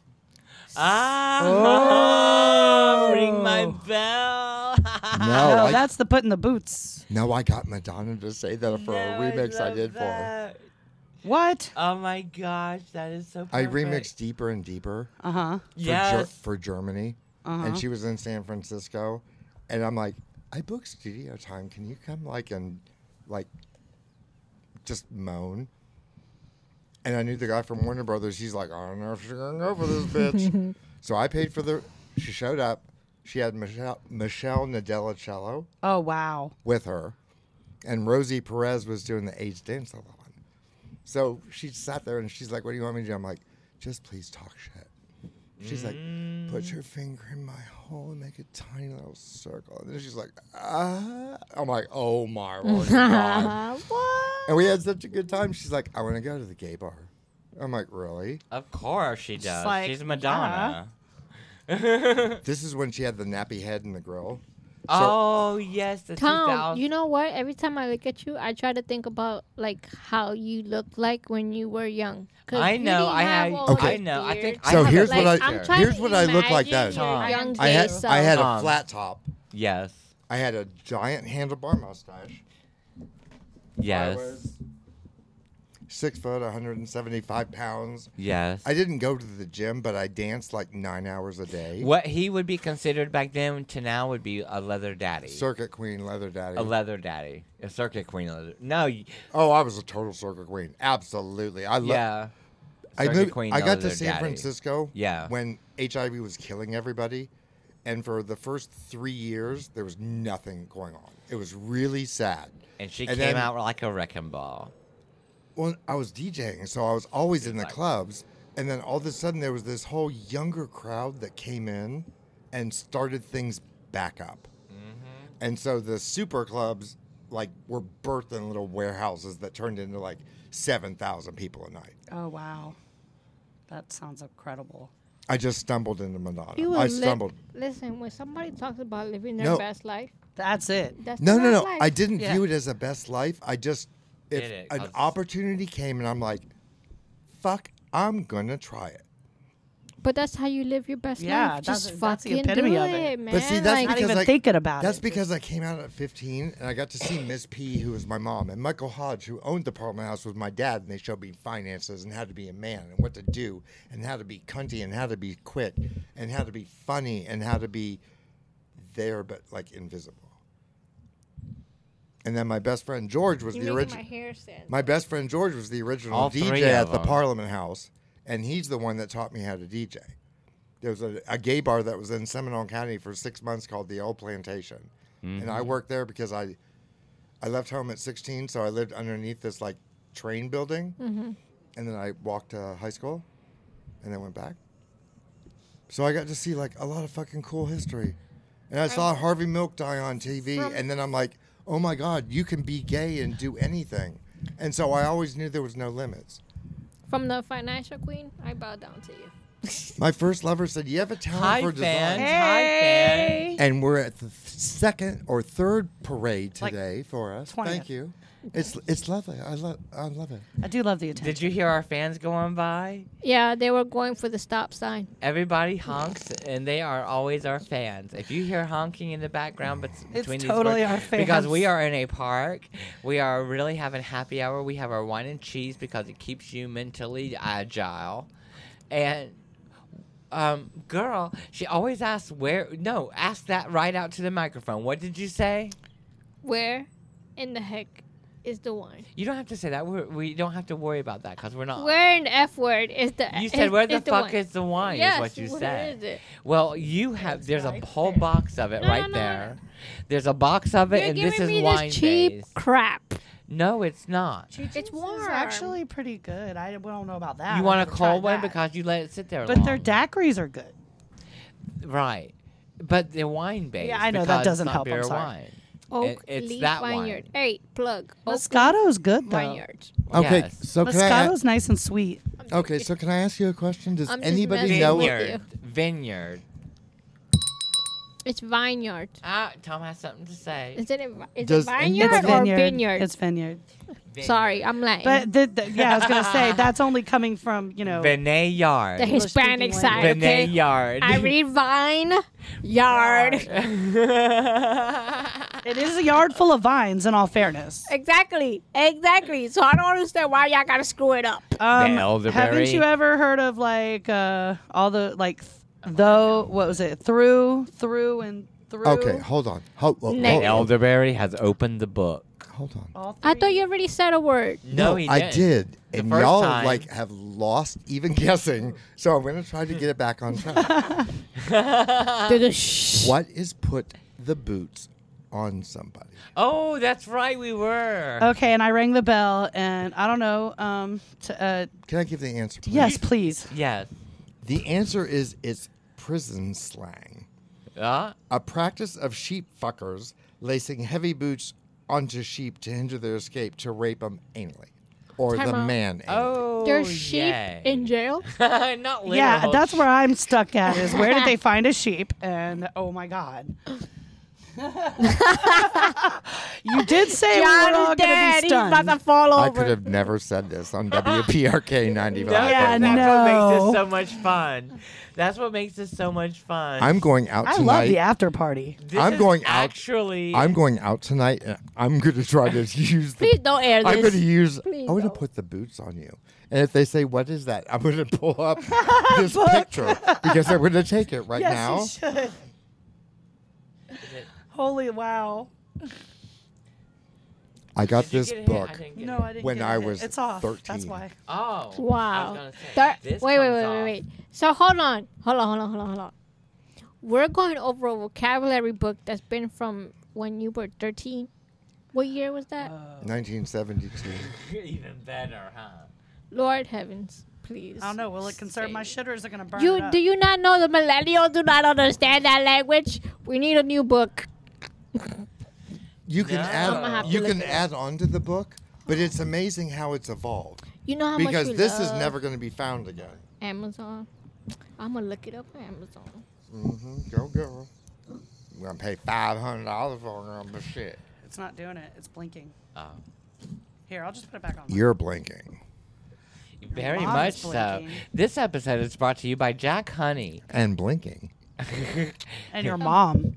[SPEAKER 4] Ah,
[SPEAKER 5] Oh.
[SPEAKER 4] ring my bell.
[SPEAKER 1] No,
[SPEAKER 5] no,
[SPEAKER 1] I,
[SPEAKER 5] Oh, that's the put in the boots.
[SPEAKER 1] no, I got Madonna to say that for a
[SPEAKER 4] No,
[SPEAKER 1] remix I
[SPEAKER 4] love
[SPEAKER 1] did for her.
[SPEAKER 4] that.
[SPEAKER 5] What?
[SPEAKER 4] Oh my gosh, that is so.
[SPEAKER 1] I
[SPEAKER 4] Perfect.
[SPEAKER 1] remixed deeper and deeper
[SPEAKER 5] Uh huh.
[SPEAKER 1] for, Ger-
[SPEAKER 4] Yes. Uh-huh.
[SPEAKER 1] for Germany, and she was in San Francisco, and I'm like, I booked studio time. Can you come like and like just moan? And I knew the guy from Warner Brothers. He's like, I don't know if she's gonna go for this bitch. so I paid for the. She showed up. She had Michelle Michelle Nadella
[SPEAKER 5] Oh, wow.
[SPEAKER 1] with her, and Rosie Perez was doing the AIDS dance along. So she sat there and she's like, "What do you want me to do?" I'm like, "Just please talk shit." She's like, "Put your finger in my hole and make a tiny little circle." And then she's like, "Ah," I'm like, "Oh my lord,
[SPEAKER 2] Uh-huh.
[SPEAKER 1] God!" And we had such a good time. She's like, "I want to go to the gay bar." I'm like, "Really?"
[SPEAKER 4] Of course she does.
[SPEAKER 5] like,
[SPEAKER 4] She's Madonna.
[SPEAKER 1] This is when she had the nappy head and the grill.
[SPEAKER 4] oh yes, the
[SPEAKER 2] Tom,
[SPEAKER 4] 2000
[SPEAKER 2] you know what? Every time I look at you, I try to think about like how you looked like when you were young. 'Cause
[SPEAKER 4] I
[SPEAKER 2] you
[SPEAKER 4] know,
[SPEAKER 2] didn't
[SPEAKER 4] I
[SPEAKER 2] have
[SPEAKER 4] had-
[SPEAKER 2] all
[SPEAKER 1] Okay.
[SPEAKER 2] this
[SPEAKER 4] I know, I
[SPEAKER 2] beard.
[SPEAKER 4] think
[SPEAKER 1] So
[SPEAKER 4] have
[SPEAKER 1] here's
[SPEAKER 4] a
[SPEAKER 1] what I
[SPEAKER 4] picture.
[SPEAKER 2] I'm trying
[SPEAKER 1] here's
[SPEAKER 2] to
[SPEAKER 1] what I look like
[SPEAKER 2] imagine
[SPEAKER 1] that.
[SPEAKER 2] your young
[SPEAKER 1] I had
[SPEAKER 2] gay
[SPEAKER 1] I had a
[SPEAKER 4] Tom.
[SPEAKER 1] flat top.
[SPEAKER 4] Yes,
[SPEAKER 1] I had a giant handlebar mustache. I
[SPEAKER 4] yes.
[SPEAKER 1] was six foot, 175 pounds.
[SPEAKER 4] Yes.
[SPEAKER 1] I didn't go to the gym, but I danced like nine hours a day.
[SPEAKER 4] what he would be considered back then to now would be a leather daddy.
[SPEAKER 1] Circuit queen, leather daddy.
[SPEAKER 4] a leather daddy. A circuit queen leather. No, y-
[SPEAKER 1] oh, I was a total circuit queen. Absolutely. I love.
[SPEAKER 4] yeah.
[SPEAKER 1] I,
[SPEAKER 4] Circuit
[SPEAKER 1] moved-
[SPEAKER 4] queen,
[SPEAKER 1] I got
[SPEAKER 4] leather
[SPEAKER 1] to San
[SPEAKER 4] daddy.
[SPEAKER 1] Francisco
[SPEAKER 4] Yeah.
[SPEAKER 1] when HIV was killing everybody. And for the first three years, there was nothing going on. It was really sad.
[SPEAKER 4] And she
[SPEAKER 1] and
[SPEAKER 4] came
[SPEAKER 1] then-
[SPEAKER 4] out like a wrecking ball.
[SPEAKER 1] Well, I was DJing, so I was always in the
[SPEAKER 4] Right.
[SPEAKER 1] clubs. And then all of a sudden, there was this whole younger crowd that came in and started things back up.
[SPEAKER 4] Mm-hmm.
[SPEAKER 1] And so the super clubs, like, were birthed in little warehouses that turned into like 7,000 people a night.
[SPEAKER 5] Oh wow, that sounds incredible.
[SPEAKER 1] I just stumbled into
[SPEAKER 2] You
[SPEAKER 1] Monado.
[SPEAKER 2] will
[SPEAKER 1] I
[SPEAKER 2] li-
[SPEAKER 1] stumbled.
[SPEAKER 2] listen, when somebody talks about living their
[SPEAKER 1] No.
[SPEAKER 2] best life,
[SPEAKER 5] That's it.
[SPEAKER 2] that's
[SPEAKER 1] No,
[SPEAKER 2] their
[SPEAKER 1] no, no.
[SPEAKER 2] best life.
[SPEAKER 1] I didn't
[SPEAKER 5] Yeah.
[SPEAKER 1] view it as a best life. I just, if
[SPEAKER 4] Did it,
[SPEAKER 1] an
[SPEAKER 4] 'cause-
[SPEAKER 1] opportunity came and I'm like, fuck, I'm going to try it.
[SPEAKER 2] But that's how you live your best
[SPEAKER 5] Yeah,
[SPEAKER 2] life.
[SPEAKER 5] that's-
[SPEAKER 2] Just
[SPEAKER 5] that's the
[SPEAKER 2] fucking
[SPEAKER 5] epitome
[SPEAKER 2] do
[SPEAKER 5] of
[SPEAKER 2] it,
[SPEAKER 5] it.
[SPEAKER 2] man.
[SPEAKER 1] But see, that's
[SPEAKER 2] like,
[SPEAKER 5] Not
[SPEAKER 1] because
[SPEAKER 5] even
[SPEAKER 1] like,
[SPEAKER 5] thinking about
[SPEAKER 1] That's
[SPEAKER 5] it.
[SPEAKER 1] because I came out at 15 and I got to see Miss P, who was my mom, and Michael Hodge, who owned the Parliament House, was my dad, and they showed me finances and how to be a man and what to do and how to be cunty and how to be quick and how to be funny and how to be there but like invisible. And then my best friend George was
[SPEAKER 2] you
[SPEAKER 1] the
[SPEAKER 2] making
[SPEAKER 1] original.
[SPEAKER 2] my hair stand.
[SPEAKER 1] My best friend George was the original
[SPEAKER 4] All three
[SPEAKER 1] DJ at
[SPEAKER 4] of
[SPEAKER 1] the
[SPEAKER 4] them.
[SPEAKER 1] Parliament House, and he's the one that taught me how to DJ. There was a, a gay bar that was in Seminole County for six months called the Old Plantation, and
[SPEAKER 4] Mm-hmm.
[SPEAKER 1] I worked there because I, I left home at 16, so I lived underneath this like train building,
[SPEAKER 4] Mm-hmm.
[SPEAKER 1] and then I walked to high school, and then went back. So I got to see like a lot of fucking cool history, and I saw Harvey Milk die on TV, and then I'm like, oh my god, you can be gay and do anything, and so I always knew there was no limits.
[SPEAKER 2] From the financial queen, I bow down to you.
[SPEAKER 1] My first lover said, "You have a talent
[SPEAKER 4] Hi,
[SPEAKER 1] for design."
[SPEAKER 4] fans. Hi, fans.
[SPEAKER 1] And we're at the th- second or third parade
[SPEAKER 5] Like
[SPEAKER 1] today for us.
[SPEAKER 5] 20th.
[SPEAKER 1] Thank you. It's it's lovely. I love I love it.
[SPEAKER 5] I do love the attention.
[SPEAKER 4] Did you hear our fans going by?
[SPEAKER 2] Yeah, they were going for the stop sign.
[SPEAKER 4] Everybody honks, and they are always our fans. If you hear honking in the background, but
[SPEAKER 5] It's
[SPEAKER 4] between
[SPEAKER 5] totally
[SPEAKER 4] these
[SPEAKER 5] our
[SPEAKER 4] words, because we
[SPEAKER 5] fans.
[SPEAKER 4] are in a park. We are really having happy hour. We have our wine and cheese because it keeps you mentally agile, and. Um, girl, she always asks where. No, ask that right out to the microphone. What did you say?
[SPEAKER 2] Where in the heck is the one?
[SPEAKER 4] You don't have to say that. We're, we don't have to worry about that because we're not.
[SPEAKER 2] Where in the F word is the
[SPEAKER 4] Uh. You
[SPEAKER 2] is-
[SPEAKER 4] said, "Where the
[SPEAKER 2] is
[SPEAKER 4] fuck
[SPEAKER 2] one?"
[SPEAKER 4] is the wine?"
[SPEAKER 2] Yes,
[SPEAKER 4] is what you
[SPEAKER 2] where
[SPEAKER 4] said.
[SPEAKER 2] is it?
[SPEAKER 4] Well, you have. There's a whole box of it
[SPEAKER 2] No,
[SPEAKER 4] right
[SPEAKER 2] no, no, no.
[SPEAKER 4] there. There's a box of it,
[SPEAKER 2] You're
[SPEAKER 4] and
[SPEAKER 2] giving
[SPEAKER 4] this is
[SPEAKER 2] me
[SPEAKER 4] wine
[SPEAKER 2] this cheap
[SPEAKER 4] days.
[SPEAKER 2] crap.
[SPEAKER 4] No, it's not.
[SPEAKER 2] It's
[SPEAKER 5] This
[SPEAKER 2] warm.
[SPEAKER 5] is actually pretty good. I don't know about that.
[SPEAKER 4] You
[SPEAKER 5] I've
[SPEAKER 4] want a
[SPEAKER 5] never tried
[SPEAKER 4] cold one
[SPEAKER 5] that.
[SPEAKER 4] because you let it sit there.
[SPEAKER 5] But their
[SPEAKER 4] long.
[SPEAKER 5] daiquiris are good.
[SPEAKER 4] right. But they're wine based.
[SPEAKER 5] I know, that
[SPEAKER 4] because it's
[SPEAKER 5] doesn't
[SPEAKER 4] not
[SPEAKER 5] help, I'm
[SPEAKER 4] Beer or
[SPEAKER 5] sorry.
[SPEAKER 4] wine.
[SPEAKER 2] Oak
[SPEAKER 4] It- it's
[SPEAKER 2] Leaf
[SPEAKER 4] that
[SPEAKER 2] Vineyard.
[SPEAKER 4] wine.
[SPEAKER 2] Hey, plug. Oak
[SPEAKER 5] Moscato's good
[SPEAKER 2] Leaf
[SPEAKER 5] though.
[SPEAKER 2] Vineyard.
[SPEAKER 1] Okay,
[SPEAKER 4] Yes.
[SPEAKER 1] so can I
[SPEAKER 5] Moscato's nice and sweet.
[SPEAKER 1] a- okay, so can I ask you a question? Does
[SPEAKER 2] I'm just
[SPEAKER 1] anybody
[SPEAKER 2] messing
[SPEAKER 1] know?
[SPEAKER 2] with
[SPEAKER 1] What,
[SPEAKER 2] you.
[SPEAKER 4] Vineyard. Vineyard.
[SPEAKER 2] It's vineyard.
[SPEAKER 4] Ah, Tom has something to say.
[SPEAKER 2] Is it, a, vi- is
[SPEAKER 1] Does-
[SPEAKER 2] it vineyard or vineyard?
[SPEAKER 5] It's vineyard.
[SPEAKER 2] Sorry, I'm Latin.
[SPEAKER 5] But the, the, yeah, I was gonna say that's only coming from you know.
[SPEAKER 4] Vineyard.
[SPEAKER 2] the Hispanic
[SPEAKER 5] language.
[SPEAKER 2] side, okay?
[SPEAKER 4] Vineyard.
[SPEAKER 2] I read vine, yard.
[SPEAKER 5] it is a yard full of vines. In all fairness,
[SPEAKER 2] exactly, exactly. So I don't understand why y'all gotta screw it up.
[SPEAKER 5] um,
[SPEAKER 4] elderberry.
[SPEAKER 5] haven't you ever heard of like uh, all the like th- though? What was it? Through, through, and through.
[SPEAKER 1] okay, hold on. Hold, hold,
[SPEAKER 2] Nay.
[SPEAKER 4] The
[SPEAKER 1] hold, hold,
[SPEAKER 4] elderberry has opened the book.
[SPEAKER 1] on.
[SPEAKER 5] All three.
[SPEAKER 2] I thought you already said a word.
[SPEAKER 4] No, he
[SPEAKER 1] Oh, I did,
[SPEAKER 4] The
[SPEAKER 1] and
[SPEAKER 4] first
[SPEAKER 1] y'all
[SPEAKER 4] time.
[SPEAKER 1] like have lost even guessing. So I'm gonna try to get it back on track. what is put the boots on somebody?
[SPEAKER 4] Oh, that's right, we were.
[SPEAKER 5] Okay, and I rang the bell, and I don't know. Um, t- uh,
[SPEAKER 1] Can I give the answer? please?
[SPEAKER 5] yes, please.
[SPEAKER 4] Yes.
[SPEAKER 1] The answer is it's prison slang.
[SPEAKER 4] Uh,
[SPEAKER 1] a practice of sheep fuckers lacing heavy boots onto sheep to hinder their escape to rape them anally, or
[SPEAKER 2] Time
[SPEAKER 1] the
[SPEAKER 2] out.
[SPEAKER 1] man. Anally.
[SPEAKER 4] oh,
[SPEAKER 2] There's sheep
[SPEAKER 4] yay.
[SPEAKER 2] in jail.
[SPEAKER 4] Not literal.
[SPEAKER 5] Yeah, that's where I'm stuck at. Is where did they find a sheep? And oh my god,
[SPEAKER 6] You did say we were
[SPEAKER 2] John
[SPEAKER 6] all
[SPEAKER 2] is
[SPEAKER 6] going to
[SPEAKER 2] dead.
[SPEAKER 6] be
[SPEAKER 2] He's about
[SPEAKER 6] stunned.
[SPEAKER 2] to fall
[SPEAKER 1] I could
[SPEAKER 2] over.
[SPEAKER 1] have never said this on WPRK 95.
[SPEAKER 6] Yeah,
[SPEAKER 4] that's what makes
[SPEAKER 6] no.
[SPEAKER 4] this so much fun. That's what makes this so much fun.
[SPEAKER 1] I'm going out
[SPEAKER 6] I
[SPEAKER 1] tonight.
[SPEAKER 6] love the after party.
[SPEAKER 4] This
[SPEAKER 1] I'm
[SPEAKER 4] is
[SPEAKER 1] going out-
[SPEAKER 4] actually.
[SPEAKER 1] I'm going out tonight. And I'm going to try to use the.
[SPEAKER 2] Please don't air
[SPEAKER 1] I'm going to
[SPEAKER 2] this.
[SPEAKER 1] use.
[SPEAKER 2] Please
[SPEAKER 1] I'm going to
[SPEAKER 2] don't.
[SPEAKER 1] put the boots on you, and if they say what is that, I'm going to pull up this picture because I'm going to take it right now.
[SPEAKER 6] Yes, you should. Holy wow.
[SPEAKER 1] I got
[SPEAKER 4] Did you
[SPEAKER 1] this
[SPEAKER 4] get it? I
[SPEAKER 1] book.
[SPEAKER 4] didn't get
[SPEAKER 5] No,
[SPEAKER 4] it.
[SPEAKER 5] I didn't.
[SPEAKER 1] When
[SPEAKER 5] get
[SPEAKER 1] I
[SPEAKER 5] it.
[SPEAKER 1] was
[SPEAKER 5] it's off. That's
[SPEAKER 1] 13.
[SPEAKER 5] why.
[SPEAKER 4] Oh. I was
[SPEAKER 2] Wow.
[SPEAKER 4] gonna say,
[SPEAKER 2] Thir-
[SPEAKER 4] this
[SPEAKER 2] wait, wait,
[SPEAKER 4] comes
[SPEAKER 2] wait, wait,
[SPEAKER 4] off.
[SPEAKER 2] wait. So hold on, hold on, hold on, hold on, hold on. We're going over a vocabulary book that's been from when you were 13. What year was that?
[SPEAKER 1] 1972.
[SPEAKER 4] Even better, huh?
[SPEAKER 2] Lord heavens, please.
[SPEAKER 5] I don't know. Will it concern my
[SPEAKER 2] Say.
[SPEAKER 5] shit or is it gonna burn? it
[SPEAKER 2] You
[SPEAKER 5] up?
[SPEAKER 2] do you not know the millennials do not understand that language? We need a new book.
[SPEAKER 1] You can
[SPEAKER 4] No. I'm gonna
[SPEAKER 1] add.
[SPEAKER 2] have to
[SPEAKER 1] You
[SPEAKER 2] look
[SPEAKER 1] can
[SPEAKER 2] it up.
[SPEAKER 1] add on to the book, but it's amazing how it's evolved
[SPEAKER 2] You know how much
[SPEAKER 1] because
[SPEAKER 2] we
[SPEAKER 1] this is
[SPEAKER 2] love
[SPEAKER 1] never going to be found again.
[SPEAKER 2] Amazon. I'm gonna look it up on Amazon.
[SPEAKER 1] hmm Go girl. We're gonna pay five hundred dollars for it, but shit.
[SPEAKER 5] It's not doing it. It's blinking.
[SPEAKER 4] Oh.
[SPEAKER 5] Here, I'll just put it back on.
[SPEAKER 1] You're blinking,
[SPEAKER 4] Very
[SPEAKER 5] mom
[SPEAKER 4] much
[SPEAKER 5] is
[SPEAKER 4] so.
[SPEAKER 5] blinking.
[SPEAKER 4] This episode is brought to you by Jack Honey.
[SPEAKER 1] and blinking.
[SPEAKER 5] And your mom.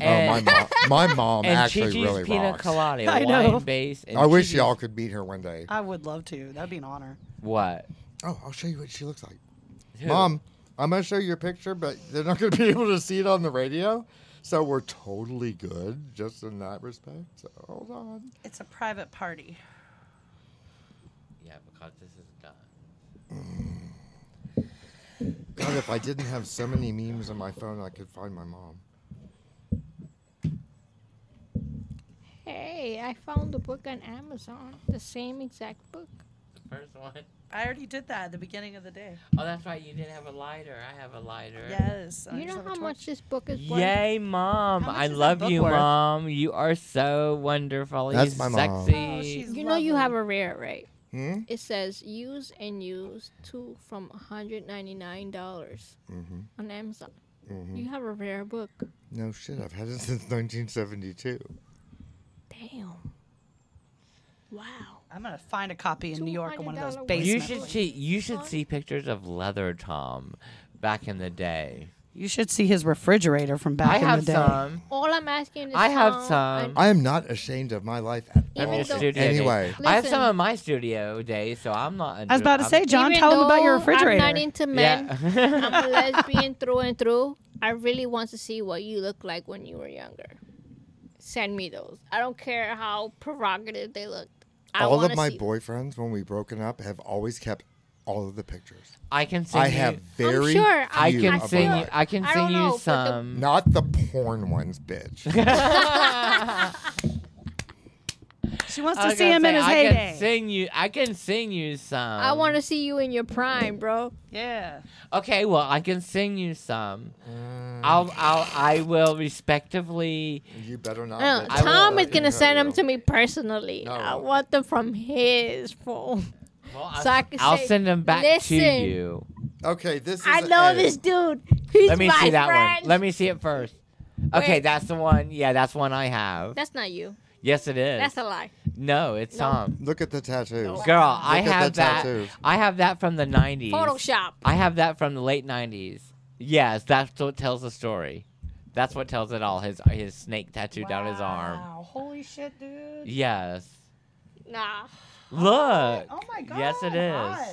[SPEAKER 1] Oh, my
[SPEAKER 4] And-
[SPEAKER 1] mom. My mom
[SPEAKER 4] and
[SPEAKER 1] actually
[SPEAKER 4] Chi-Chi's
[SPEAKER 1] really
[SPEAKER 4] pina
[SPEAKER 1] rocks.
[SPEAKER 4] colada,
[SPEAKER 6] I
[SPEAKER 4] wine
[SPEAKER 6] know.
[SPEAKER 4] base. And
[SPEAKER 1] I wish
[SPEAKER 4] Chi-Chi's-
[SPEAKER 1] y'all could meet her one day.
[SPEAKER 5] I would love to. That'd be an honor.
[SPEAKER 4] What?
[SPEAKER 1] Oh, I'll show you what she looks like.
[SPEAKER 4] Who?
[SPEAKER 1] Mom, I'm gonna show you a picture, but they're not gonna be able to see it on the radio. So we're totally good, just in that respect. So hold on.
[SPEAKER 5] It's a private party.
[SPEAKER 4] Yeah, because this is done.
[SPEAKER 1] God, if I didn't have so many memes on my phone, I could find my mom.
[SPEAKER 2] Hey, I found the book on Amazon. The same exact book.
[SPEAKER 4] The first one.
[SPEAKER 5] I already did that at the beginning of the day.
[SPEAKER 4] Oh, that's right. You didn't have a lighter. I have a lighter.
[SPEAKER 5] Yes. I
[SPEAKER 2] you
[SPEAKER 5] just
[SPEAKER 2] know
[SPEAKER 5] have a
[SPEAKER 2] how
[SPEAKER 5] torch.
[SPEAKER 2] much this book is worth?
[SPEAKER 4] Yay, mom!
[SPEAKER 5] How much
[SPEAKER 4] I
[SPEAKER 5] is that
[SPEAKER 4] love
[SPEAKER 5] book
[SPEAKER 4] you,
[SPEAKER 5] worth?
[SPEAKER 4] mom. You are so wonderful.
[SPEAKER 1] That's
[SPEAKER 4] you
[SPEAKER 1] my mom.
[SPEAKER 4] sexy.
[SPEAKER 5] Oh, she's
[SPEAKER 2] You know you
[SPEAKER 5] lovely.
[SPEAKER 2] have a rare, right?
[SPEAKER 1] Hmm.
[SPEAKER 2] It says use and use two from $199 dollars
[SPEAKER 5] Mm-hmm.
[SPEAKER 1] Mhm.
[SPEAKER 2] on Amazon.
[SPEAKER 1] Mhm.
[SPEAKER 2] You have a rare book.
[SPEAKER 1] No shit, I've had it since 1972.
[SPEAKER 2] Damn. Wow.
[SPEAKER 5] I'm gonna find a copy in New York in one of those
[SPEAKER 2] $200
[SPEAKER 5] basements.
[SPEAKER 4] you
[SPEAKER 2] basement
[SPEAKER 4] should
[SPEAKER 2] one.
[SPEAKER 4] see. You should
[SPEAKER 2] Huh?
[SPEAKER 4] see pictures of leather Tom, back in the day.
[SPEAKER 5] You should see his refrigerator from back
[SPEAKER 4] I
[SPEAKER 5] in
[SPEAKER 4] have
[SPEAKER 5] the day.
[SPEAKER 4] some.
[SPEAKER 2] All I'm asking is
[SPEAKER 4] I have
[SPEAKER 2] how
[SPEAKER 4] some.
[SPEAKER 2] and-
[SPEAKER 1] I am not ashamed of my life at
[SPEAKER 2] Even
[SPEAKER 1] all.
[SPEAKER 4] Your
[SPEAKER 2] though-
[SPEAKER 4] studio days.
[SPEAKER 1] Anyway,
[SPEAKER 4] I have some
[SPEAKER 2] Listen.
[SPEAKER 4] of my studio days, so I'm not.
[SPEAKER 5] I was about to say, John, tell him about your
[SPEAKER 2] though
[SPEAKER 5] refrigerator.
[SPEAKER 2] I'm not into men.
[SPEAKER 4] Yeah.
[SPEAKER 2] I'm a lesbian through and through. I really want to see what you look like when you were younger. Send me those. I don't care how provocative they looked. I
[SPEAKER 1] all of
[SPEAKER 2] wanna
[SPEAKER 1] my
[SPEAKER 2] see-
[SPEAKER 1] boyfriends, when we broken up, have always kept all of the pictures.
[SPEAKER 4] I can send
[SPEAKER 1] I
[SPEAKER 4] you.
[SPEAKER 1] have
[SPEAKER 2] I'm
[SPEAKER 1] very
[SPEAKER 2] sure
[SPEAKER 1] few
[SPEAKER 2] I-
[SPEAKER 4] I
[SPEAKER 2] you
[SPEAKER 4] can
[SPEAKER 1] of my
[SPEAKER 4] send you.
[SPEAKER 1] life.
[SPEAKER 4] I can
[SPEAKER 2] I
[SPEAKER 4] send
[SPEAKER 2] don't
[SPEAKER 4] you
[SPEAKER 2] know, but the-
[SPEAKER 4] some.
[SPEAKER 1] Not the porn ones, bitch.
[SPEAKER 5] She wants
[SPEAKER 4] I
[SPEAKER 5] to
[SPEAKER 4] was
[SPEAKER 5] see
[SPEAKER 4] gonna
[SPEAKER 5] him in
[SPEAKER 4] say,
[SPEAKER 5] his
[SPEAKER 4] I
[SPEAKER 5] heyday.
[SPEAKER 4] Can sing you, I can sing you some.
[SPEAKER 2] I want to see you in your prime, bro.
[SPEAKER 5] Yeah.
[SPEAKER 4] Okay, well, I can sing you some. I'll, I'll, I will respectively.
[SPEAKER 1] Mm, you better not. bitch.
[SPEAKER 2] Uh,
[SPEAKER 4] I
[SPEAKER 2] Tom
[SPEAKER 4] will.
[SPEAKER 2] is gonna send them to me personally.
[SPEAKER 1] No.
[SPEAKER 2] I want them from his phone.
[SPEAKER 4] Well,
[SPEAKER 2] So I
[SPEAKER 4] I'll,
[SPEAKER 2] can
[SPEAKER 4] I'll
[SPEAKER 2] say,
[SPEAKER 4] send them back to
[SPEAKER 2] "Listen,
[SPEAKER 4] you.
[SPEAKER 1] Okay, this is.
[SPEAKER 2] I
[SPEAKER 1] an
[SPEAKER 2] know
[SPEAKER 1] A.
[SPEAKER 2] this dude. He's
[SPEAKER 4] Let me
[SPEAKER 2] my
[SPEAKER 4] see that
[SPEAKER 2] friend.
[SPEAKER 4] one. Let me see it first. Okay,
[SPEAKER 2] Wait.
[SPEAKER 4] that's the one. Yeah, that's one I have.
[SPEAKER 2] That's not you.
[SPEAKER 4] yes, it is.
[SPEAKER 2] That's a lie.
[SPEAKER 4] no, it's
[SPEAKER 2] No.
[SPEAKER 4] Tom.
[SPEAKER 1] Look at the tattoos.
[SPEAKER 4] Girl, I
[SPEAKER 1] Look at
[SPEAKER 4] have
[SPEAKER 1] the
[SPEAKER 4] that.
[SPEAKER 1] tattoos.
[SPEAKER 4] I have that from the 90s.
[SPEAKER 2] Photoshop.
[SPEAKER 4] I have that from the late 90s. Yes, that's what tells the story. That's what tells it all. His his snake tattoo down his arm.
[SPEAKER 5] Wow. Holy shit, dude.
[SPEAKER 4] Yes.
[SPEAKER 2] Nah.
[SPEAKER 4] Look.
[SPEAKER 5] Oh my god.
[SPEAKER 4] Yes, it is.
[SPEAKER 5] hot.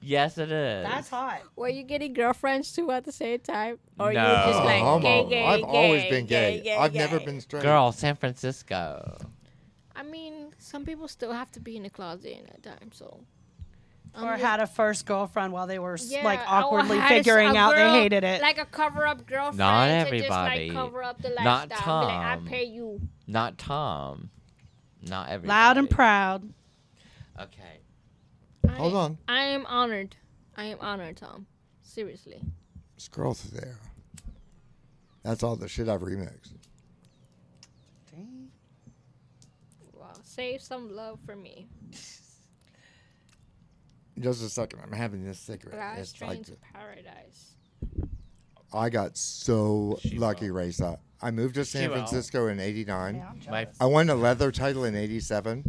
[SPEAKER 4] Yes, it is.
[SPEAKER 5] That's hot.
[SPEAKER 2] Were you getting girlfriends too at the same time, or you
[SPEAKER 4] No.
[SPEAKER 2] were just
[SPEAKER 1] I'm a
[SPEAKER 2] like
[SPEAKER 1] homo.
[SPEAKER 2] gay, gay,
[SPEAKER 1] I've
[SPEAKER 2] gay,
[SPEAKER 1] always been gay.
[SPEAKER 2] gay, gay,
[SPEAKER 1] I've
[SPEAKER 2] gay.
[SPEAKER 1] never been straight.
[SPEAKER 4] Girl, San Francisco.
[SPEAKER 2] I mean, some people still have to be in the closet in that time, so. I'm
[SPEAKER 5] Or
[SPEAKER 2] just-
[SPEAKER 5] had a first girlfriend while they were s
[SPEAKER 2] Um, Yeah,
[SPEAKER 5] like
[SPEAKER 2] or
[SPEAKER 5] awkwardly
[SPEAKER 2] had a s-
[SPEAKER 5] figuring
[SPEAKER 2] a
[SPEAKER 5] out
[SPEAKER 2] girl-
[SPEAKER 5] they hated it.
[SPEAKER 2] Like a cover-up girlfriend.
[SPEAKER 4] Not
[SPEAKER 2] To
[SPEAKER 4] everybody.
[SPEAKER 2] just, like, cover up the lifestyle.
[SPEAKER 4] Not
[SPEAKER 2] Be like, I
[SPEAKER 4] Tom.
[SPEAKER 2] pay you.
[SPEAKER 4] Not Tom. Not everybody.
[SPEAKER 5] Loud and proud.
[SPEAKER 4] Okay.
[SPEAKER 1] Hold
[SPEAKER 2] I-
[SPEAKER 1] on.
[SPEAKER 2] I am honored. I am honored, Tom. Seriously.
[SPEAKER 1] Scroll through there. That's all the shit I've remixed.
[SPEAKER 2] Wow. Save some love for me.
[SPEAKER 1] Just a second. I'm having this cigarette.
[SPEAKER 2] Last
[SPEAKER 1] It's
[SPEAKER 2] train
[SPEAKER 1] like
[SPEAKER 2] to paradise.
[SPEAKER 1] I got so lucky, Raisa. I moved to San
[SPEAKER 4] Chill out.
[SPEAKER 1] Francisco in 89.
[SPEAKER 5] Yeah, I'm jealous.
[SPEAKER 1] I
[SPEAKER 4] My
[SPEAKER 1] won a leather title in 87. And the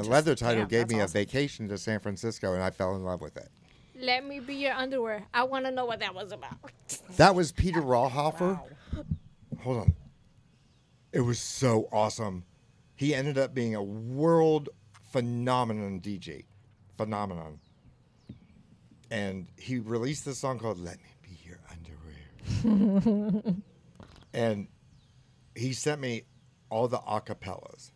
[SPEAKER 5] Interesting.
[SPEAKER 1] leather title
[SPEAKER 5] Damn,
[SPEAKER 1] gave
[SPEAKER 5] that's
[SPEAKER 1] me a
[SPEAKER 5] awesome.
[SPEAKER 1] vacation to San Francisco, and I fell in love with it.
[SPEAKER 2] Let me be your underwear. I want to know what that was about.
[SPEAKER 1] That was Peter Rawhofer. Hold on. It was so awesome. He ended up being a world phenomenon DJ. Phenomenon. And he released this song called Let Me Be Your Underwear. and he sent me all the acapellas.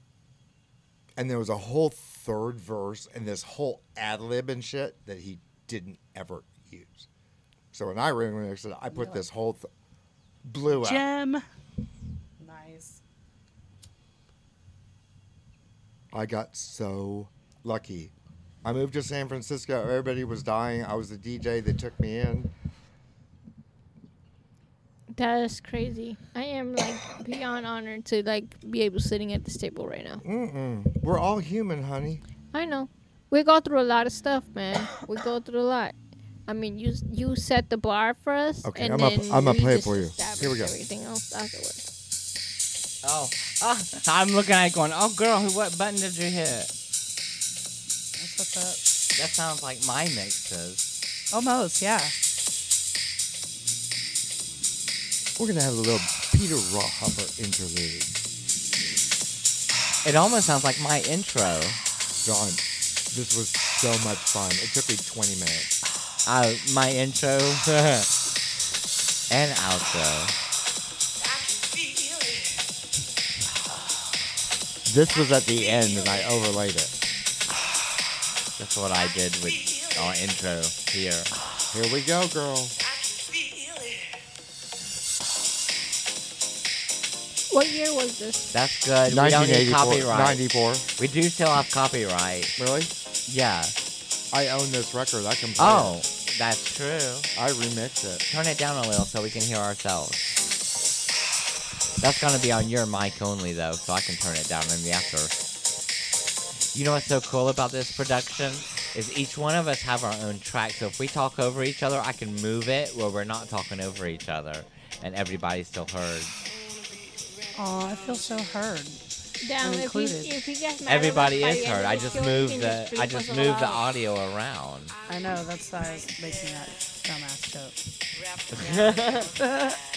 [SPEAKER 1] And there was a whole third verse and this whole ad lib and shit that he didn't ever use. So when I remixed it, I put this whole th- blew out.
[SPEAKER 5] Gem. Nice.
[SPEAKER 1] I got so lucky. I moved to San Francisco. Everybody was dying. I was the DJ. They took me in.
[SPEAKER 2] That is crazy. I am like beyond honored to like be able sitting at this table right now.
[SPEAKER 1] Mm-mm. We're all human, honey.
[SPEAKER 2] I know. We go through a lot of stuff, man. We go through a lot. I mean, you you set the bar for us.
[SPEAKER 1] Okay,
[SPEAKER 2] and
[SPEAKER 1] I'm
[SPEAKER 2] then
[SPEAKER 1] gonna- I'm gonna
[SPEAKER 2] we
[SPEAKER 1] play it
[SPEAKER 2] just
[SPEAKER 1] for you.
[SPEAKER 2] establish
[SPEAKER 1] Here we go.
[SPEAKER 2] Everything else afterwards.
[SPEAKER 4] Oh, ah, I'm looking at it going, oh girl, who, what button did you hit?
[SPEAKER 5] That's what's
[SPEAKER 4] That sounds like my mixes.
[SPEAKER 5] up. Almost, yeah.
[SPEAKER 1] We're gonna have a little Peter Rawhopper interlude.
[SPEAKER 4] It almost sounds like my intro.
[SPEAKER 1] John, this was so much fun. It took me 20 minutes.
[SPEAKER 4] Uh, my intro and outro.
[SPEAKER 1] This was at the end, and I overlaid it.
[SPEAKER 4] That's what I did with our intro here.
[SPEAKER 1] Here we go, girl.
[SPEAKER 2] What year was this?
[SPEAKER 4] That's good. We don't
[SPEAKER 1] 1984.
[SPEAKER 4] need copyright.
[SPEAKER 1] 94.
[SPEAKER 4] We do still have copyright.
[SPEAKER 1] Really?
[SPEAKER 4] Yeah.
[SPEAKER 1] I own this record. I can play
[SPEAKER 4] Oh, that's true.
[SPEAKER 1] it. I remixed it.
[SPEAKER 4] Turn it down a little so we can hear ourselves. That's gonna be on your mic only though, so I can turn it down in the after. You know what's so cool about this production? Is each one of us have our own track, so if we talk over each other, I can move it where we're not talking over each other and everybody's still heard.
[SPEAKER 5] Oh, I feel so heard.
[SPEAKER 2] Damn, if he,
[SPEAKER 5] Included.
[SPEAKER 2] if he gets mad at us
[SPEAKER 4] Everybody
[SPEAKER 2] by
[SPEAKER 4] is
[SPEAKER 2] the end
[SPEAKER 4] heard.
[SPEAKER 2] of
[SPEAKER 4] I
[SPEAKER 2] this,
[SPEAKER 4] just
[SPEAKER 2] he'll
[SPEAKER 4] moved
[SPEAKER 2] be
[SPEAKER 4] the
[SPEAKER 2] in
[SPEAKER 4] I
[SPEAKER 2] street
[SPEAKER 4] just
[SPEAKER 2] for so
[SPEAKER 4] moved the
[SPEAKER 2] long.
[SPEAKER 4] audio around.
[SPEAKER 5] I know, that's why I was making that dumbass joke.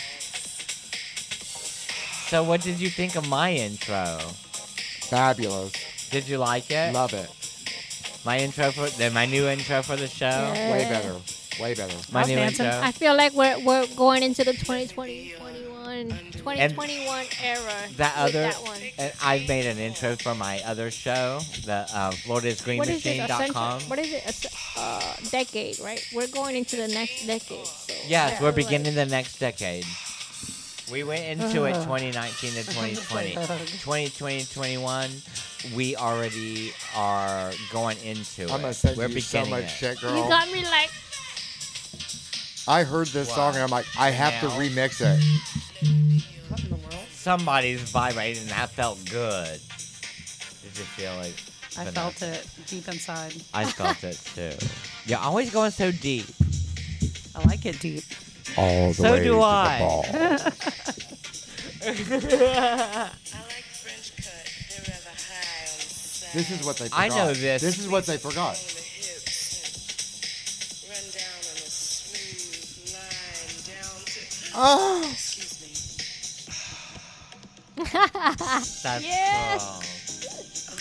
[SPEAKER 4] So what did you think of my intro?
[SPEAKER 1] Fabulous.
[SPEAKER 4] Did you like it?
[SPEAKER 1] Love it.
[SPEAKER 4] my intro for then my new intro for the show.
[SPEAKER 1] Way
[SPEAKER 4] Eh.
[SPEAKER 1] better. Way better.
[SPEAKER 4] My
[SPEAKER 5] I'll
[SPEAKER 4] new
[SPEAKER 5] dance and-
[SPEAKER 4] intro.
[SPEAKER 2] I feel like we're we're going into the 2020, 21, 2021 era. with
[SPEAKER 4] that other
[SPEAKER 2] that one.
[SPEAKER 4] and I've made an intro for my other show, the uh,
[SPEAKER 2] What is it? A
[SPEAKER 4] FloridaScreenMachine.com.
[SPEAKER 2] century- What is it? A ce- uh, decade, right? We're going into the next decade. So
[SPEAKER 4] Yes,
[SPEAKER 2] yeah,
[SPEAKER 4] we're
[SPEAKER 2] like-
[SPEAKER 4] beginning the next decade. We went into it 2019 to 2020. 2020 21, we already are going into
[SPEAKER 1] I'm gonna
[SPEAKER 4] it.
[SPEAKER 1] send
[SPEAKER 4] we're
[SPEAKER 1] you so
[SPEAKER 4] beginning
[SPEAKER 1] much
[SPEAKER 4] it.
[SPEAKER 1] shit, girl.
[SPEAKER 2] You got me like
[SPEAKER 1] I heard this song and I'm like, I have
[SPEAKER 4] Now.
[SPEAKER 1] to remix it.
[SPEAKER 5] What in the world?
[SPEAKER 4] Somebody's vibrating. and That felt good. Did you feel it?
[SPEAKER 5] I
[SPEAKER 4] Vanessa?
[SPEAKER 5] felt it deep inside.
[SPEAKER 4] I felt it too. You're always going so deep.
[SPEAKER 5] I like it deep.
[SPEAKER 1] All the
[SPEAKER 4] So way do to the I. ball.
[SPEAKER 1] this is what they forgot.
[SPEAKER 4] I know this.
[SPEAKER 1] This is what they forgot. Oh,
[SPEAKER 4] That's
[SPEAKER 2] Yes.
[SPEAKER 4] cool.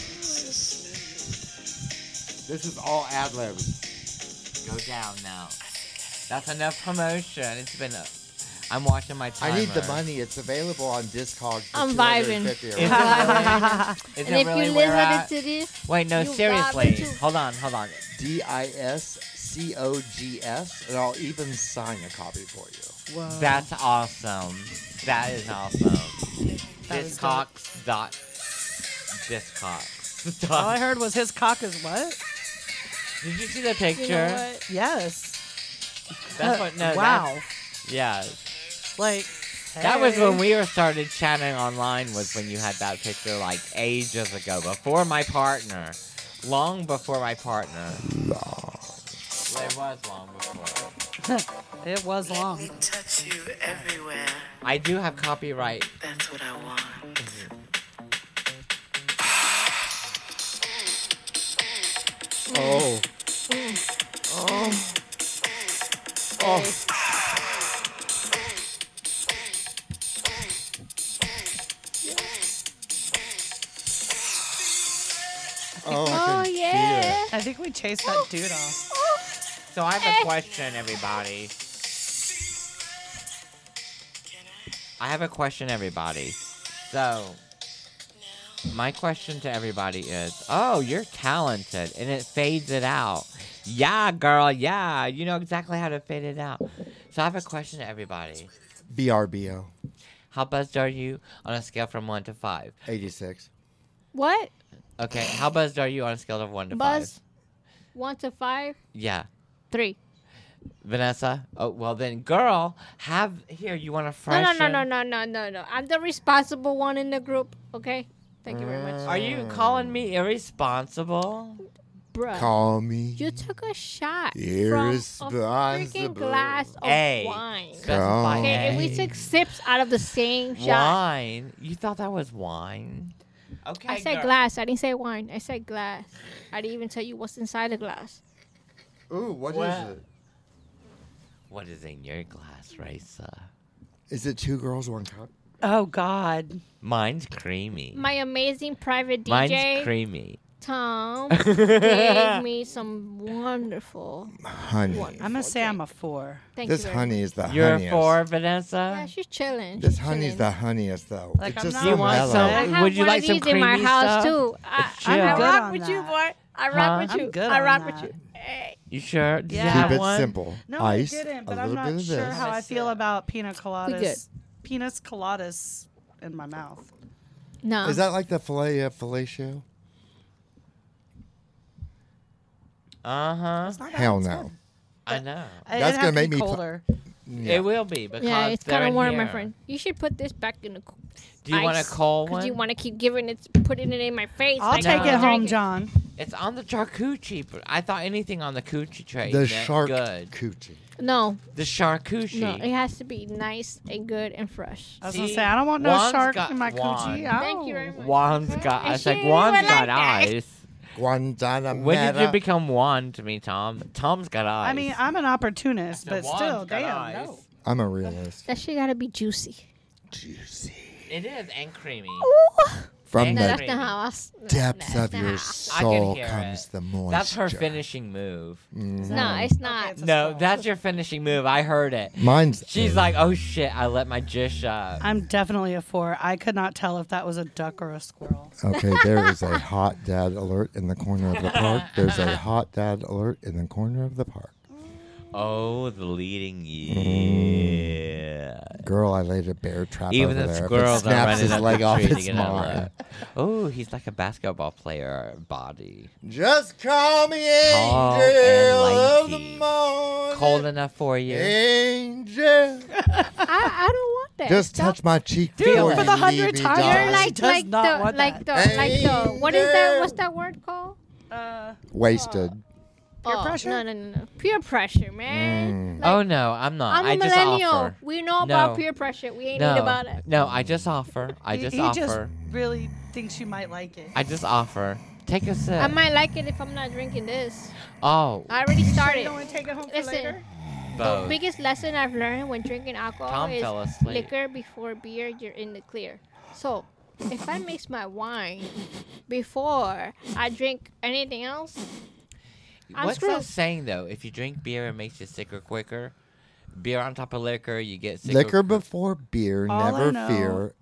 [SPEAKER 1] this is all ad libs.
[SPEAKER 4] Go down now. That's enough promotion. It's been. A, I'm watching my time.
[SPEAKER 1] I need the money. It's available on Discog. For
[SPEAKER 2] I'm vibing.
[SPEAKER 1] $250
[SPEAKER 4] Is it really? Is
[SPEAKER 2] and
[SPEAKER 4] it
[SPEAKER 2] if
[SPEAKER 4] really
[SPEAKER 2] you
[SPEAKER 4] where we're
[SPEAKER 2] listen
[SPEAKER 4] at?
[SPEAKER 2] to this,
[SPEAKER 4] Wait, no,
[SPEAKER 2] you
[SPEAKER 4] seriously.
[SPEAKER 2] robbed it.
[SPEAKER 4] Hold on, hold on.
[SPEAKER 1] D I S C O G S, and I'll even sign a copy for you.
[SPEAKER 5] Whoa.
[SPEAKER 4] That's awesome. That is awesome.
[SPEAKER 5] That was
[SPEAKER 4] Discox dot. Discox. dot-
[SPEAKER 5] All I heard was his cock is what?
[SPEAKER 4] Did you see the picture?
[SPEAKER 2] you know what?
[SPEAKER 5] Yes.
[SPEAKER 4] That's
[SPEAKER 5] Uh,
[SPEAKER 4] what. No.
[SPEAKER 5] wow.
[SPEAKER 4] that's- yeah.
[SPEAKER 5] Like
[SPEAKER 4] That was when
[SPEAKER 5] hey.
[SPEAKER 4] we were started chatting online. Was when you had that picture like ages ago, before my partner, long before my partner. It was long before.
[SPEAKER 5] It was long.
[SPEAKER 7] me touch you everywhere.
[SPEAKER 4] I do have copyright.
[SPEAKER 7] That's what I want.
[SPEAKER 1] Oh. Oh. Oh. Oh, I can feel it.
[SPEAKER 5] I think we chased that dude off.
[SPEAKER 4] So I
[SPEAKER 2] Eh.
[SPEAKER 4] have a question, everybody. I have a question, everybody. So, my question to everybody is Oh, you're talented, and it fades it out. Yeah, girl, yeah. You know exactly how to fade it out. So, I have a question to everybody.
[SPEAKER 1] BRBO
[SPEAKER 4] How buzzed are you on a scale from 1 to 5?
[SPEAKER 1] 86.
[SPEAKER 2] What?
[SPEAKER 4] Okay, how buzzed are you on a scale of 1 to 5?
[SPEAKER 2] Buzz. One to five?
[SPEAKER 4] Yeah.
[SPEAKER 2] Three.
[SPEAKER 4] Vanessa? Oh, well, then, girl, have. Here, you want a
[SPEAKER 2] No,
[SPEAKER 4] fresh?
[SPEAKER 2] no, no, no, no, no, no, no. I'm the responsible one in the group, okay? Thank you very much.
[SPEAKER 4] Are you calling me irresponsible?
[SPEAKER 2] Bruh.
[SPEAKER 1] Call me.
[SPEAKER 2] You took a shot from a
[SPEAKER 1] Irresponsible.
[SPEAKER 2] freaking glass of
[SPEAKER 4] Hey.
[SPEAKER 2] wine.
[SPEAKER 4] Specify
[SPEAKER 2] Okay, and we
[SPEAKER 4] A.
[SPEAKER 2] took sips out of the same shot.
[SPEAKER 4] wine. You thought that was wine? Okay.
[SPEAKER 2] I said
[SPEAKER 4] girl.
[SPEAKER 2] glass. I didn't say wine. I said glass. I didn't even tell you what's inside the glass.
[SPEAKER 1] Ooh, what is
[SPEAKER 4] Wow.
[SPEAKER 1] it?
[SPEAKER 4] What is in your glass, Raisa?
[SPEAKER 1] Is it two girls, one cup?
[SPEAKER 5] Oh God.
[SPEAKER 4] Mine's creamy.
[SPEAKER 2] My amazing private
[SPEAKER 4] Mine's
[SPEAKER 2] DJ
[SPEAKER 4] creamy.
[SPEAKER 2] Tom gave me some wonderful,
[SPEAKER 1] Honey.
[SPEAKER 2] wonderful.
[SPEAKER 5] I'm gonna say I'm a four.
[SPEAKER 2] Thank
[SPEAKER 1] This
[SPEAKER 2] you. very
[SPEAKER 1] Uh, honey is the
[SPEAKER 4] You're
[SPEAKER 1] honeyest.
[SPEAKER 4] for
[SPEAKER 2] much. Yeah,
[SPEAKER 4] Vanessa.
[SPEAKER 2] she's chilling.
[SPEAKER 1] This
[SPEAKER 2] she's
[SPEAKER 1] honey's the
[SPEAKER 2] chilling.
[SPEAKER 1] honeyest, though.
[SPEAKER 5] Like,
[SPEAKER 1] it's
[SPEAKER 5] I'm
[SPEAKER 1] just
[SPEAKER 5] not- Do you
[SPEAKER 1] so
[SPEAKER 5] want
[SPEAKER 1] mellow.
[SPEAKER 4] some?
[SPEAKER 2] I have
[SPEAKER 4] Would you
[SPEAKER 2] one
[SPEAKER 4] like
[SPEAKER 2] of
[SPEAKER 4] some
[SPEAKER 2] these in my
[SPEAKER 4] creamy
[SPEAKER 2] house
[SPEAKER 4] stuff?
[SPEAKER 2] too. I,
[SPEAKER 4] It's
[SPEAKER 2] I
[SPEAKER 4] chill.
[SPEAKER 5] Good
[SPEAKER 2] rock
[SPEAKER 5] on
[SPEAKER 2] with you, boy.
[SPEAKER 5] that.
[SPEAKER 2] I
[SPEAKER 4] Huh?
[SPEAKER 2] rock with
[SPEAKER 5] I'm
[SPEAKER 2] you.
[SPEAKER 5] good
[SPEAKER 2] I
[SPEAKER 5] on
[SPEAKER 2] rock with
[SPEAKER 5] that.
[SPEAKER 2] you. Hey,
[SPEAKER 4] You sure? Does it
[SPEAKER 5] Yeah.
[SPEAKER 4] have
[SPEAKER 1] Keep it
[SPEAKER 4] one?
[SPEAKER 1] simple.
[SPEAKER 5] No,
[SPEAKER 1] Ice,
[SPEAKER 5] I didn't.
[SPEAKER 1] a
[SPEAKER 5] But
[SPEAKER 1] little
[SPEAKER 5] I'm
[SPEAKER 1] bit
[SPEAKER 5] not
[SPEAKER 1] of
[SPEAKER 5] sure
[SPEAKER 1] this.
[SPEAKER 5] how I feel about pina
[SPEAKER 2] good.
[SPEAKER 5] coladas. Penis coladas in my mouth.
[SPEAKER 2] no.
[SPEAKER 1] Is that like the filet of fellatio?
[SPEAKER 4] Uh huh.
[SPEAKER 5] It's not that
[SPEAKER 1] Hell
[SPEAKER 5] it's
[SPEAKER 1] no.
[SPEAKER 5] good.
[SPEAKER 4] I know.
[SPEAKER 5] It'd
[SPEAKER 1] That's
[SPEAKER 5] have
[SPEAKER 1] gonna
[SPEAKER 5] to
[SPEAKER 1] make
[SPEAKER 5] be
[SPEAKER 1] me fu-
[SPEAKER 5] colder.
[SPEAKER 1] Yeah.
[SPEAKER 4] It will be because
[SPEAKER 2] yeah, it's
[SPEAKER 4] kind of
[SPEAKER 2] warm, my friend. You should put this back in the. co-
[SPEAKER 4] Do you want a
[SPEAKER 2] ice,
[SPEAKER 4] cold
[SPEAKER 2] 'cause
[SPEAKER 4] one?
[SPEAKER 2] You want to keep giving it, putting it in my face.
[SPEAKER 5] I'll
[SPEAKER 2] like
[SPEAKER 5] take
[SPEAKER 2] I'm
[SPEAKER 5] it home,
[SPEAKER 2] drinking.
[SPEAKER 5] John.
[SPEAKER 4] it's on the charcuterie. But I thought anything on the coochie tray.
[SPEAKER 1] the
[SPEAKER 4] meant
[SPEAKER 1] shark
[SPEAKER 4] Good.
[SPEAKER 1] coochie.
[SPEAKER 2] No,
[SPEAKER 4] The charcuterie.
[SPEAKER 2] no, it has to be nice and good and fresh.
[SPEAKER 5] I was gonna
[SPEAKER 4] See?
[SPEAKER 5] say I don't want no
[SPEAKER 4] Juan's
[SPEAKER 5] shark
[SPEAKER 4] got
[SPEAKER 5] in my
[SPEAKER 4] Juan.
[SPEAKER 5] coochie.
[SPEAKER 2] Thank you
[SPEAKER 5] Ow.
[SPEAKER 2] very much.
[SPEAKER 4] Juan's got.
[SPEAKER 2] And
[SPEAKER 4] It's like
[SPEAKER 2] she
[SPEAKER 4] Juan's
[SPEAKER 2] would like
[SPEAKER 4] got
[SPEAKER 2] that.
[SPEAKER 4] eyes.
[SPEAKER 1] Guantanamera.
[SPEAKER 4] When did you become Juan to me, Tom? Tom's got eyes.
[SPEAKER 5] I mean, I'm an opportunist, but
[SPEAKER 4] Juan's
[SPEAKER 5] still,
[SPEAKER 4] got
[SPEAKER 5] damn,
[SPEAKER 4] eyes.
[SPEAKER 5] no.
[SPEAKER 1] I'm a realist.
[SPEAKER 2] That shit gotta be juicy.
[SPEAKER 1] Juicy.
[SPEAKER 4] It is and creamy.
[SPEAKER 1] From
[SPEAKER 4] No,
[SPEAKER 2] No, that's
[SPEAKER 1] the
[SPEAKER 4] Creamy.
[SPEAKER 2] not how I. s- no,
[SPEAKER 1] depths
[SPEAKER 2] that's
[SPEAKER 1] of
[SPEAKER 2] not
[SPEAKER 1] your
[SPEAKER 2] how-
[SPEAKER 1] soul
[SPEAKER 4] hear
[SPEAKER 1] comes
[SPEAKER 4] it.
[SPEAKER 1] the moisture. Mm.
[SPEAKER 4] That's her finishing move.
[SPEAKER 2] No, it's not.
[SPEAKER 5] it's a
[SPEAKER 4] No,
[SPEAKER 5] squirrel.
[SPEAKER 4] that's your finishing move. I heard it.
[SPEAKER 1] Mine's.
[SPEAKER 4] She's like, oh shit, I let my jish up.
[SPEAKER 5] I'm definitely a four. I could not tell if that was a duck or a squirrel.
[SPEAKER 1] Okay, there is a hot dad alert in the corner of the park. There's a hot dad alert in the corner of the park.
[SPEAKER 4] Oh, the leading
[SPEAKER 1] Mm.
[SPEAKER 4] yeah.
[SPEAKER 1] Girl, I laid a bear trap
[SPEAKER 4] Even
[SPEAKER 1] over
[SPEAKER 4] the
[SPEAKER 1] there. If
[SPEAKER 4] squirrels
[SPEAKER 1] it
[SPEAKER 4] are
[SPEAKER 1] snaps
[SPEAKER 4] running
[SPEAKER 1] his
[SPEAKER 4] up
[SPEAKER 1] leg
[SPEAKER 4] the
[SPEAKER 1] off
[SPEAKER 4] tree to
[SPEAKER 1] its
[SPEAKER 4] get out
[SPEAKER 1] mark.
[SPEAKER 4] of there. Oh, he's like a basketball player body.
[SPEAKER 1] Just call me
[SPEAKER 4] Tall and
[SPEAKER 1] Angel of the
[SPEAKER 4] lanky.
[SPEAKER 1] Morning.
[SPEAKER 4] Cold enough for you.
[SPEAKER 1] Angel.
[SPEAKER 2] I, I don't want that.
[SPEAKER 1] Just
[SPEAKER 2] Stop.
[SPEAKER 1] touch my cheek
[SPEAKER 5] Dude,
[SPEAKER 1] before
[SPEAKER 5] for
[SPEAKER 1] you
[SPEAKER 5] the
[SPEAKER 1] leave
[SPEAKER 5] hundredth
[SPEAKER 1] me,
[SPEAKER 5] time,
[SPEAKER 1] darling.
[SPEAKER 5] She
[SPEAKER 2] You're like,
[SPEAKER 5] does
[SPEAKER 2] like the,
[SPEAKER 5] not want
[SPEAKER 2] like the,
[SPEAKER 1] that.
[SPEAKER 2] like the. What is that?
[SPEAKER 1] Angel.
[SPEAKER 2] What's that word called?
[SPEAKER 5] Uh,
[SPEAKER 1] wasted.
[SPEAKER 2] Peer
[SPEAKER 5] pressure?
[SPEAKER 2] No, no, no, no. Peer pressure, man. Like,
[SPEAKER 4] Oh no, I'm not.
[SPEAKER 2] I'm
[SPEAKER 4] I
[SPEAKER 2] a
[SPEAKER 4] just
[SPEAKER 2] millennial.
[SPEAKER 4] offer.
[SPEAKER 2] We know about
[SPEAKER 4] No.
[SPEAKER 2] peer pressure. We ain't need
[SPEAKER 4] No,
[SPEAKER 2] about it.
[SPEAKER 4] no, I just offer. I
[SPEAKER 5] he-
[SPEAKER 4] just
[SPEAKER 5] he
[SPEAKER 4] offer.
[SPEAKER 5] just really thinks you might like it.
[SPEAKER 4] I just offer. Take a sip.
[SPEAKER 2] I might like it if I'm not drinking this.
[SPEAKER 4] oh,
[SPEAKER 2] I already
[SPEAKER 5] You
[SPEAKER 2] started.
[SPEAKER 5] don't want to take it home for
[SPEAKER 2] Listen.
[SPEAKER 5] later?
[SPEAKER 4] both.
[SPEAKER 2] Biggest lesson I've learned when drinking alcohol
[SPEAKER 4] Tom
[SPEAKER 2] is
[SPEAKER 4] fell asleep.
[SPEAKER 2] liquor before beer, you're in the clear. So, if I mix my wine before I drink anything else, I'm
[SPEAKER 4] What's
[SPEAKER 2] screwed.
[SPEAKER 4] that saying though? If you drink beer, it makes you sicker quicker. Beer on top of liquor, you get sicker.
[SPEAKER 1] Liquor before beer,
[SPEAKER 5] All I
[SPEAKER 1] never
[SPEAKER 5] know-
[SPEAKER 1] fear.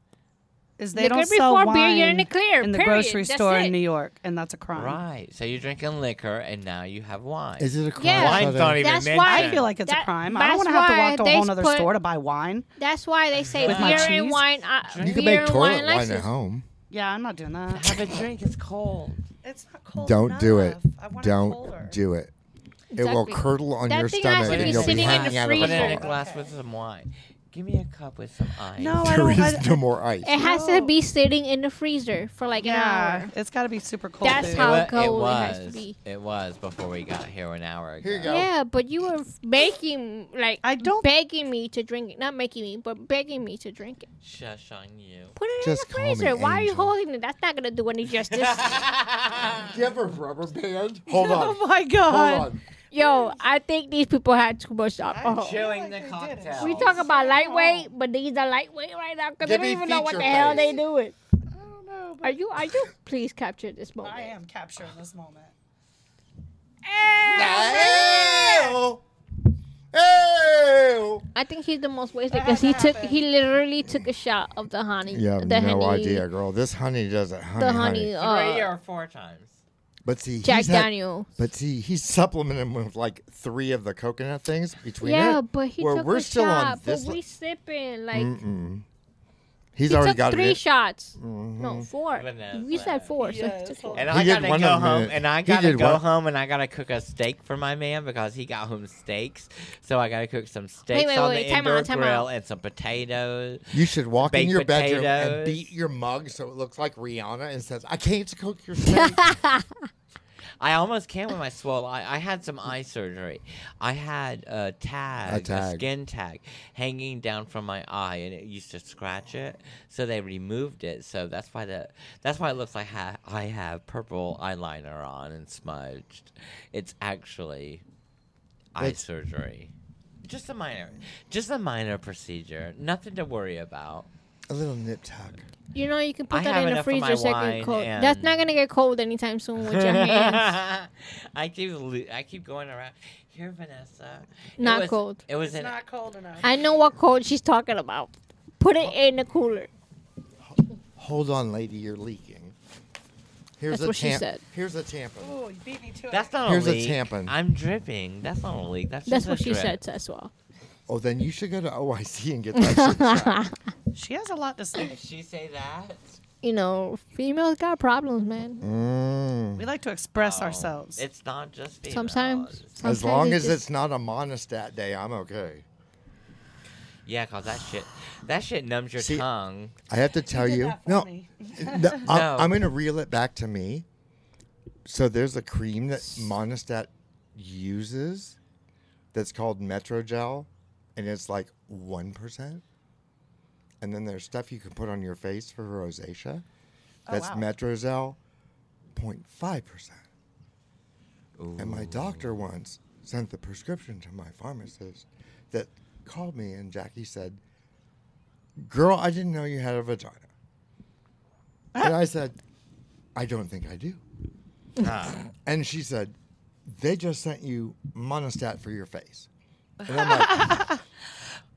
[SPEAKER 5] Is they
[SPEAKER 2] Liquor
[SPEAKER 5] don't sell
[SPEAKER 2] before
[SPEAKER 5] wine
[SPEAKER 2] beer, you're in the clear,
[SPEAKER 5] in the
[SPEAKER 2] period.
[SPEAKER 5] grocery
[SPEAKER 2] That's
[SPEAKER 5] store
[SPEAKER 2] it.
[SPEAKER 5] in New York, and that's a crime.
[SPEAKER 4] Right. So you're drinking liquor, and now you have wine.
[SPEAKER 1] Is it a crime?
[SPEAKER 2] Yeah.
[SPEAKER 1] Southern?
[SPEAKER 4] Wine's not even
[SPEAKER 2] That's
[SPEAKER 4] mentioned.
[SPEAKER 2] why-
[SPEAKER 5] I feel like it's
[SPEAKER 2] That-
[SPEAKER 5] a crime. I don't
[SPEAKER 2] that's
[SPEAKER 5] want to have to
[SPEAKER 2] why
[SPEAKER 5] walk to a
[SPEAKER 2] they
[SPEAKER 5] whole other
[SPEAKER 2] put-
[SPEAKER 5] store to buy wine.
[SPEAKER 2] that's why they say
[SPEAKER 5] With my
[SPEAKER 2] beer and
[SPEAKER 5] cheese?
[SPEAKER 2] wine. Uh,
[SPEAKER 1] You
[SPEAKER 2] beer
[SPEAKER 1] can make
[SPEAKER 2] and
[SPEAKER 1] toilet
[SPEAKER 2] wine
[SPEAKER 1] wine,
[SPEAKER 2] license.
[SPEAKER 1] at home.
[SPEAKER 5] Yeah, I'm not doing that.
[SPEAKER 4] Have a drink. It's cold.
[SPEAKER 5] It's not cold
[SPEAKER 1] Don't do it.
[SPEAKER 5] enough. I want it colder.
[SPEAKER 1] Don't do it. It will
[SPEAKER 2] Exactly.
[SPEAKER 1] curdle on
[SPEAKER 2] That
[SPEAKER 1] your
[SPEAKER 2] thing has
[SPEAKER 1] stomach
[SPEAKER 2] to be
[SPEAKER 1] and you'll be
[SPEAKER 2] sitting in the
[SPEAKER 1] hanging out of
[SPEAKER 4] Put it in a
[SPEAKER 2] freezer.
[SPEAKER 1] the
[SPEAKER 4] glass with some wine. Give me a cup with some ice.
[SPEAKER 5] No, I
[SPEAKER 1] There
[SPEAKER 5] don't. I,
[SPEAKER 1] is no more ice.
[SPEAKER 2] It has to be sitting in the freezer for like an
[SPEAKER 5] yeah,
[SPEAKER 2] hour.
[SPEAKER 5] it's got to be super cold.
[SPEAKER 2] That's
[SPEAKER 5] dude.
[SPEAKER 2] how
[SPEAKER 4] wa-
[SPEAKER 2] cold it has
[SPEAKER 4] was.
[SPEAKER 2] to be.
[SPEAKER 4] It was before we got here an hour ago.
[SPEAKER 1] Here you go.
[SPEAKER 2] Yeah, but you were making like
[SPEAKER 5] I don't-
[SPEAKER 2] begging me to drink it. Not making me, but begging me to drink it.
[SPEAKER 4] Shush on you.
[SPEAKER 2] Put it
[SPEAKER 1] Just
[SPEAKER 2] in the
[SPEAKER 1] call me
[SPEAKER 2] freezer. Why are you
[SPEAKER 1] Angel.
[SPEAKER 2] holding it? That's not gonna do any justice.
[SPEAKER 1] Give her rubber band. Hold on.
[SPEAKER 5] Oh my god.
[SPEAKER 1] Hold on.
[SPEAKER 2] Yo, I think these people had too much
[SPEAKER 4] Oh.
[SPEAKER 2] alcohol.
[SPEAKER 4] Chilling the cocktail.
[SPEAKER 2] We talk about lightweight, but these are lightweight right now because they
[SPEAKER 1] Give
[SPEAKER 2] don't
[SPEAKER 1] me
[SPEAKER 2] even know what the
[SPEAKER 1] feature
[SPEAKER 2] hell they
[SPEAKER 1] face.
[SPEAKER 2] doing.
[SPEAKER 5] I don't know.
[SPEAKER 2] Are
[SPEAKER 5] But
[SPEAKER 2] you? Are you? Please capture this moment.
[SPEAKER 5] I am capturing this moment.
[SPEAKER 2] Eh.
[SPEAKER 1] Ew. Ew.
[SPEAKER 2] I think he's the most wasted because he took. He literally took a shot of the honey.
[SPEAKER 1] You have
[SPEAKER 2] the
[SPEAKER 1] no
[SPEAKER 2] honey,
[SPEAKER 1] idea, girl. This honey does it. Honey,
[SPEAKER 2] The honey.
[SPEAKER 4] Three
[SPEAKER 2] Uh,
[SPEAKER 4] or four times.
[SPEAKER 1] But see,
[SPEAKER 2] Jack
[SPEAKER 1] he's had-
[SPEAKER 2] Daniel.
[SPEAKER 1] But see, he's supplementing with like three of the coconut things between
[SPEAKER 2] Yeah,
[SPEAKER 1] it.
[SPEAKER 2] but he
[SPEAKER 1] where
[SPEAKER 2] took
[SPEAKER 1] we're
[SPEAKER 2] a
[SPEAKER 1] still
[SPEAKER 2] shot.
[SPEAKER 1] on this.
[SPEAKER 2] but
[SPEAKER 1] li-
[SPEAKER 2] we sipping like
[SPEAKER 1] Mm-mm. He's
[SPEAKER 2] he
[SPEAKER 1] already
[SPEAKER 2] took
[SPEAKER 1] got
[SPEAKER 2] three
[SPEAKER 1] it. Mm-hmm.
[SPEAKER 2] shots. No, four.
[SPEAKER 4] Vanessa.
[SPEAKER 2] We said four. so he took
[SPEAKER 4] And
[SPEAKER 1] He
[SPEAKER 4] I
[SPEAKER 1] did
[SPEAKER 4] gotta
[SPEAKER 1] one
[SPEAKER 4] go
[SPEAKER 1] of 'em in
[SPEAKER 4] home,
[SPEAKER 1] it.
[SPEAKER 4] and I
[SPEAKER 1] He
[SPEAKER 4] gotta
[SPEAKER 1] did
[SPEAKER 4] go
[SPEAKER 1] one-
[SPEAKER 4] home, and I gotta cook a steak for my man because he got home steaks. So I gotta cook some steaks
[SPEAKER 2] wait,
[SPEAKER 4] on
[SPEAKER 2] wait,
[SPEAKER 4] the
[SPEAKER 2] time
[SPEAKER 4] indoor
[SPEAKER 2] out, time
[SPEAKER 4] grill
[SPEAKER 2] out.
[SPEAKER 4] and some potatoes.
[SPEAKER 1] You should walk in
[SPEAKER 4] Baked
[SPEAKER 1] your bedroom and
[SPEAKER 4] potatoes.
[SPEAKER 1] beat your mug so it looks like Rihanna and says, "I came to cook your steak."
[SPEAKER 4] I almost can with my swole eye. I had some eye surgery. I had a tag, a,
[SPEAKER 1] tag.
[SPEAKER 4] skin tag, hanging down from my eye, and it used to scratch it. So they removed it. So that's why the that's why it looks like ha- I have purple eyeliner on and smudged. It's actually eye
[SPEAKER 1] That's-
[SPEAKER 4] surgery. Just a minor, just a minor procedure. Nothing to worry about.
[SPEAKER 1] a little nip tuck.
[SPEAKER 2] You know, you can put
[SPEAKER 4] I
[SPEAKER 2] that
[SPEAKER 4] have
[SPEAKER 2] in the
[SPEAKER 4] enough of my
[SPEAKER 2] freezer so it
[SPEAKER 4] wine
[SPEAKER 2] can cold. That's not
[SPEAKER 4] and-
[SPEAKER 2] gonna get cold anytime soon with your hands.
[SPEAKER 4] I keep lo- I keep going around. Here, Vanessa. It
[SPEAKER 2] Not
[SPEAKER 4] was-
[SPEAKER 2] cold.
[SPEAKER 4] It was an
[SPEAKER 5] It's not cold enough.
[SPEAKER 2] I know what cold she's talking about. Put it in the cooler.
[SPEAKER 1] Hold on, lady, you're leaking. Here's
[SPEAKER 2] That's
[SPEAKER 1] a
[SPEAKER 2] what she
[SPEAKER 1] tam-
[SPEAKER 2] said.
[SPEAKER 1] Here's a tampon.
[SPEAKER 5] Ooh, you beat me to it.
[SPEAKER 4] That's not
[SPEAKER 1] Here's
[SPEAKER 4] a
[SPEAKER 1] a
[SPEAKER 4] leak.
[SPEAKER 1] tampon.
[SPEAKER 4] I'm dripping. That's not a leak. That's,
[SPEAKER 2] That's
[SPEAKER 4] just
[SPEAKER 2] what
[SPEAKER 4] a
[SPEAKER 2] she
[SPEAKER 4] drip.
[SPEAKER 2] said to as well.
[SPEAKER 1] Oh, then you should go to OIC and get that shit checked.
[SPEAKER 5] she has a lot to say.
[SPEAKER 4] Did she say that?
[SPEAKER 2] You know, females got problems, man.
[SPEAKER 1] Mm.
[SPEAKER 5] We like to express
[SPEAKER 4] Oh,
[SPEAKER 5] ourselves.
[SPEAKER 4] It's not just females.
[SPEAKER 2] Sometimes, sometimes
[SPEAKER 1] As long
[SPEAKER 2] it
[SPEAKER 1] as
[SPEAKER 2] just-
[SPEAKER 1] it's not a monostat day, I'm okay.
[SPEAKER 4] Yeah, cause that shit, that shit numbs your
[SPEAKER 1] See,
[SPEAKER 4] tongue.
[SPEAKER 1] I have to tell
[SPEAKER 5] Did
[SPEAKER 1] you,
[SPEAKER 5] that for
[SPEAKER 1] no,
[SPEAKER 5] me.
[SPEAKER 1] no, I'm,
[SPEAKER 4] No.
[SPEAKER 1] I'm going to reel it back to me. So there's a cream that Monistat uses that's called Metrogel, and it's like 1%. And then there's stuff you can put on your face for rosacea that's
[SPEAKER 5] wow.
[SPEAKER 1] Metrozell 0.5%. And my doctor once sent the prescription to my pharmacist that called me, and Jackie said, Girl, I didn't know you had a vagina. And I said, I don't think I do. and she said, They just sent you monostat for your face. And I'm like,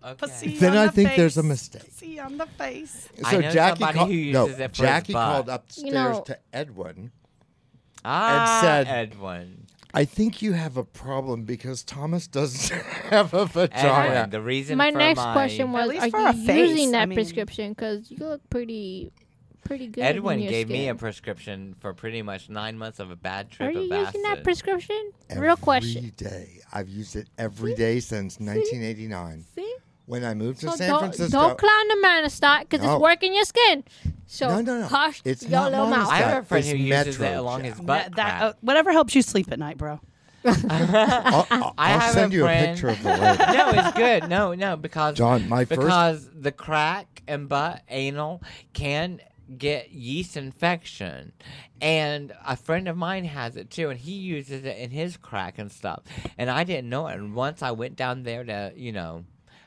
[SPEAKER 4] Okay.
[SPEAKER 5] Pussy
[SPEAKER 1] Then
[SPEAKER 5] on
[SPEAKER 1] I
[SPEAKER 5] the
[SPEAKER 1] think there's a
[SPEAKER 5] face.
[SPEAKER 1] mistake.
[SPEAKER 5] Pussy on the face.
[SPEAKER 1] so
[SPEAKER 4] I know
[SPEAKER 1] Jackie,
[SPEAKER 4] somebody
[SPEAKER 1] call-
[SPEAKER 4] who
[SPEAKER 1] no,
[SPEAKER 4] uses it for his
[SPEAKER 1] Jackie
[SPEAKER 4] butt.
[SPEAKER 1] called upstairs
[SPEAKER 2] know-
[SPEAKER 1] to Edwin.
[SPEAKER 4] ah,
[SPEAKER 1] said-
[SPEAKER 4] Edwin.
[SPEAKER 1] I think you have a problem because Thomas doesn't have a
[SPEAKER 4] Edwin.
[SPEAKER 1] vagina.
[SPEAKER 4] The reason.
[SPEAKER 2] my
[SPEAKER 4] for
[SPEAKER 2] next
[SPEAKER 4] my,
[SPEAKER 2] question was:
[SPEAKER 5] least
[SPEAKER 2] Are
[SPEAKER 5] for
[SPEAKER 2] you
[SPEAKER 5] a face,
[SPEAKER 2] using
[SPEAKER 5] I
[SPEAKER 2] that
[SPEAKER 5] mean-
[SPEAKER 2] prescription? Because you look pretty, pretty good. in
[SPEAKER 4] Edwin
[SPEAKER 2] your
[SPEAKER 4] gave me a
[SPEAKER 2] skin.
[SPEAKER 4] prescription for pretty much nine months of a bad trip
[SPEAKER 2] Are you
[SPEAKER 4] of
[SPEAKER 2] using
[SPEAKER 4] acid.
[SPEAKER 2] that prescription? Real
[SPEAKER 1] Every
[SPEAKER 2] question.
[SPEAKER 1] day. I've used it every day since 1989.
[SPEAKER 2] See,
[SPEAKER 1] When I moved to
[SPEAKER 2] so
[SPEAKER 1] San
[SPEAKER 2] don't
[SPEAKER 1] Francisco.
[SPEAKER 2] don't clown the manostat because
[SPEAKER 1] No.
[SPEAKER 2] it's working your skin. So
[SPEAKER 1] No, no, no.
[SPEAKER 2] hush
[SPEAKER 1] It's
[SPEAKER 2] your
[SPEAKER 1] not
[SPEAKER 2] little mouth.
[SPEAKER 4] I have a
[SPEAKER 1] It's
[SPEAKER 4] friend who uses it
[SPEAKER 1] Metro
[SPEAKER 4] along
[SPEAKER 1] Jack.
[SPEAKER 4] his butt.
[SPEAKER 5] that, that,
[SPEAKER 4] crack.
[SPEAKER 5] uh, whatever helps you sleep at night, bro.
[SPEAKER 1] I'll, I'll,
[SPEAKER 4] I
[SPEAKER 1] I'll
[SPEAKER 4] have a
[SPEAKER 1] send you a
[SPEAKER 4] friend-
[SPEAKER 1] picture of the
[SPEAKER 5] oh.
[SPEAKER 1] lady.
[SPEAKER 4] no, it's good. No, no, because
[SPEAKER 1] John, my first-
[SPEAKER 4] because the crack and butt anal can get yeast infection, and a friend of mine has it too, and he uses it in his crack and stuff, and I didn't know it. And once I went down there to, you know.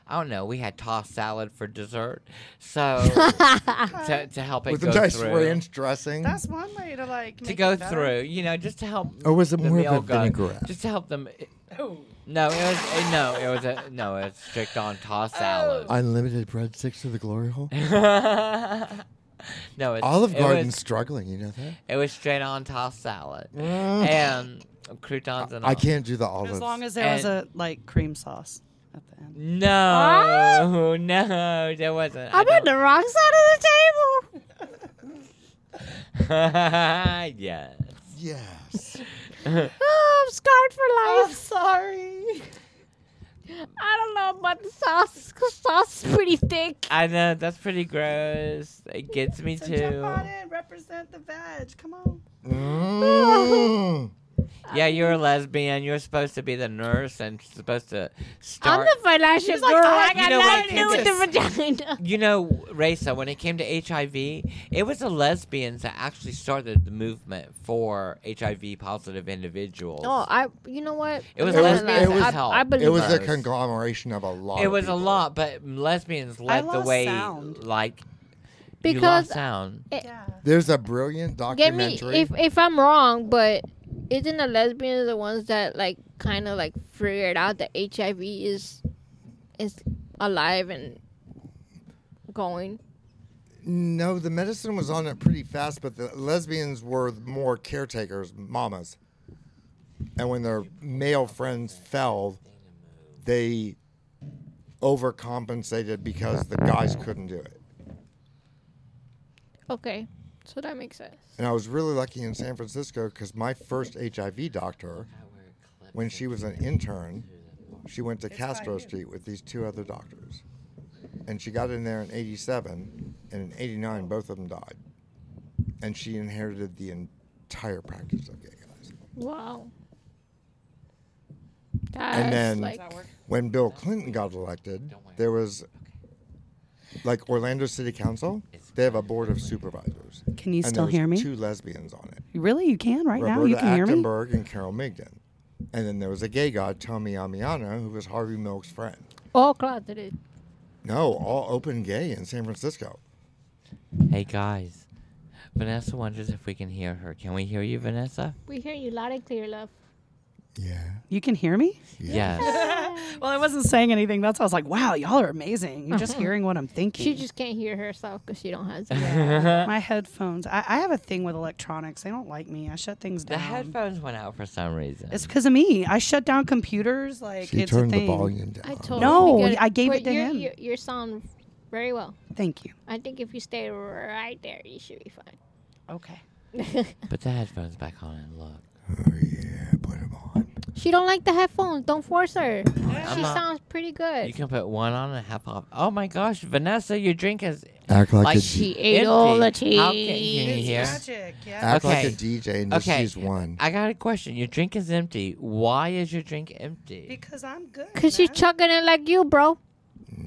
[SPEAKER 4] I don't know. We had tossed salad for dessert, so to, to help it
[SPEAKER 1] With a
[SPEAKER 4] go
[SPEAKER 1] nice
[SPEAKER 4] through
[SPEAKER 1] ranch dressing.
[SPEAKER 5] That's one way to like
[SPEAKER 4] to
[SPEAKER 5] make
[SPEAKER 4] go
[SPEAKER 5] it better.
[SPEAKER 4] through, you know, just to help.
[SPEAKER 1] Or was it
[SPEAKER 4] the
[SPEAKER 1] more of
[SPEAKER 4] meal
[SPEAKER 1] a
[SPEAKER 4] go-
[SPEAKER 1] vinaigrette?
[SPEAKER 4] Just to help them. it-
[SPEAKER 5] Ooh.
[SPEAKER 4] No, it was it- no, it was a no, it's strict on tossed salad.
[SPEAKER 1] Unlimited breadsticks to the glory hole.
[SPEAKER 4] no, it's
[SPEAKER 1] Olive
[SPEAKER 4] it
[SPEAKER 1] Garden's
[SPEAKER 4] Was,
[SPEAKER 1] struggling, you know that?
[SPEAKER 4] it was straight on tossed salad
[SPEAKER 1] Mm.
[SPEAKER 4] and croutons and all.
[SPEAKER 1] I can't do the olives.
[SPEAKER 5] As long as there was a
[SPEAKER 4] And-
[SPEAKER 5] like cream sauce at the end.
[SPEAKER 4] No, no, there wasn't.
[SPEAKER 2] I'm on the wrong side of the table.
[SPEAKER 4] don't- yes.
[SPEAKER 1] yes.
[SPEAKER 2] Oh, I'm scarred for life.
[SPEAKER 5] sorry.
[SPEAKER 2] I don't know about the sauce. 'cause sauce is pretty thick.
[SPEAKER 4] I know that's pretty gross. It gets me
[SPEAKER 5] So
[SPEAKER 4] too.
[SPEAKER 5] jump on in, represent the veg. Come on.
[SPEAKER 1] Mm.
[SPEAKER 4] Yeah, you're a lesbian. You're supposed to be the nurse and supposed to
[SPEAKER 2] I'm
[SPEAKER 4] start.
[SPEAKER 2] the financial
[SPEAKER 5] She's like,
[SPEAKER 2] girl.
[SPEAKER 5] I-
[SPEAKER 2] "Oh, I
[SPEAKER 4] you
[SPEAKER 2] got
[SPEAKER 4] know what,
[SPEAKER 2] nothing to do with the vagina.
[SPEAKER 4] you know, Raisa, when it came to HIV, it was the lesbians that actually started the movement for HIV positive individuals.
[SPEAKER 2] Oh, I. You know what?
[SPEAKER 4] It was
[SPEAKER 2] No, no,
[SPEAKER 4] lesbian
[SPEAKER 2] no, no,
[SPEAKER 1] as
[SPEAKER 2] I,
[SPEAKER 4] hell.
[SPEAKER 2] I
[SPEAKER 4] It
[SPEAKER 2] believe
[SPEAKER 1] It was a
[SPEAKER 4] Nice.
[SPEAKER 1] conglomeration of a lot.
[SPEAKER 4] it
[SPEAKER 1] of
[SPEAKER 4] was a
[SPEAKER 1] people.
[SPEAKER 4] lot, but lesbians led the
[SPEAKER 5] lost
[SPEAKER 4] way.
[SPEAKER 5] sound.
[SPEAKER 4] Like you
[SPEAKER 2] Because-
[SPEAKER 4] lost sound.
[SPEAKER 5] Yeah.
[SPEAKER 1] There's a brilliant
[SPEAKER 2] Get me
[SPEAKER 1] documentary.
[SPEAKER 2] if if I'm wrong, but isn't the lesbians the ones that like kind of like figured out that HIV is is alive and going?
[SPEAKER 1] no, the medicine was on it pretty fast, but the lesbians were more caretakers, mamas. And when their male friends fell, they overcompensated because the guys couldn't do it.
[SPEAKER 2] Okay, so that makes sense.
[SPEAKER 1] And I was really lucky in San Francisco because my first HIV doctor, when she was an intern, she went to Castro Street with these two other doctors. And she got in there in 87, and in 89, both of them died. And she inherited the entire practice of gay guys.
[SPEAKER 2] Wow. That's
[SPEAKER 1] and then
[SPEAKER 2] like
[SPEAKER 1] when Bill Clinton got elected, there was like Orlando City Council, they have a board of supervisors.
[SPEAKER 5] Can you
[SPEAKER 1] and
[SPEAKER 5] still
[SPEAKER 1] there was
[SPEAKER 5] hear me?
[SPEAKER 1] Two lesbians on it.
[SPEAKER 5] Really? You can right now?
[SPEAKER 1] Roberta
[SPEAKER 5] You can hear me?
[SPEAKER 1] Actenberg and Carol Migden. And then there was a gay guy, Tommy Amiano, who was Harvey Milk's friend.
[SPEAKER 2] all Oh, closeted.
[SPEAKER 1] No, all open gay in San Francisco.
[SPEAKER 4] Hey guys, Vanessa wonders if we can hear her. Can we hear you, Vanessa?
[SPEAKER 2] We hear you loud and clear, love.
[SPEAKER 1] Yeah.
[SPEAKER 5] You can hear me?
[SPEAKER 4] Yes.
[SPEAKER 5] Well, I wasn't saying anything. That's why I was like, wow, y'all are amazing. You're Uh-huh. just hearing what I'm thinking.
[SPEAKER 2] She just can't hear herself because she don't have.
[SPEAKER 5] My headphones. I, I have a thing with electronics. They don't like me. I shut things
[SPEAKER 4] the
[SPEAKER 5] down.
[SPEAKER 4] headphones went out for some reason.
[SPEAKER 5] It's because of me. I shut down computers. Like
[SPEAKER 1] She
[SPEAKER 5] it's
[SPEAKER 1] turned
[SPEAKER 5] a
[SPEAKER 1] the
[SPEAKER 5] thing.
[SPEAKER 1] volume down.
[SPEAKER 2] I totally
[SPEAKER 5] No,
[SPEAKER 2] get
[SPEAKER 5] I gave
[SPEAKER 2] but
[SPEAKER 5] it to
[SPEAKER 2] your-
[SPEAKER 5] him.
[SPEAKER 2] Your, your sound very well.
[SPEAKER 5] Thank you.
[SPEAKER 2] I think if you stay right there, you should be fine.
[SPEAKER 5] Okay.
[SPEAKER 4] Put the headphones back on and look.
[SPEAKER 1] Oh, yeah, put him on.
[SPEAKER 2] She don't like the headphones. Don't force her. She
[SPEAKER 4] not-
[SPEAKER 2] sounds pretty good.
[SPEAKER 4] You can put one on and half off. Oh my gosh, Vanessa, your drink is
[SPEAKER 1] Act like,
[SPEAKER 4] Like
[SPEAKER 1] a, D-
[SPEAKER 4] she-
[SPEAKER 2] she ate all the
[SPEAKER 4] empty. How can
[SPEAKER 2] tea.
[SPEAKER 4] you hear?
[SPEAKER 5] magic. Yeah.
[SPEAKER 1] act like a
[SPEAKER 4] Okay.
[SPEAKER 1] DJ and
[SPEAKER 4] Okay.
[SPEAKER 1] just use one.
[SPEAKER 4] I got a question. Your drink is empty. Why is your drink empty?
[SPEAKER 5] Because I'm good.
[SPEAKER 2] Cause she's
[SPEAKER 5] man.
[SPEAKER 2] chugging it like you, bro.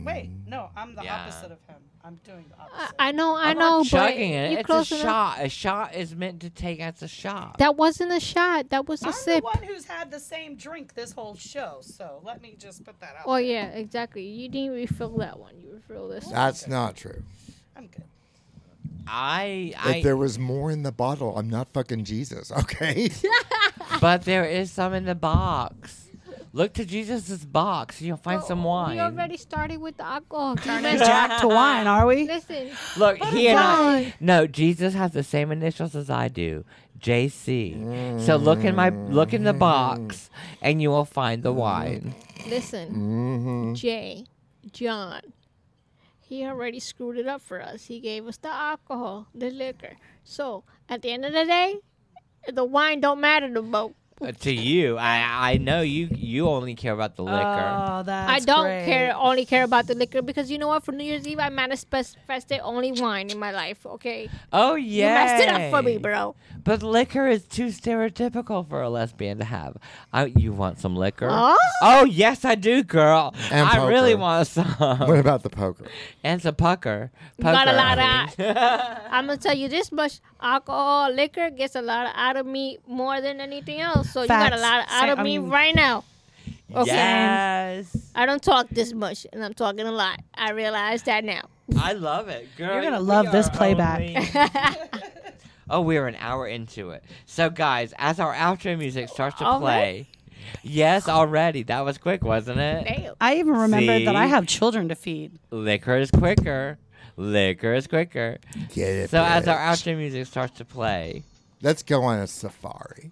[SPEAKER 5] Wait, no, I'm the
[SPEAKER 4] Yeah.
[SPEAKER 5] opposite of him. I'm doing the
[SPEAKER 2] I,
[SPEAKER 5] opposite.
[SPEAKER 2] I know, I
[SPEAKER 4] I'm
[SPEAKER 2] know,
[SPEAKER 4] not chugging
[SPEAKER 2] but
[SPEAKER 4] it.
[SPEAKER 2] you
[SPEAKER 4] it's
[SPEAKER 2] close
[SPEAKER 4] a
[SPEAKER 2] enough.
[SPEAKER 4] shot. A shot is meant to take. That's a shot.
[SPEAKER 2] That wasn't a shot. That was a
[SPEAKER 5] I'm the
[SPEAKER 2] sip.
[SPEAKER 5] one who's had the same drink this whole show, so let me just put that out.
[SPEAKER 2] Oh yeah, exactly. You didn't refill that one. You refill this. one.
[SPEAKER 1] That's not true.
[SPEAKER 5] I'm good.
[SPEAKER 4] I. I
[SPEAKER 1] if there was more in the bottle, I'm not fucking Jesus, okay?
[SPEAKER 4] but there is some in the box. Look to Jesus's box. You'll find some wine.
[SPEAKER 2] We Oh, already started with the alcohol. You
[SPEAKER 5] Turning
[SPEAKER 2] messed-
[SPEAKER 5] Jack to wine, are we?
[SPEAKER 2] Listen,
[SPEAKER 4] Look, he and I. No, Jesus has the same initials as I do, J.C. So look in my look in the
[SPEAKER 1] Mm.
[SPEAKER 4] box, and you will find the wine.
[SPEAKER 2] listen, Jay, John. He already screwed it up for us. He gave us the alcohol, the liquor. So at the end of the day, the wine don't matter to both.
[SPEAKER 4] Uh,
[SPEAKER 1] Mm.
[SPEAKER 4] to you, I I know you you only care about the liquor.
[SPEAKER 2] Uh,
[SPEAKER 5] Oh, that's
[SPEAKER 2] I don't
[SPEAKER 5] great.
[SPEAKER 2] care. Only care about the liquor because you know what? For New Year's Eve, I manifested only wine in my life. Okay,
[SPEAKER 4] oh yeah,
[SPEAKER 2] you messed it up for me, bro.
[SPEAKER 4] But liquor is too stereotypical for a lesbian to have. I, you want some liquor?
[SPEAKER 2] Huh?
[SPEAKER 4] Oh yes, I do, girl.
[SPEAKER 1] And
[SPEAKER 4] I really
[SPEAKER 1] poker.
[SPEAKER 4] want
[SPEAKER 1] what
[SPEAKER 4] some.
[SPEAKER 1] about the poker?
[SPEAKER 4] and some pucker.
[SPEAKER 2] You got a
[SPEAKER 4] Poker,
[SPEAKER 2] lot of-
[SPEAKER 4] I mean.
[SPEAKER 2] I'm gonna tell you this much: alcohol, liquor gets a lot out of me more than anything else. So you got
[SPEAKER 5] Facts.
[SPEAKER 2] a lot out
[SPEAKER 5] Same-
[SPEAKER 2] of
[SPEAKER 5] I
[SPEAKER 2] me
[SPEAKER 5] mean-
[SPEAKER 2] right now. Okay.
[SPEAKER 4] Yes.
[SPEAKER 2] I don't talk this much, and I'm talking a lot. I realize that now.
[SPEAKER 4] I love it, girl.
[SPEAKER 5] You're gonna
[SPEAKER 4] we
[SPEAKER 5] love this
[SPEAKER 4] are
[SPEAKER 5] playback.
[SPEAKER 4] only- oh, we're an hour into it. So, guys, as our outro music starts to
[SPEAKER 2] Already?
[SPEAKER 4] play, yes, already. That was quick, wasn't it?
[SPEAKER 2] Damn.
[SPEAKER 5] I even remembered that I
[SPEAKER 4] See?
[SPEAKER 5] have children to feed.
[SPEAKER 4] Liquor is quicker. Liquor is quicker.
[SPEAKER 1] Get it.
[SPEAKER 4] So, as our
[SPEAKER 1] bitch.
[SPEAKER 4] outro music starts to play,
[SPEAKER 1] Let's go on a safari.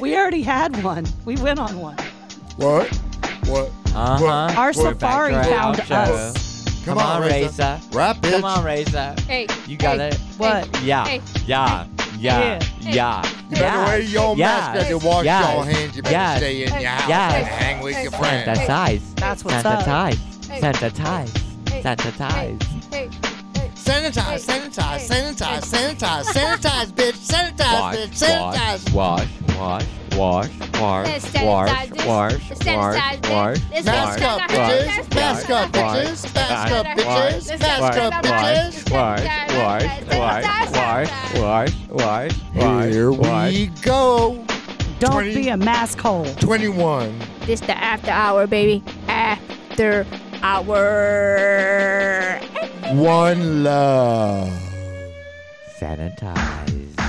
[SPEAKER 5] We already had one. We went on one.
[SPEAKER 1] What? What?
[SPEAKER 4] uh huh.
[SPEAKER 1] We're
[SPEAKER 5] Our
[SPEAKER 1] back
[SPEAKER 5] safari
[SPEAKER 1] to our
[SPEAKER 5] found us.
[SPEAKER 1] Come, on, Raisa. Rap, bitch.
[SPEAKER 4] Come on, Raisa.
[SPEAKER 2] Hey,
[SPEAKER 4] You got
[SPEAKER 2] hey,
[SPEAKER 4] it.
[SPEAKER 5] What?
[SPEAKER 2] Hey,
[SPEAKER 4] Yeah.
[SPEAKER 2] Hey.
[SPEAKER 4] Yeah.
[SPEAKER 8] Yeah.
[SPEAKER 9] Yeah.
[SPEAKER 8] Yeah.
[SPEAKER 1] You better wear your
[SPEAKER 8] Yeah.
[SPEAKER 1] mask, better wash
[SPEAKER 8] Yeah.
[SPEAKER 1] your hands, you better
[SPEAKER 8] Yeah.
[SPEAKER 1] stay in your house
[SPEAKER 8] Yeah.
[SPEAKER 1] and hang with your friends.
[SPEAKER 4] Sanitize.
[SPEAKER 9] That's what's up.
[SPEAKER 4] Sanitize.
[SPEAKER 2] Hey.
[SPEAKER 4] Sanitize.
[SPEAKER 2] Hey.
[SPEAKER 4] Sanitize.
[SPEAKER 2] Hey,
[SPEAKER 1] Sanitize, sanitize, sanitize, sanitize, sanitize, bitch, sanitize,
[SPEAKER 4] Wash,
[SPEAKER 1] bitch,
[SPEAKER 4] wash,
[SPEAKER 1] sanitize.
[SPEAKER 4] wash, wash, wash,
[SPEAKER 2] Hey,
[SPEAKER 4] wash, wash,
[SPEAKER 2] sanitize this.
[SPEAKER 4] wash, wash,
[SPEAKER 2] Sanitize this.
[SPEAKER 4] wash.
[SPEAKER 2] Let's
[SPEAKER 1] Mask
[SPEAKER 2] sanitize
[SPEAKER 1] up,
[SPEAKER 2] our hands.
[SPEAKER 1] bitches,
[SPEAKER 2] Let's
[SPEAKER 1] mask up,
[SPEAKER 2] sanitize our
[SPEAKER 1] bitches, mask up,
[SPEAKER 2] Wash,
[SPEAKER 1] bitches,
[SPEAKER 2] wash,
[SPEAKER 1] mask up,
[SPEAKER 2] wash,
[SPEAKER 1] bitches.
[SPEAKER 4] Wash, wash, wash, wash, wash, wash, wash.
[SPEAKER 1] Here
[SPEAKER 4] wash.
[SPEAKER 1] we go.
[SPEAKER 5] Don't
[SPEAKER 1] 20
[SPEAKER 5] be a mask hole.
[SPEAKER 1] 21.
[SPEAKER 2] This the after hour, baby. After hour.
[SPEAKER 1] One love.
[SPEAKER 4] Sanitize.